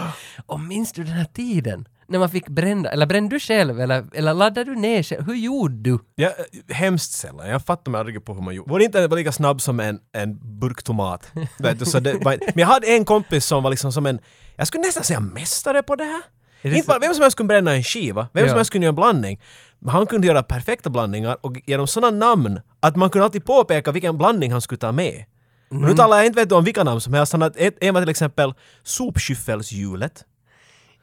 [SPEAKER 1] Och minns du den här tiden? När man fick brända, eller brände du själv eller, eller laddade du ner själv? Hur gjorde du?
[SPEAKER 2] Jag, hemskt sällan. Jag fattar mig aldrig på hur man gjorde. Vår internet var lika snabb som en, en burk tomat. Vet du, så det var, men jag hade en kompis som var liksom som en, jag skulle nästan säga mästare på det här.
[SPEAKER 1] det
[SPEAKER 2] Inte
[SPEAKER 1] så-
[SPEAKER 2] bara, vem som helst kunde bränna en skiva, vem
[SPEAKER 1] Ja.
[SPEAKER 2] som helst kunde göra en blandning. Men han kunde göra perfekta blandningar och ge dem sådana namn att man kunde alltid påpeka vilken blandning han skulle ta med. Och nu talar jag inte vet du, om vilka namn som helst, han hade, ett, en var till exempel sopskyffelshjulet.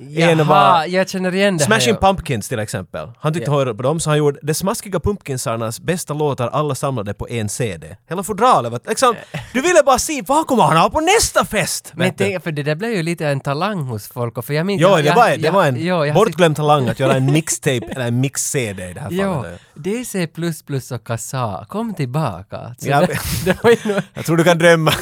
[SPEAKER 1] Jaha,
[SPEAKER 2] En var-
[SPEAKER 1] jag känner igen det här.
[SPEAKER 2] Smashing
[SPEAKER 1] ja.
[SPEAKER 2] Pumpkins till exempel. Han
[SPEAKER 1] Ja.
[SPEAKER 2] tyckte han hörde på dem, så han gjorde de smaskiga Pumpkinsarnas bästa låtar alla samlade på en CD. Hela fodralet var liksom... Du ville bara se vad kommer han ha på nästa fest!
[SPEAKER 1] Men
[SPEAKER 2] vet du?
[SPEAKER 1] tänk, för det där blev ju lite en talang hos folk och för jag minns...
[SPEAKER 2] Jo,
[SPEAKER 1] jag,
[SPEAKER 2] det var, det
[SPEAKER 1] jag-
[SPEAKER 2] var en
[SPEAKER 1] jo, jag-
[SPEAKER 2] bortglömd talang att göra en mixtape eller en mix-CD i det här
[SPEAKER 1] Ja,
[SPEAKER 2] fallet.
[SPEAKER 1] DC++ och Kassa, kom tillbaka. Alltså,
[SPEAKER 2] Ja,
[SPEAKER 1] det, [laughs] det var ju nå-
[SPEAKER 2] Jag tror du kan drömma.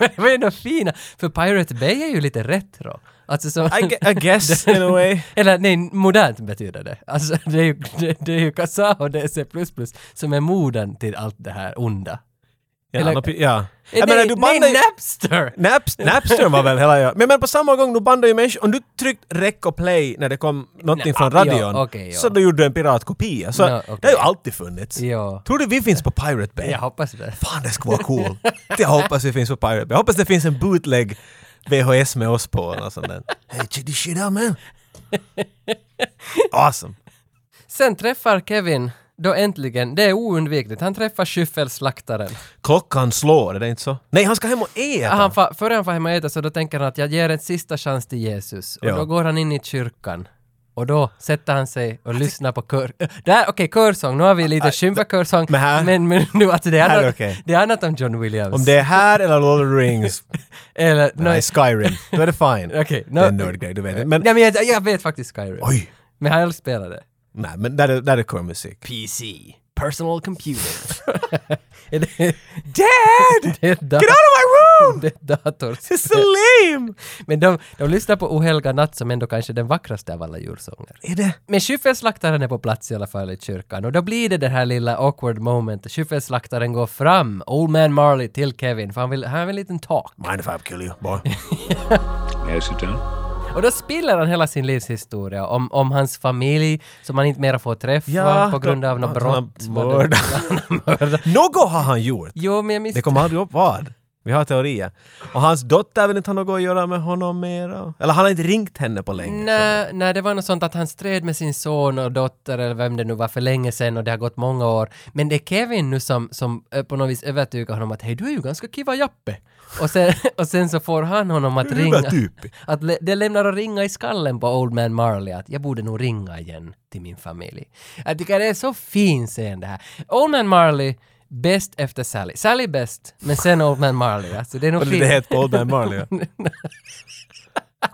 [SPEAKER 1] det var ju nå fina, för Pirate Bay är ju lite retro. Alltså som,
[SPEAKER 2] I, gue- I [laughs] guess, in a way.
[SPEAKER 1] [laughs] eller nej, modernt betyder det. Alltså [laughs] det är ju, det, det är ju Kassa och DC++ som är moden till allt det här onda.
[SPEAKER 2] Ja,
[SPEAKER 1] Eller-
[SPEAKER 2] han har- ja.
[SPEAKER 1] Eh,
[SPEAKER 2] Jag
[SPEAKER 1] nej,
[SPEAKER 2] menar, du
[SPEAKER 1] nej,
[SPEAKER 2] bandar ju-
[SPEAKER 1] Napster!
[SPEAKER 2] Naps, Napster var väl hela jag. Men, men på samma gång, nu bandade ju människor. Om du tryckte rec och play när det kom någonting
[SPEAKER 1] Nej,
[SPEAKER 2] från
[SPEAKER 1] ah,
[SPEAKER 2] radion,
[SPEAKER 1] ja, okej, ja.
[SPEAKER 2] så då gjorde du en piratkopia. Så
[SPEAKER 1] Nå,
[SPEAKER 2] det har
[SPEAKER 1] okej.
[SPEAKER 2] ju alltid funnits.
[SPEAKER 1] Ja.
[SPEAKER 2] Tror du vi finns på Pirate Bay?
[SPEAKER 1] Jag hoppas det.
[SPEAKER 2] Fan, det skulle vara cool. Jag hoppas vi finns på Pirate Bay. Jag hoppas det finns en bootleg VHS med oss på. Eller sånt där. Hey, check this shit out man! Awesome!
[SPEAKER 1] Sen träffar Kevin då äntligen, det är oundvikligt, han träffar skyffelslaktaren.
[SPEAKER 2] Klockan slår, är det inte så? Nej, han ska hem och äta!
[SPEAKER 1] Han fa, före han får hem och äta så då tänker han att jag ger en sista chans till Jesus. Och
[SPEAKER 2] Ja.
[SPEAKER 1] då går han in i kyrkan. Och då sätter han sig
[SPEAKER 2] Alltså-
[SPEAKER 1] och lyssnar på kör... [laughs] Äh, Där, okej, körsång. Nu har vi lite skymfa-körsång.
[SPEAKER 2] Ah, men här-
[SPEAKER 1] Men, men nu, alltså det är,
[SPEAKER 2] Här är
[SPEAKER 1] annat,
[SPEAKER 2] okej.
[SPEAKER 1] det är annat om John Williams.
[SPEAKER 2] Om det är här eller Lord of the
[SPEAKER 1] [laughs]
[SPEAKER 2] Rings,
[SPEAKER 1] Eller,
[SPEAKER 2] nej, Skyrim, då är det
[SPEAKER 1] [laughs]
[SPEAKER 2] fine.
[SPEAKER 1] Okej,
[SPEAKER 2] Det är
[SPEAKER 1] no-
[SPEAKER 2] en nördgrej, du vet. det.
[SPEAKER 1] Men, nej,
[SPEAKER 2] Men
[SPEAKER 1] men jag, jag vet faktiskt Skyrim.
[SPEAKER 2] Oj.
[SPEAKER 1] Men han spelar det.
[SPEAKER 2] Nej, men där är, där är körmusik.
[SPEAKER 1] PC. Personal computer. [laughs] är det,
[SPEAKER 2] Dad!
[SPEAKER 1] [laughs] det är dat-
[SPEAKER 2] Get out of my
[SPEAKER 1] [laughs]
[SPEAKER 2] room!
[SPEAKER 1] Det är dators.
[SPEAKER 2] It's so lame!
[SPEAKER 1] Men de, de lyssnar på Ohelga natt som ändå kanske är den vackraste av alla julsånger.
[SPEAKER 2] Är det?
[SPEAKER 1] Men skyffelslaktaren är på plats i alla fall i kyrkan och då blir det det här lilla awkward momentet. Skyffelslaktaren går fram, Old Man Marley till Kevin för han vill, han vill en liten talk.
[SPEAKER 2] Mind if I kill you, boy?
[SPEAKER 15] May I sit down?
[SPEAKER 1] Och då spiller han hela sin livshistoria om, om hans familj som han inte mera får träffa
[SPEAKER 2] Ja,
[SPEAKER 1] på grund av
[SPEAKER 2] då-
[SPEAKER 1] något
[SPEAKER 2] han har
[SPEAKER 1] brott.
[SPEAKER 2] mördat.
[SPEAKER 1] [laughs] Han har mördat.
[SPEAKER 2] [laughs] Något har han gjort!
[SPEAKER 1] Jo, men jag
[SPEAKER 2] Det
[SPEAKER 1] misstänker...
[SPEAKER 2] kommer aldrig upp vad. Vi har teorier. Och hans dotter vill inte ha något att göra med honom mera. Eller han har inte ringt henne på länge.
[SPEAKER 1] Nej, nej, det var något sånt att han stred med sin son och dotter eller vem det nu var för länge sedan och det har gått många år. Men det är Kevin nu som, som eh, på något vis övertygar honom att hej, du är ju ganska kiva jappe. Och sen, [laughs] och sen så får han honom att
[SPEAKER 2] Du är
[SPEAKER 1] ringa.
[SPEAKER 2] typ.
[SPEAKER 1] Att le, det lämnar att ringa i skallen på Old Man Marley att jag borde nog ringa igen till min familj. Jag tycker det är så fin scen det här. Old Man Marley, bäst efter Sally. Sally bäst, men sen Old Man Marley. Alltså det är nog
[SPEAKER 2] Och
[SPEAKER 1] fint.
[SPEAKER 2] det hette på Old Man Marley.
[SPEAKER 1] [laughs]
[SPEAKER 2] ja.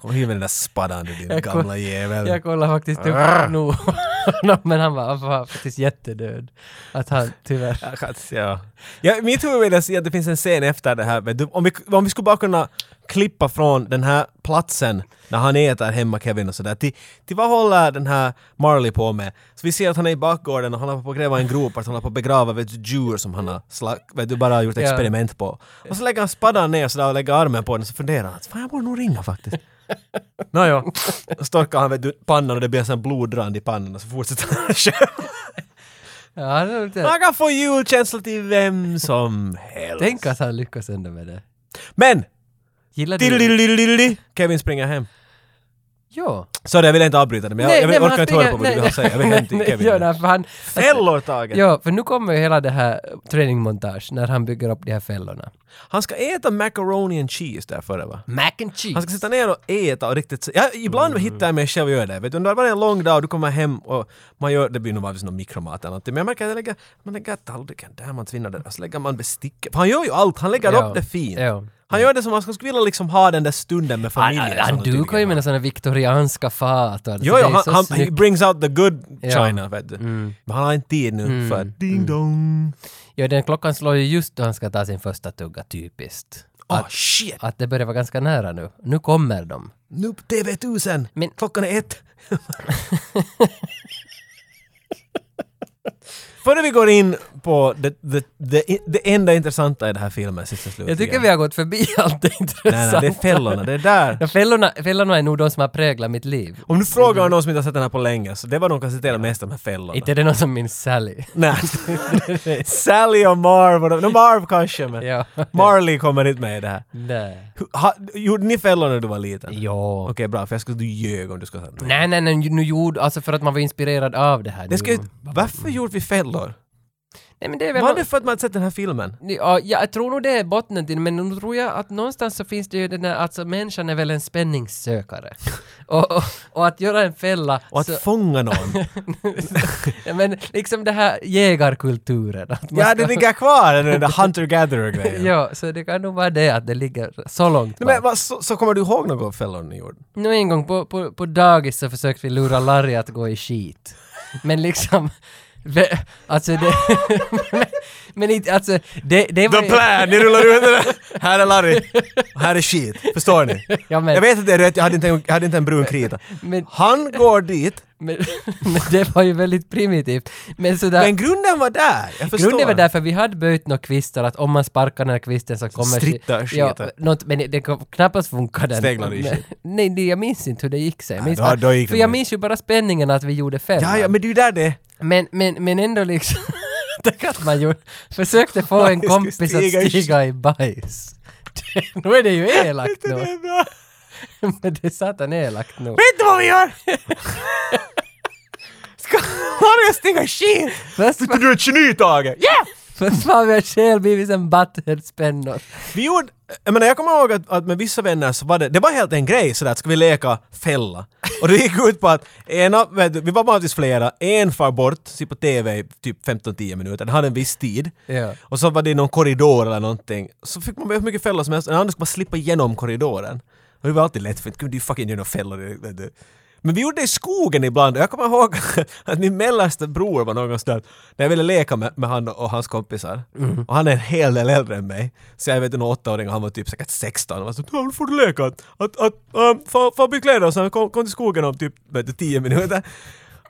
[SPEAKER 2] Kom hit med den där spadan du din
[SPEAKER 1] Jag kom-
[SPEAKER 2] gamla jävel.
[SPEAKER 1] Jag kollade faktiskt
[SPEAKER 2] Arr.
[SPEAKER 1] upp nu. [laughs] No, men han var, han var faktiskt jättedöd. Att han tyvärr...
[SPEAKER 2] Jag kan- Äh, Ja. Ja, mitt huvud vill jag se att det finns en scen efter det här. vet du. Om vi, om vi skulle bara kunna klippa från den här platsen när han äter hemma Kevin och sådär. Till, till vad håller den här Marley på med? Så vi ser att han är i bakgården och han håller på att gräva en grop, att han håller på att begrava vet du, djur som han har slag, vet du, bara gjort
[SPEAKER 1] Ja.
[SPEAKER 2] experiment på. Och så lägger han spadan ner sådär och lägger armen på den och så funderar han. Fan, jag borde nog ringa faktiskt. Nåja. Och Storkar han vet du, pannan och det blir en sån blodrand i pannan och så fortsätter han själv.
[SPEAKER 1] Ja, det var lite-
[SPEAKER 2] Man kan få julkänsla till vem som helst.
[SPEAKER 1] Tänk att han lyckas ändå med det.
[SPEAKER 2] Men!
[SPEAKER 1] Gillar du
[SPEAKER 2] Diddle-diddle-diddle-diddle. Kevin springer hem.
[SPEAKER 1] Ja.
[SPEAKER 2] Sorry, jag vill inte avbryta det, men jag, jag vill- orkar inte höra på vad du vill ha
[SPEAKER 1] nej,
[SPEAKER 2] att säga. Jag vill hem
[SPEAKER 1] [laughs]
[SPEAKER 2] till
[SPEAKER 1] nej, Ja,
[SPEAKER 2] Kevin.
[SPEAKER 1] nej, för han,
[SPEAKER 2] Fällor taget!
[SPEAKER 1] ja, för nu kommer ju hela det här träningsmontage när han bygger upp de här fällorna.
[SPEAKER 2] Han ska äta macaroni and cheese där före va?
[SPEAKER 1] Mac and cheese.
[SPEAKER 2] Han ska sitta ner och äta och riktigt... Ja, ibland hittar jag mig själv och gör det. Vet du, om det har varit en lång dag och du kommer hem och man gör... Det blir nog vanligtvis någon mikromat eller någonting. Men jag märker att jag lägger, man lägger tallriken där, man tvinnar den. Och så lägger man besticket. För Han gör ju allt. Han lägger
[SPEAKER 1] Ja,
[SPEAKER 2] upp det fint.
[SPEAKER 1] ja.
[SPEAKER 2] Han gör det som om han skulle vilja liksom ha den där stunden med
[SPEAKER 1] Han,
[SPEAKER 2] familjen.
[SPEAKER 1] han,
[SPEAKER 2] som
[SPEAKER 1] han
[SPEAKER 2] tydligen
[SPEAKER 1] dukar ju med sådana viktorianska fator.
[SPEAKER 2] Jo,
[SPEAKER 1] så Alltså, det
[SPEAKER 2] jo,
[SPEAKER 1] är
[SPEAKER 2] han,
[SPEAKER 1] så
[SPEAKER 2] han he
[SPEAKER 1] snyggt.
[SPEAKER 2] brings out the good
[SPEAKER 1] Ja.
[SPEAKER 2] China, vet du. Men han har inte tid nu
[SPEAKER 1] Mm,
[SPEAKER 2] för Mm. ding dong.
[SPEAKER 1] Ja, den klockan slår ju just då han ska ta sin första tugga, typiskt.
[SPEAKER 2] Ah, shit!
[SPEAKER 1] Att det börjar vara ganska nära nu. Nu kommer de.
[SPEAKER 2] Nu på TV1000! Klockan
[SPEAKER 1] [laughs]
[SPEAKER 2] är ett! Före vi går in på det, det, det, det enda intressanta i den här filmen, sist och slutligen.
[SPEAKER 1] Jag tycker vi har gått förbi [laughs] allt det intressanta.
[SPEAKER 2] Nej, nej, det är fällorna, det är där.
[SPEAKER 1] [laughs] Ja, fällorna, fällorna är nog de som har präglat mitt liv.
[SPEAKER 2] Om du frågar någon som inte har sett den här på länge, så det var de kan citera mest, de här fällorna.
[SPEAKER 1] Inte är det någon som minns Sally. [laughs]
[SPEAKER 2] Nej. Sally och Marv, och de, no, Marv kanske, men
[SPEAKER 1] Ja.
[SPEAKER 2] Marley kommer inte med i det här.
[SPEAKER 1] Nej.
[SPEAKER 2] Hu- Ha, gjorde ni fällor när du var liten?
[SPEAKER 1] Ja.
[SPEAKER 2] Okej, bra, för jag skulle du ljög om du skulle säga nej.
[SPEAKER 1] Nej, nej, nej, nu gjorde, alltså för att man var inspirerad av det här.
[SPEAKER 2] Det ska, ju-
[SPEAKER 1] Nu-
[SPEAKER 2] varför gjorde vi fällor?
[SPEAKER 1] Nej, men det är väl...
[SPEAKER 2] Var det för att man hade sett den här filmen?
[SPEAKER 1] Ja, jag tror nog det är bottnen till, men nu tror jag att någonstans så finns det ju den där, alltså människan är väl en
[SPEAKER 2] [laughs]
[SPEAKER 1] spänningssökare. och, och, och att göra en fälla...
[SPEAKER 2] Och att
[SPEAKER 1] så,
[SPEAKER 2] fånga någon?
[SPEAKER 1] [laughs]
[SPEAKER 2] [laughs]
[SPEAKER 1] Ja, men liksom det här jägarkulturen. Att man
[SPEAKER 2] ja,
[SPEAKER 1] ska-
[SPEAKER 2] det ligger kvar, den där hunter-gatherer-grejen.
[SPEAKER 1] Ja, så det kan nog vara det att det ligger så långt
[SPEAKER 2] Nej, Men,
[SPEAKER 1] bak.
[SPEAKER 2] vad, så, så kommer du ihåg något av fällorna ni gjorde?
[SPEAKER 1] Nu en gång på, på, på dagis så försökte vi lura Larry att gå i skit. Men liksom... ve- Alltså det... [laughs] men, men inte, alltså det, det var
[SPEAKER 2] The plan! Ni rullar ut den Här är Larry. Och här är shit. Förstår ni?
[SPEAKER 1] Ja, men-
[SPEAKER 2] Jag vet att det är rätt, jag hade inte, jag hade inte en brun krita.
[SPEAKER 1] Men-
[SPEAKER 2] Han går dit,
[SPEAKER 1] Men, men det var ju väldigt primitivt. Men sådär...
[SPEAKER 2] men grunden var där. Jag förstår.
[SPEAKER 1] Grunden var därför vi hade böjt några kvistar att om man sparkar den här kvisten så kommer...
[SPEAKER 2] Strittar
[SPEAKER 1] skit- ja,
[SPEAKER 2] skiten.
[SPEAKER 1] något, men det kom- knappast funkade.
[SPEAKER 2] Sneglar i skit.
[SPEAKER 1] Nej, nej, jag minns inte hur det gick sig. Jag minns
[SPEAKER 2] då-
[SPEAKER 1] bara-
[SPEAKER 2] då gick
[SPEAKER 1] för
[SPEAKER 2] det
[SPEAKER 1] jag
[SPEAKER 2] med.
[SPEAKER 1] minns ju bara spänningen att vi gjorde fem.
[SPEAKER 2] Ja, ja, men det är ju där det
[SPEAKER 1] Men, men, men ändå liksom... [laughs] Tänk att man ju försökte få en
[SPEAKER 2] Det skulle
[SPEAKER 1] kompis att
[SPEAKER 2] stiga i skit.
[SPEAKER 1] stiga i bajs. [laughs] Det, nu är det ju elakt nog.
[SPEAKER 2] är bra.
[SPEAKER 1] [laughs] Men det är satan elakt nog.
[SPEAKER 2] Vet du vad vi [laughs] gör? Ska Larry stinga skit?
[SPEAKER 1] Först
[SPEAKER 2] Tycker du är ett geni, Tage? Yeah!
[SPEAKER 1] [laughs] först var vi själv blivit en butthead-spännor.
[SPEAKER 2] Vi gjorde, jag menar jag kommer ihåg att, att med vissa vänner så var det, det var helt en grej sådär att ska vi leka fälla? Och det gick ut på att ena, vet du, vi var vanligtvis flera, en far bort, sitter på TV i typ 15-10 minuter, den hade en viss tid.
[SPEAKER 1] Ja.
[SPEAKER 2] Och så var det någon korridor eller någonting, så fick man med hur mycket fällor som helst, den andra skulle bara slippa igenom korridoren. Och det var alltid lätt för du fucking gör några fällor. i- vet du. Men vi gjorde det i skogen ibland och jag kommer ihåg [laughs] att min mellersta bror var någonstans när jag ville leka med, med han och hans kompisar. Och han är en hel del äldre än mig. Så jag vet en åttaåring och han var typ säkert 16 och var så "Ja, nu får du leka att, att, att um, få, få bli kläder och sen kom, kom till skogen om typ vet du, 10 minuter.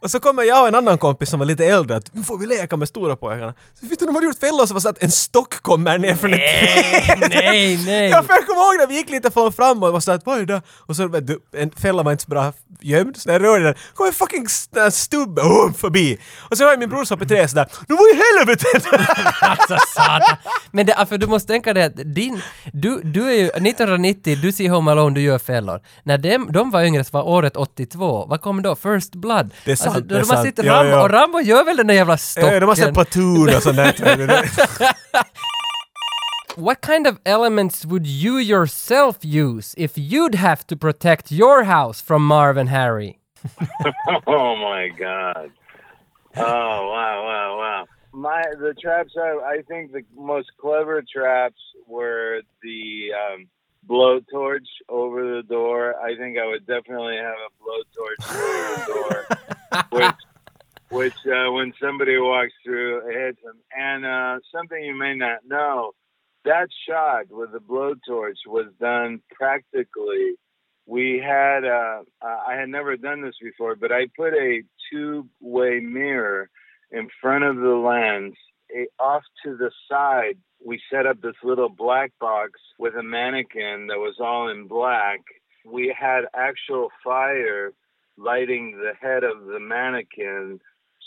[SPEAKER 2] Och så kommer jag och en annan kompis som var lite äldre att nu får vi leka med stora pojkarna. Så vet du, de hade gjort fällor som var så att en stock kommer ner från ett träd.
[SPEAKER 1] Nej, [laughs] nej!
[SPEAKER 2] Ja, för [laughs] jag kommer ihåg när vi gick lite från fram och var såhär att vad är det där?" Och så vet du, en fälla var inte så bra gömd, så när jag rörde den kom en fucking s- där stubbe oh, förbi. Och så hör jag min bror som på trä sådär ”Nu var i helvete!” [laughs]
[SPEAKER 1] Alltså satan. Men det, för du måste tänka dig att din, du, du är ju 1990, du ser Home Alone, du gör fällor. När dem, de var yngre så var året 82, vad kom då? First Blood?
[SPEAKER 2] Det är sant,
[SPEAKER 1] då
[SPEAKER 2] det är
[SPEAKER 1] de har
[SPEAKER 2] sant.
[SPEAKER 1] sett
[SPEAKER 2] Ja,
[SPEAKER 1] Rambo,
[SPEAKER 2] ja.
[SPEAKER 1] och Rambo gör väl den där jävla stocken?
[SPEAKER 2] Eh, De har sett på tur och
[SPEAKER 1] [laughs]
[SPEAKER 2] sånt där.
[SPEAKER 1] What kind of elements would you yourself use if you'd have to protect your house from Marv and Harry?
[SPEAKER 4] [laughs] oh my god! Oh wow, wow, wow! My the traps I I think the most clever traps were the um, blowtorch over the door. I think I would definitely have a blowtorch over [laughs] the door, which which uh, when somebody walks through it hits them. And uh, something you may not know, that shot with the blowtorch was done practically we had uh, I had never done this before, but I put a two-way mirror in front of the lens. It, off to the side, we set up this little black box with a mannequin that was all in black. We had actual fire lighting the head of the mannequin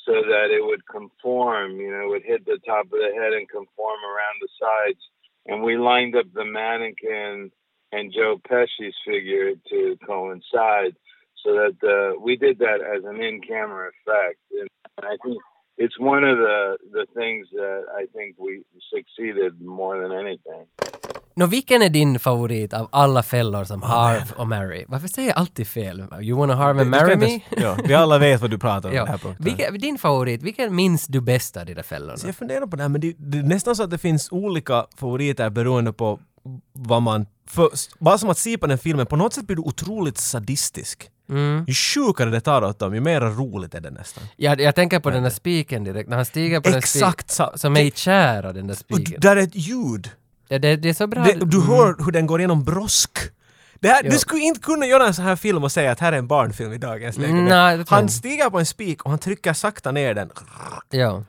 [SPEAKER 4] so that it would conform. You know, it would hit the top of the head and conform around the sides. And we lined up the mannequin and Joe Pesci's figure to coincide, so that the, we did that as an in-camera effect. And I think it's one of the the things that I think we succeeded more than anything.
[SPEAKER 1] Nå, vilken är din favorit av alla fällor som Harv och Mary? Varför säger jag alltid fel? You wanna Harv and Marry me?
[SPEAKER 2] Ja, vi alla vet vad du pratar
[SPEAKER 1] [laughs]
[SPEAKER 2] om. den
[SPEAKER 1] Ja.
[SPEAKER 2] här punkten.
[SPEAKER 1] Vilken, din favorit, vilken minns du bäst av de där fällorna?
[SPEAKER 2] Så jag funderar på det här, men det, det är nästan så att det finns olika favoriter beroende på vad man... För, bara som att se på den filmen, på något sätt blir du otroligt sadistisk.
[SPEAKER 1] Mm.
[SPEAKER 2] Ju sjukare det tar åt dem, ju mer roligt är det nästan.
[SPEAKER 1] Jag, jag tänker på den där spiken direkt, när han stiger på
[SPEAKER 2] Exakt
[SPEAKER 1] den
[SPEAKER 2] sa-
[SPEAKER 1] spiken som är i tjära, den där
[SPEAKER 2] Och
[SPEAKER 1] spiken.
[SPEAKER 2] där är ett ljud.
[SPEAKER 1] Ja, det, det är så bra.
[SPEAKER 2] Det, du hör hur den går igenom brosk. Det här,
[SPEAKER 1] Ja.
[SPEAKER 2] du skulle inte kunna göra en sån här film och säga att här är en barnfilm i dagens läge.
[SPEAKER 1] Mm, nej, det tror jag
[SPEAKER 2] han
[SPEAKER 1] inte.
[SPEAKER 2] stiger på en spik och han trycker sakta ner den.
[SPEAKER 1] Ja.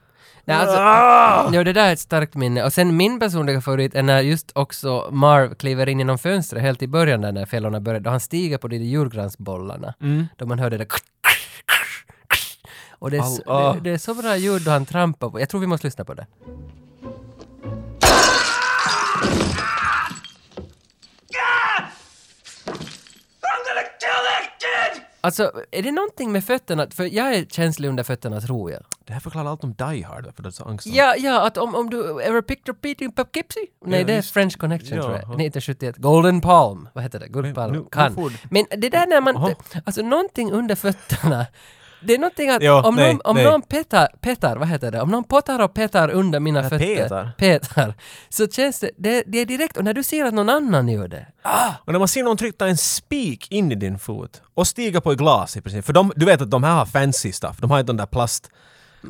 [SPEAKER 1] Nej, alltså,
[SPEAKER 2] Ah!
[SPEAKER 1] jo, det där är ett starkt minne. Och sen min personliga favorit är när just också Marv kliver in genom fönstret helt i början där när fällorna börjar, då han stiger på de där julgransbollarna.
[SPEAKER 2] Mm.
[SPEAKER 1] Då man hör det där och det är, så,
[SPEAKER 2] Au, ah.
[SPEAKER 1] det, det är så bra ljud då han trampar på. Jag tror vi måste lyssna på det. Alltså, är det någonting med fötterna? För jag är känslig under fötterna, tror jag.
[SPEAKER 2] Det här förklarar allt om Die Hard, varför du har så angst.
[SPEAKER 1] Ja, ja, att om, om du ever picked up Pete in Poughkeepsie? Nej,
[SPEAKER 2] Ja,
[SPEAKER 1] det är
[SPEAKER 2] just.
[SPEAKER 1] French Connection
[SPEAKER 2] Ja,
[SPEAKER 1] tror jag.
[SPEAKER 2] ja.
[SPEAKER 1] 1971. Golden Palm. Vad heter det? Golden Palm.
[SPEAKER 2] nu- nu får
[SPEAKER 1] kan.
[SPEAKER 2] du-
[SPEAKER 1] Men det där när man... Alltså någonting under fötterna. Det är någonting att
[SPEAKER 2] Ja,
[SPEAKER 1] om,
[SPEAKER 2] nej,
[SPEAKER 1] någon, om
[SPEAKER 2] nej.
[SPEAKER 1] någon petar, petar, vad heter det? Om någon potar och petar under mina
[SPEAKER 2] Ja,
[SPEAKER 1] fötter.
[SPEAKER 2] petar.
[SPEAKER 1] Petar. Så känns det, det, det är direkt, och när du ser att någon annan gör det.
[SPEAKER 2] Och när man ser någon trycka en spik in i din fot och stiga på ett glas i princip. För de, du vet att de här har fancy stuff. De har inte de där plast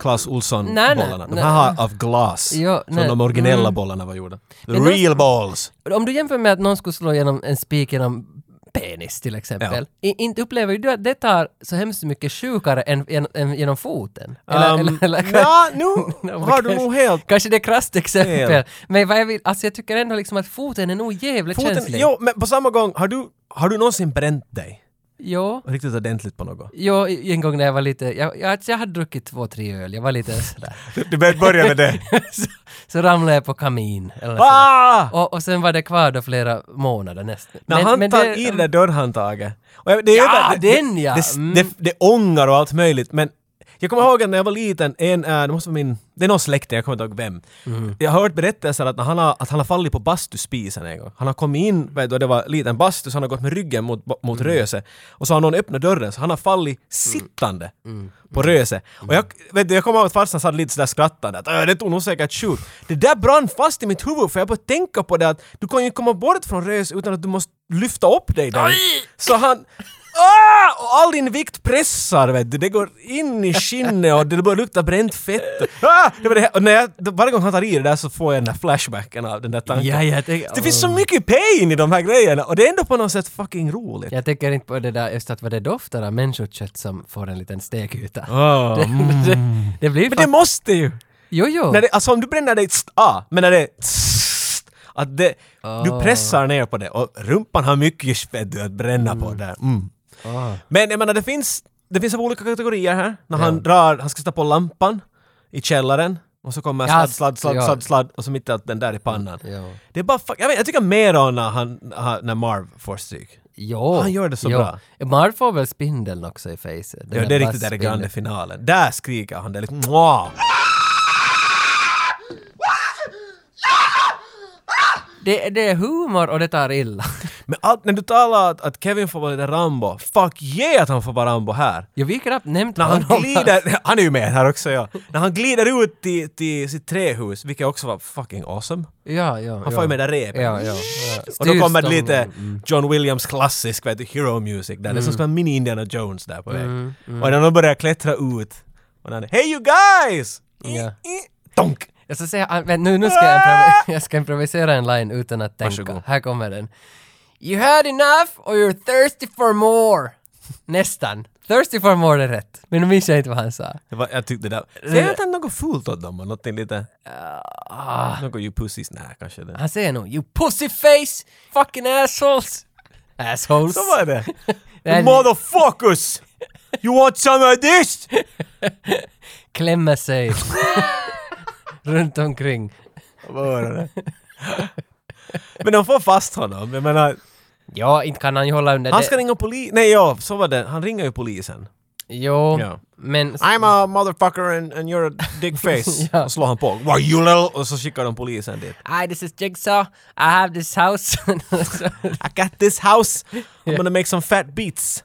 [SPEAKER 2] Claes
[SPEAKER 1] Nej, nej,
[SPEAKER 2] Olsson-bollarna. De
[SPEAKER 1] nej.
[SPEAKER 2] här har av glas.
[SPEAKER 1] Jo,
[SPEAKER 2] som
[SPEAKER 1] nej,
[SPEAKER 2] de originella
[SPEAKER 1] mm.
[SPEAKER 2] bollarna var gjorda. The
[SPEAKER 1] Men de-
[SPEAKER 2] real balls!
[SPEAKER 1] Om du jämför med att någon skulle slå genom en spik genom penis till exempel. I, inte upplever ju du att det tar så hemskt mycket sjukare än, än, än genom foten? Eller,
[SPEAKER 2] Um,
[SPEAKER 1] eller, eller, [laughs]
[SPEAKER 2] nja, nu
[SPEAKER 1] men
[SPEAKER 2] har du
[SPEAKER 1] kanske-
[SPEAKER 2] nog helt-
[SPEAKER 1] Kanske det är krasst exempel.
[SPEAKER 2] Fel.
[SPEAKER 1] Men vad jag vill, alltså jag tycker ändå liksom att foten är nog jävligt
[SPEAKER 2] Foten,
[SPEAKER 1] känslig.
[SPEAKER 2] jo, men på samma gång, har du, har du någonsin bränt dig?
[SPEAKER 1] Jo.
[SPEAKER 2] Riktigt ordentligt på något?
[SPEAKER 1] Jo, i- en gång när jag var lite, jag, jag, jag hade druckit två, tre öl, jag var
[SPEAKER 2] [laughs]
[SPEAKER 1] lite sådär.
[SPEAKER 2] Du börjar med det.
[SPEAKER 1] så, så ramlade jag på kamin. Eller så. [laughs]
[SPEAKER 2] Ah!
[SPEAKER 1] Och, och sen var det kvar då flera månader nästan.
[SPEAKER 2] När han tar i det där dörrhandtaget. Och jag, det är
[SPEAKER 1] Ja,
[SPEAKER 2] ju det-
[SPEAKER 1] den, ja.
[SPEAKER 2] Det, det,
[SPEAKER 1] Mm.
[SPEAKER 2] det, det ångar och allt möjligt men jag kommer ihåg att när jag var liten, en, äh, det måste vara min, det är någon släkting, jag kommer inte ihåg vem.
[SPEAKER 1] Mm.
[SPEAKER 2] Jag har hört berättelser att, när han har, att han har fallit på bastuspisen en gång. Han har kommit in, vet du, och det var en liten bastu, så han har gått med ryggen mot, mot
[SPEAKER 1] Mm.
[SPEAKER 2] Röse. Och så har någon öppnat dörren, så han har fallit sittande
[SPEAKER 1] Mm.
[SPEAKER 2] på Röse. Och jag, vet du, jag kommer ihåg att farsan sa lite sådär skrattande att "Äh, det tog nog säkert sjukt. Det där brann fast i mitt huvud, för jag började tänka på det att du kan ju inte komma bort från Röse utan att du måste lyfta upp dig där. Så han... Ah! Och all din vikt pressar vet du, det går in i skinnet och det börjar lukta bränt fett. Ah! Det var det här. Och när jag, varje gång han tar i det där så får jag den där flashbacken av den där tanken.
[SPEAKER 1] Ja, jag tänker-
[SPEAKER 2] det finns så mycket pain i de här grejerna och det är ändå på något sätt fucking roligt.
[SPEAKER 1] Jag tänker inte på det där just att vad det doftar av människokött som får en liten stekyta.
[SPEAKER 2] Ah,
[SPEAKER 1] det,
[SPEAKER 2] mm.
[SPEAKER 1] [laughs] det, det blir
[SPEAKER 2] Men det
[SPEAKER 1] fan...
[SPEAKER 2] måste ju!
[SPEAKER 1] Jo, jo.
[SPEAKER 2] När det, alltså om du bränner dig, tss, ah, men när det tss, att det,
[SPEAKER 1] Ah.
[SPEAKER 2] du pressar ner på det och rumpan har mycket vet du, att bränna på där. Mm.
[SPEAKER 1] Ah.
[SPEAKER 2] Men jag menar det finns, det finns av olika kategorier här. När han drar, han ska sätta på lampan i källaren och så kommer
[SPEAKER 1] Ja,
[SPEAKER 2] sladd, sladd, sladd,
[SPEAKER 1] ja.
[SPEAKER 2] sladd, sladd och så mitt i allt den där i pannan.
[SPEAKER 1] Ja.
[SPEAKER 2] Det är bara fuck, jag, vet, jag tycker mer om när, han, när Marv får stryk.
[SPEAKER 1] Jo.
[SPEAKER 2] Ah, Han gör det så
[SPEAKER 1] jo.
[SPEAKER 2] bra.
[SPEAKER 1] Marv får väl spindeln också i facet. Den
[SPEAKER 2] Ja,
[SPEAKER 1] där
[SPEAKER 2] det är riktigt där i
[SPEAKER 1] plastspindeln.
[SPEAKER 2] grande finalen. Där skriker han, det är liksom Mwah!
[SPEAKER 1] Det, det är humor och det tar illa. [laughs]
[SPEAKER 2] Men allt, när du talar att, att Kevin får vara lite Rambo, fuck yeah att han får vara Rambo här!
[SPEAKER 1] Jag vi har knappt nämnt
[SPEAKER 2] När han
[SPEAKER 1] honom.
[SPEAKER 2] glider, [laughs] han är ju med här också ja. När han glider ut till, till sitt trähus, vilket också var fucking awesome.
[SPEAKER 1] Ja, ja.
[SPEAKER 2] Han
[SPEAKER 1] ja.
[SPEAKER 2] får ju med det där repet.
[SPEAKER 1] Ja, ja.
[SPEAKER 2] Och då kommer det
[SPEAKER 1] Styrstång.
[SPEAKER 2] lite John Williams klassisk, vet du, hero music där. Det är som ska vara mini Indiana Jones där på väg.
[SPEAKER 1] Mm, mm.
[SPEAKER 2] Och när de börjar klättra ut, och han Hey you guys! I,
[SPEAKER 1] Ja.
[SPEAKER 2] i, donk!
[SPEAKER 1] Jag ska säga, ah, men nu, nu ska jag,
[SPEAKER 2] Ah!
[SPEAKER 1] improv- [laughs] jag ska improvisera en line utan att tänka.
[SPEAKER 2] Varsågod.
[SPEAKER 1] Här kommer den. You had enough or you're thirsty for more. Nästan. Thirsty for more är rätt. Men nu minns jag inte vad han sa.
[SPEAKER 2] Det var, jag tyckte det där... Säger inte han något fult åt dem? och Någonting lite...
[SPEAKER 1] Ah,
[SPEAKER 2] Något you pussies? Nej, kanske det.
[SPEAKER 1] han säger nog You pussyface! Fucking assholes! Assholes.
[SPEAKER 2] Så
[SPEAKER 1] [laughs]
[SPEAKER 2] var det.
[SPEAKER 1] Nej,
[SPEAKER 2] You motherfuckers! You want some of this?
[SPEAKER 1] Klämmer sig. [laughs] Runt omkring.
[SPEAKER 2] Vad
[SPEAKER 1] [laughs]
[SPEAKER 2] var det? Men de får fast honom. Jag menar,
[SPEAKER 1] Ja, inte kan han ju hålla under
[SPEAKER 2] han
[SPEAKER 1] det.
[SPEAKER 2] ska ringa polis... Nej, ja, så var det. Han ringer ju polisen.
[SPEAKER 1] Jo,
[SPEAKER 2] Ja.
[SPEAKER 1] men...
[SPEAKER 2] I'm a motherfucker and, and you're a
[SPEAKER 1] [laughs]
[SPEAKER 2] dick face.
[SPEAKER 1] Ja.
[SPEAKER 2] Och slår han på. Why you little? Och så skickar de polisen dit.
[SPEAKER 1] Hi, this is Jigsaw. I have this
[SPEAKER 2] [laughs]
[SPEAKER 1] house. [laughs] [laughs]
[SPEAKER 2] I got this house. I'm gonna make some fat beats.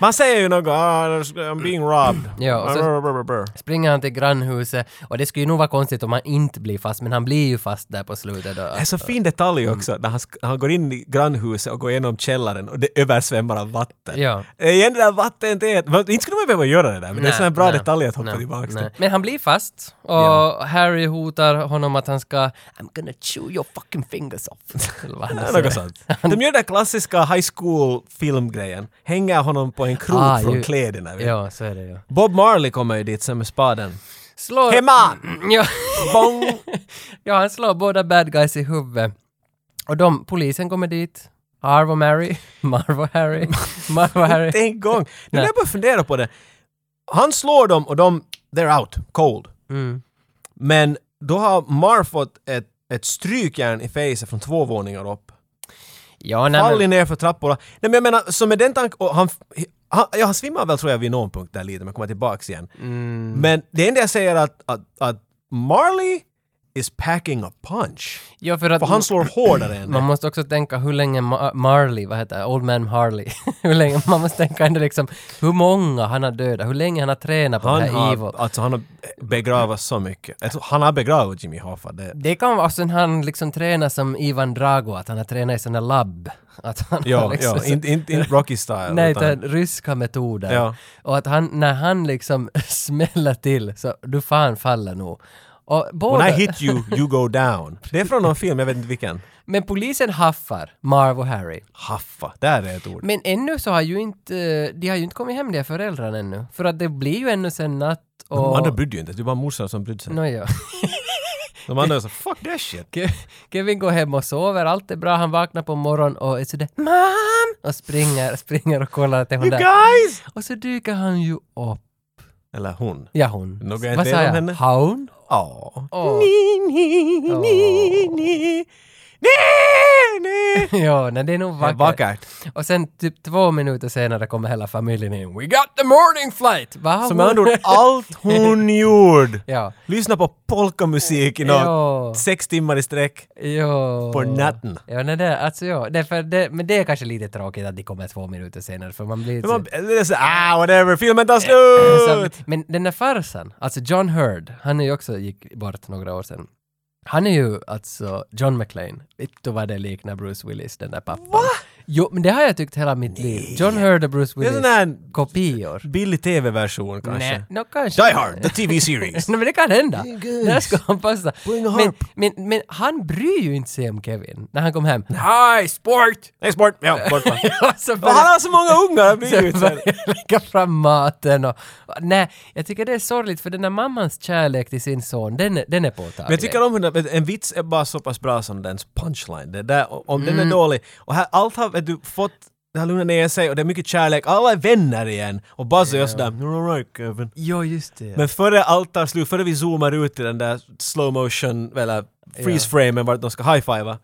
[SPEAKER 2] Man säger ju något, ah, I'm being robbed.
[SPEAKER 1] Ja, och så-
[SPEAKER 2] Brr, brr, brr.
[SPEAKER 1] Springer han till grannhuset och det skulle ju nog vara konstigt om han inte blir fast men han blir ju fast där på slutet. Då.
[SPEAKER 2] Det är så fin detalj
[SPEAKER 1] Mm.
[SPEAKER 2] också, när han, sk- han går in i grannhuset och går igenom källaren och det översvämmar av vatten.
[SPEAKER 1] Ja.
[SPEAKER 2] Det är igen det där vattentätt. Men Inte skulle man behöva göra [laughs] det där, men det är en sån här bra detalj att hoppa tillbaka till.
[SPEAKER 1] Men han blir fast och Harry hotar honom att han ska I'm gonna chew your fucking fingers
[SPEAKER 2] [laughs]
[SPEAKER 1] off. Eller vad han
[SPEAKER 2] Ja,
[SPEAKER 1] säger.
[SPEAKER 2] Något sånt. De gör den där klassiska high school filmgrejen. Hänger honom på en krok
[SPEAKER 1] Ah,
[SPEAKER 2] från
[SPEAKER 1] ju-
[SPEAKER 2] kläderna. vet du.
[SPEAKER 1] Ja, så är det ju.
[SPEAKER 2] Bob Marley kommer ju dit sen med spaden.
[SPEAKER 1] Slår...
[SPEAKER 2] Hemma!
[SPEAKER 1] [laughs] Ja.
[SPEAKER 2] Bong!
[SPEAKER 1] ja, han slår båda bad guys i huvudet. Och de, polisen kommer dit. Harv och Mary. [laughs] Marv och Harry.
[SPEAKER 2] [laughs]
[SPEAKER 1] Marv och Harry.
[SPEAKER 2] Inte
[SPEAKER 1] [laughs]
[SPEAKER 2] en gång. Nu
[SPEAKER 1] Nej.
[SPEAKER 2] när jag börjar fundera på det. Han slår dem och de, they're out, cold.
[SPEAKER 1] Mm.
[SPEAKER 2] Men då har Mar fått ett, ett strykjärn i facet från två våningar upp.
[SPEAKER 1] Ja, nej,
[SPEAKER 2] Faller
[SPEAKER 1] men,
[SPEAKER 2] ner för trapporna. Nej men jag menar, så med den tanken, och han, han, ja, han svimmar väl tror jag vid någon punkt där lite, men kommer tillbaks igen.
[SPEAKER 1] Mm.
[SPEAKER 2] Men det enda jag säger är att, att, att Marley is packing a punch.
[SPEAKER 1] ja, för att
[SPEAKER 2] För han slår hårdare än
[SPEAKER 1] Man
[SPEAKER 2] det.
[SPEAKER 1] måste också tänka hur länge Ma- Marley, vad heter det, Old Man Harley, [laughs] hur länge, man måste tänka ändå liksom hur många han har dödat, hur länge han har tränat på
[SPEAKER 2] Han
[SPEAKER 1] det här Evil.
[SPEAKER 2] har, alltså, han har begravats så mycket. Jag tror- Han har begravt Jimmy Hoffa. Det,
[SPEAKER 1] Det kan vara sen han liksom tränar som Ivan Drago, att han har tränat i sådana labb. Att han har
[SPEAKER 2] ja,
[SPEAKER 1] liksom
[SPEAKER 2] ja,
[SPEAKER 1] så-
[SPEAKER 2] inte in, in Rocky-style.
[SPEAKER 1] Nej,
[SPEAKER 2] utan-
[SPEAKER 1] utan ryska metoder.
[SPEAKER 2] Ja.
[SPEAKER 1] Och att han, när han liksom [laughs] smäller till så du fan faller nog. Och båda,
[SPEAKER 2] When I hit you, you go down. Det är från någon film, jag vet inte vilken.
[SPEAKER 1] Men polisen haffar Marv och Harry.
[SPEAKER 2] Haffa, där är ett ord.
[SPEAKER 1] Men ännu så har ju inte, de har ju inte kommit hem de här föräldrarna ännu. För att det blir ju ännu sen natt och...
[SPEAKER 2] De andra brydde ju inte, det var bara morsan som brydde sig.
[SPEAKER 1] Nåja.
[SPEAKER 2] De andra sa “fuck that shit”.
[SPEAKER 1] [laughs] Ke- Kevin går hem och sover, allt är bra, han vaknar på morgonen och är sådär ”Mom!” och springer, springer och kollar att det är hon
[SPEAKER 2] You
[SPEAKER 1] där.
[SPEAKER 2] guys!
[SPEAKER 1] Och så dyker han ju upp.
[SPEAKER 2] Eller hon.
[SPEAKER 1] Ja, hon.
[SPEAKER 2] Något jag
[SPEAKER 1] Vad
[SPEAKER 2] inte
[SPEAKER 1] sa
[SPEAKER 2] vet
[SPEAKER 1] jag?
[SPEAKER 2] om henne?
[SPEAKER 1] Haun?
[SPEAKER 2] Ja.
[SPEAKER 1] Åh. Åh. [laughs]
[SPEAKER 2] Nej,
[SPEAKER 1] ja, nej, det är nog
[SPEAKER 2] nej!
[SPEAKER 1] vackert.
[SPEAKER 2] Vackert.
[SPEAKER 1] Och sen typ två minuter senare kommer hela familjen in. We got the morning flight! Va?
[SPEAKER 2] Som med andra ord, [laughs] allt [laughs] hon gjorde.
[SPEAKER 1] [laughs] Ja.
[SPEAKER 2] Lyssna på polkamusik i
[SPEAKER 1] Ja.
[SPEAKER 2] något sex timmar i sträck.
[SPEAKER 1] Jo.
[SPEAKER 2] På natten.
[SPEAKER 1] Ja, nej, det, alltså ja. Det, är för det, men det är kanske lite tråkigt att de kommer två minuter senare för man blir...
[SPEAKER 2] Men man-
[SPEAKER 1] så-
[SPEAKER 2] Det är så, ah whatever, filmen tar
[SPEAKER 1] Så-
[SPEAKER 2] slut!
[SPEAKER 1] men den där farsan, alltså John Hurd, han är ju också gick bort några år sedan. Han är ju alltså John McClane. Vet du vad det liknar Bruce Willis, den där pappan? Va? Jo, men det har jag tyckt hela mitt liv. John Hurd och Bruce
[SPEAKER 2] Det är
[SPEAKER 1] Willis.
[SPEAKER 2] sån här
[SPEAKER 1] Kopior.
[SPEAKER 2] billig tv-version kanske.
[SPEAKER 1] Nej, nå kanske.
[SPEAKER 2] Die Hard, the TV
[SPEAKER 1] [laughs]
[SPEAKER 2] series. [laughs]
[SPEAKER 1] Nej men det kan hända. Där ska han passa. Men, men, men han bryr ju inte sig om Kevin när han kom hem. Hi sport!
[SPEAKER 2] Nej, sport! Ja,
[SPEAKER 1] [laughs]
[SPEAKER 2] bort va.
[SPEAKER 1] Och så
[SPEAKER 2] Han
[SPEAKER 1] börjar-
[SPEAKER 2] har så många ungar, han blir
[SPEAKER 1] [laughs]
[SPEAKER 2] ju
[SPEAKER 1] så
[SPEAKER 2] så här-
[SPEAKER 1] börjar jag lägga fram maten och, och nej, jag tycker det är sorgligt för den där mammans kärlek till sin son, den, är- den är påtaglig.
[SPEAKER 2] Men jag tycker om hur den- en vits är bara så pass bra som dens punchline. Det där, om
[SPEAKER 1] Mm.
[SPEAKER 2] den är dålig, och här, allt har vet du fått det har lugnat ner sig och det är mycket kärlek, alla är vänner igen. Och Buzz är sådär “You're alright Kevin”.
[SPEAKER 1] Ja, just det.
[SPEAKER 2] Men före allt tar slut, före vi zoomar ut i den där slow motion, eller freeze-framen vart de ska high-fiva.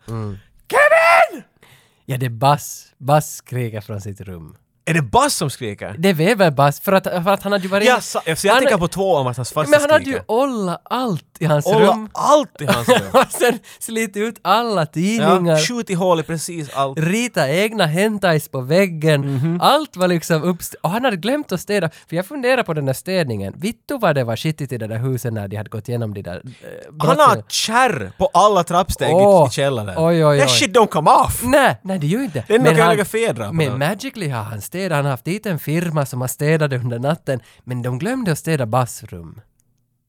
[SPEAKER 1] ja, det är Bass. Bass skriker från sitt rum.
[SPEAKER 2] Är det Buzz som skriker?
[SPEAKER 1] Det är väl Bass, för att, för att han hade ju varit...
[SPEAKER 2] Ja, så, så jag
[SPEAKER 1] han-
[SPEAKER 2] tänker på tvåan vart hans farsa
[SPEAKER 1] Men han hade ju
[SPEAKER 2] skriker.
[SPEAKER 1] ollat allt i hans
[SPEAKER 2] Olla
[SPEAKER 1] rum.
[SPEAKER 2] allt
[SPEAKER 1] [laughs]
[SPEAKER 2] i hans rum.
[SPEAKER 1] och sen slitit ut alla tidningar.
[SPEAKER 2] Ja, skjut i hål i precis allt.
[SPEAKER 1] rita egna hentais på väggen.
[SPEAKER 2] Mhm.
[SPEAKER 1] Allt var liksom uppst... Och han hade glömt att städa. För jag funderar på den där städningen. Vittu vad det var skitigt i det där huset när de hade gått igenom de där... eh,
[SPEAKER 2] Han
[SPEAKER 1] brottslingarna.
[SPEAKER 2] har kärr på alla trappsteg
[SPEAKER 1] Åh.
[SPEAKER 2] i, i källaren.
[SPEAKER 1] Oj, oj,
[SPEAKER 2] That
[SPEAKER 1] oj.
[SPEAKER 2] shit don't come off!
[SPEAKER 1] Nej, nej det gör ju inte.
[SPEAKER 2] Det är nog
[SPEAKER 1] Men han-
[SPEAKER 2] jävla fjädrar på
[SPEAKER 1] Men
[SPEAKER 2] den.
[SPEAKER 1] Magically har han städat. Han har haft dit en firma som har städat det under natten. Men de glömde att städa bassrum.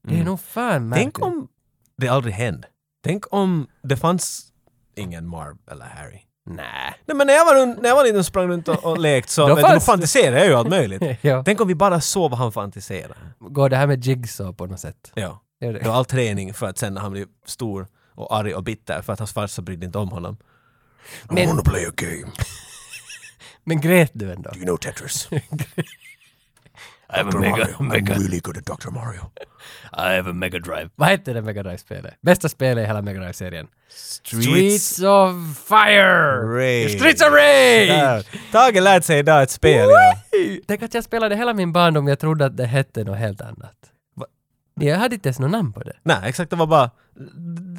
[SPEAKER 1] Det är nog fan
[SPEAKER 2] Mm. Tänk
[SPEAKER 1] märkligt.
[SPEAKER 2] om det aldrig hände. Tänk om det fanns ingen Marv eller Harry.
[SPEAKER 1] Nej.
[SPEAKER 2] Nej men när jag var, rund, när jag var liten och sprang runt och, och lekt
[SPEAKER 1] [laughs]
[SPEAKER 2] så
[SPEAKER 1] Då
[SPEAKER 2] vet du, då
[SPEAKER 1] fanns det.
[SPEAKER 2] fantiserade jag ju allt möjligt.
[SPEAKER 1] [laughs] Ja.
[SPEAKER 2] Tänk om vi bara såg vad han fantiserade.
[SPEAKER 1] Går det här med jigsaw på något sätt?
[SPEAKER 2] Ja.
[SPEAKER 1] Gör det?
[SPEAKER 2] Det var all träning för att sen när han blev stor och arg och bitter för att hans farsa brydde inte om honom. I
[SPEAKER 1] Men,
[SPEAKER 2] wanna play a game.
[SPEAKER 1] men grät du ändå?
[SPEAKER 2] You
[SPEAKER 1] [laughs]
[SPEAKER 2] know Tetris.
[SPEAKER 1] I have
[SPEAKER 2] Dr. Mario. I'm really good at Dr. Mario.
[SPEAKER 1] I have a Mega Drive. Vad hette det Mega Drive-spelet? Bästa spelet i hela Mega Drive-serien.
[SPEAKER 2] Streets,
[SPEAKER 1] of Fire!
[SPEAKER 2] Rage.
[SPEAKER 1] Streets of Rage!
[SPEAKER 2] Där. Tage lärt sig idag ett spel. Ja.
[SPEAKER 1] Tänk att jag spelade hela min barndom, jag trodde att det hette något helt annat.
[SPEAKER 2] Va?
[SPEAKER 1] Jag hade inte ens något namn på det.
[SPEAKER 2] Nej, exakt. Det var bara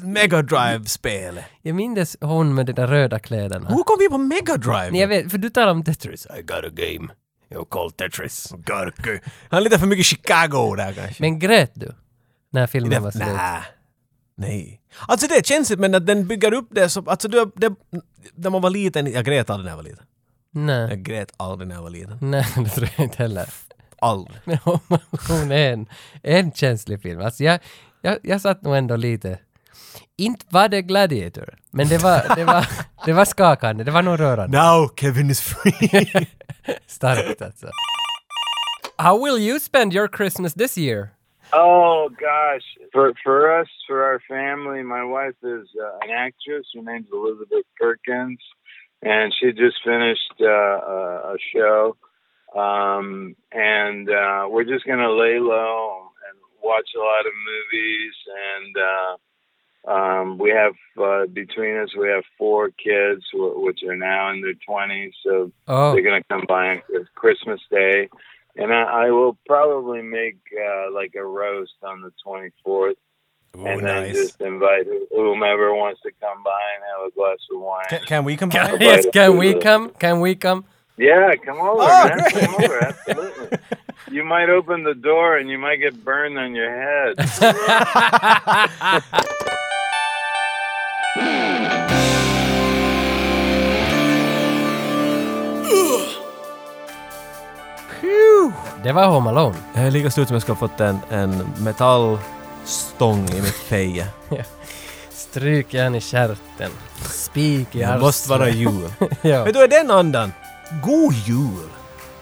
[SPEAKER 2] Mega Drive-spel.
[SPEAKER 1] Jag minns hon med de där röda kläderna.
[SPEAKER 2] Oh. Hur kom vi på Mega Drive?
[SPEAKER 1] Nej, jag vet, för du talar om Tetris. I got a game.
[SPEAKER 2] Jo, Colt Tetris. Gurku. Han är lite för mycket Chicago där kanske.
[SPEAKER 1] Men grät du? När filmen
[SPEAKER 2] Det-
[SPEAKER 1] var slut?
[SPEAKER 2] nä. Nej. Alltså det är känsligt men att den bygger upp det så... Alltså du, det, när man var liten... Jag grät aldrig när jag var liten.
[SPEAKER 1] Nej.
[SPEAKER 2] Jag grät aldrig när jag var liten.
[SPEAKER 1] Nej, det tror jag inte heller.
[SPEAKER 2] Aldrig.
[SPEAKER 1] Men om man- [laughs] hon är en, en känslig film. Alltså jag, jag, jag satt nog ändå lite... Inte var det Gladiator, men det var, det var, det var skakande. Det var nog rörande.
[SPEAKER 2] Now Kevin is [laughs] free!
[SPEAKER 1] [laughs] Starkt alltså. How will you spend your Christmas this year?
[SPEAKER 4] Oh gosh, for for us, for our family, my wife is uh, an actress. Her name's Elizabeth Perkins, and she just finished uh, a, a show. Um, and uh, we're just gonna lay low and watch a lot of movies. And uh, um, we have uh, between us, we have four kids, wh- which are now in their twenties. So
[SPEAKER 1] Oh.
[SPEAKER 4] they're gonna come by on Christmas Day. And I, I will probably make uh, like a roast on the 24th. and then
[SPEAKER 2] Oh, nice.
[SPEAKER 4] just invite whomever wants to come by and have a glass of wine.
[SPEAKER 2] Can, can we come back?
[SPEAKER 1] Yes, can we come? Can we come?
[SPEAKER 4] Yeah, come over,
[SPEAKER 2] Oh,
[SPEAKER 4] man. Come over,
[SPEAKER 2] [laughs]
[SPEAKER 4] absolutely. You might open the door and you might get burned on your
[SPEAKER 2] [laughs]
[SPEAKER 4] head.
[SPEAKER 1] Det var Home Alone.
[SPEAKER 2] Jag är lika slut som jag ska ha fått en, en metallstång i mitt feje.
[SPEAKER 1] Stryk järn i stjärten. Spik i
[SPEAKER 2] Det måste
[SPEAKER 1] halsen.
[SPEAKER 2] vara jul.
[SPEAKER 1] [laughs] ja.
[SPEAKER 2] Men då är den andan. God jul!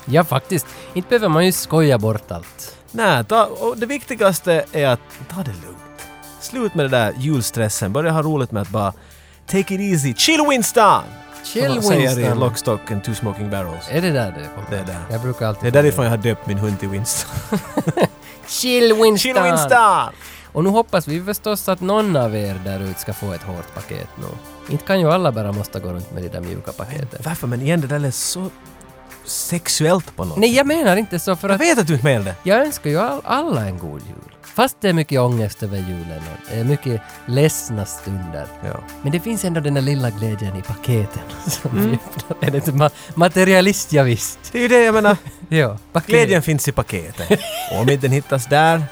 [SPEAKER 1] ja, faktiskt. Inte behöver man ju skoja bort allt.
[SPEAKER 2] Nej, ta, och det viktigaste är att ta det lugnt. Slut med den där julstressen. Börja ha roligt med att bara take it easy. Chill Winston!
[SPEAKER 1] Chill,
[SPEAKER 2] Som de säger i
[SPEAKER 1] Winston.
[SPEAKER 2] Lockstock and Two Smoking Barrels.
[SPEAKER 1] Är det där det kommer?
[SPEAKER 2] Det är där.
[SPEAKER 1] Jag brukar alltid...
[SPEAKER 2] Det är därifrån jag har döpt min hund
[SPEAKER 1] [laughs]
[SPEAKER 2] till Winston.
[SPEAKER 1] Chill Winston!
[SPEAKER 2] Chill Winston!
[SPEAKER 1] Och nu hoppas vi förstås att någon av er där ute ska få ett hårt paket nu. Inte kan ju alla bara måste gå runt med de där mjuka paketen.
[SPEAKER 2] Varför? Men igen, det där lät så sexuellt på något
[SPEAKER 1] Nej, jag menar inte så för
[SPEAKER 2] Jag
[SPEAKER 1] att
[SPEAKER 2] vet att du inte menar det.
[SPEAKER 1] jag önskar ju all, alla en god jul. Fast det är mycket ångest över julen och det är mycket ledsna stunder.
[SPEAKER 2] Ja.
[SPEAKER 1] Men det finns ändå den där lilla glädjen i paketen [laughs] som
[SPEAKER 2] Mm.
[SPEAKER 1] vi [laughs] öppnar. Är det inte ma- materialist jag visst?
[SPEAKER 2] Det är ju det
[SPEAKER 1] [laughs]
[SPEAKER 2] jag menar.
[SPEAKER 1] Ja, paket. [laughs]
[SPEAKER 2] Glädjen finns i paketet. Och om inte den hittas där,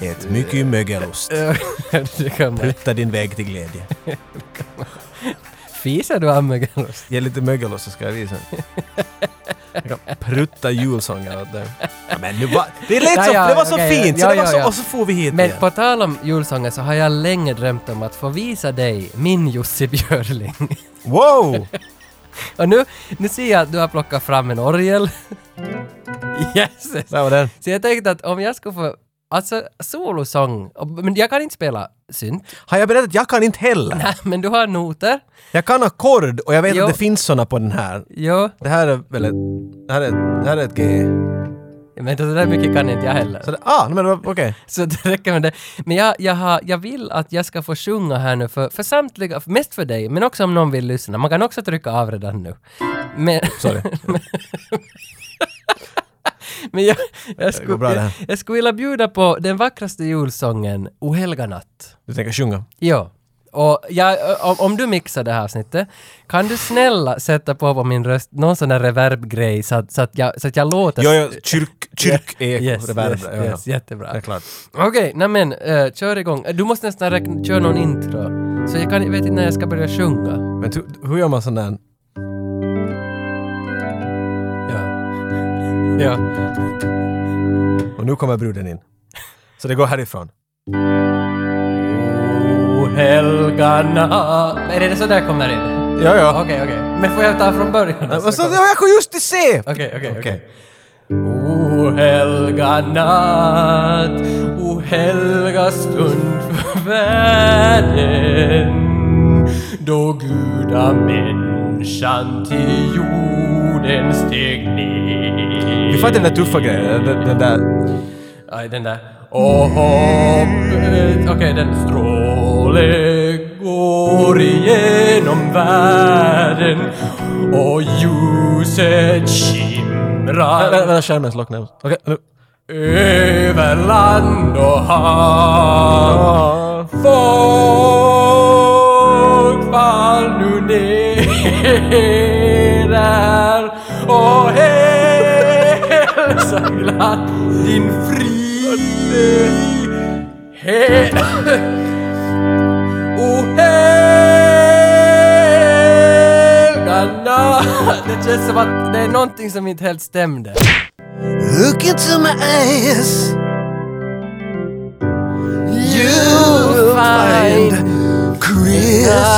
[SPEAKER 2] ät mycket
[SPEAKER 1] Eh,
[SPEAKER 2] mögelost.
[SPEAKER 1] det
[SPEAKER 2] [laughs]
[SPEAKER 1] kan man.
[SPEAKER 2] Prutta din väg till glädje.
[SPEAKER 1] Fisar du amögenost?
[SPEAKER 2] Ge lite mögelost så ska jag visa. Jag kan prutta julsånger åt dig. Ja, Men nu var, det lät
[SPEAKER 1] Ja,
[SPEAKER 2] så,
[SPEAKER 1] ja,
[SPEAKER 2] det var så
[SPEAKER 1] okej,
[SPEAKER 2] fint,
[SPEAKER 1] ja,
[SPEAKER 2] så det var
[SPEAKER 1] ja,
[SPEAKER 2] så,
[SPEAKER 1] ja.
[SPEAKER 2] och så får vi hit
[SPEAKER 1] Men
[SPEAKER 2] igen.
[SPEAKER 1] på tal om julsånger så har jag länge drömt om att få visa dig min Jussi Björling. [laughs]
[SPEAKER 2] Wow!
[SPEAKER 1] Och nu, nu ser jag att du har plockat fram en orgel. [laughs] Jösses!
[SPEAKER 2] Där var den.
[SPEAKER 1] Så jag tänkte att om jag skulle få, alltså solosång, och- men jag kan inte spela synt, [laughs]
[SPEAKER 2] Har jag berättat att jag kan inte heller?
[SPEAKER 1] men du har noter.
[SPEAKER 2] Jag kan ackord och jag vet
[SPEAKER 1] Jo.
[SPEAKER 2] att det finns såna på den här.
[SPEAKER 1] Jo,
[SPEAKER 2] Det här är väl ett... Det här är, det här är ett G.
[SPEAKER 1] men så där mycket kan inte jag heller.
[SPEAKER 2] Så det, ah, nej, men det var- okej.
[SPEAKER 1] Så [laughs] det räcker med det. Men jag, jag, har, jag vill att jag ska få sjunga här nu för, för samtliga, mest för dig, men också om någon vill lyssna. Man kan också trycka av redan nu. Men,
[SPEAKER 2] Sorry.
[SPEAKER 1] [laughs] men jag, jag,
[SPEAKER 2] går
[SPEAKER 1] skulle,
[SPEAKER 2] bra det
[SPEAKER 1] jag,
[SPEAKER 2] här.
[SPEAKER 1] jag skulle vilja bjuda på den vackraste julsången, O helga natt.
[SPEAKER 2] Du tänker sjunga?
[SPEAKER 1] Ja. Och jag, ö, om, om du mixar det här avsnittet, kan du snälla sätta på, på min röst någon sån där reverb-grej så att, så att, jag, så att jag låter...
[SPEAKER 2] Ja, ja, kyrk, kyrk, eko,
[SPEAKER 1] yes,
[SPEAKER 2] reverb.
[SPEAKER 1] yes,
[SPEAKER 2] ja, ja.
[SPEAKER 1] yes, jättebra.
[SPEAKER 2] Det är klart.
[SPEAKER 1] Okej, nej men eh, kör igång. Du måste nästan räkna, köra någon intro. Så jag kan, vet inte när jag ska börja sjunga.
[SPEAKER 2] Men tu, hur gör man sån där...
[SPEAKER 1] Ja. Ja.
[SPEAKER 2] Och nu kommer bruden in. Så det går härifrån.
[SPEAKER 1] O helga natt. Är det så där kommer det in?
[SPEAKER 2] Ja, ja.
[SPEAKER 1] Okej, okej. Men får jag ta från början?
[SPEAKER 2] Nej, men så,
[SPEAKER 1] Okej,
[SPEAKER 2] ja, jag kunde just det se!
[SPEAKER 1] okej, okej.
[SPEAKER 2] Okej.
[SPEAKER 1] O helga natt, o helga stund för världen då gudamänniskan till jorden steg ner.
[SPEAKER 2] Vi får inte den där tuffa grejen, den, den där...
[SPEAKER 1] Aj, den där. Och hoppet, okej den. Stråle går igenom världen och ljuset skimrar.
[SPEAKER 2] Vänta, vänta, skärmen slocknar. Okej, nu.
[SPEAKER 1] Över land och hav Folk fall nu ner här och hej vill ha din frihet. Oh, helgana. Det känns som att det är någonting som inte helt stämde.
[SPEAKER 16] Look into my eyes. You'll find Christmas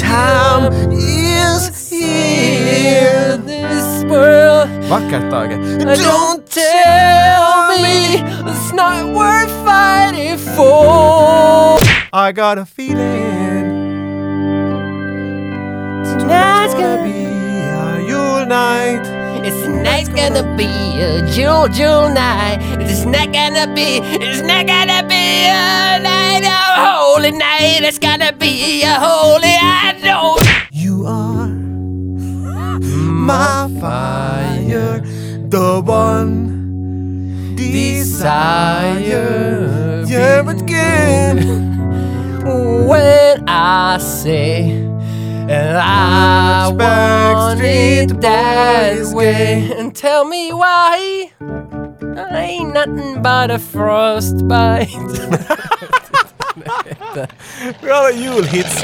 [SPEAKER 16] time is here.
[SPEAKER 1] This world
[SPEAKER 2] Vackert Tage.
[SPEAKER 16] Don't
[SPEAKER 1] tell me it's not worth fighting for.
[SPEAKER 2] I got a feeling
[SPEAKER 1] Tonight's gonna
[SPEAKER 2] be a Yule night.
[SPEAKER 1] It's night's gonna be a Jewel Jewel night. It's not gonna be, it's not gonna be a night, a holy night. It's gonna be a holy, I know.
[SPEAKER 16] You are my fire, the one
[SPEAKER 1] Desire.
[SPEAKER 16] desire. Yeah, but again,
[SPEAKER 1] When I say I want it that way, and tell me why I ain't nothing but a frostbite. [laughs]
[SPEAKER 2] Vi har alla julhits.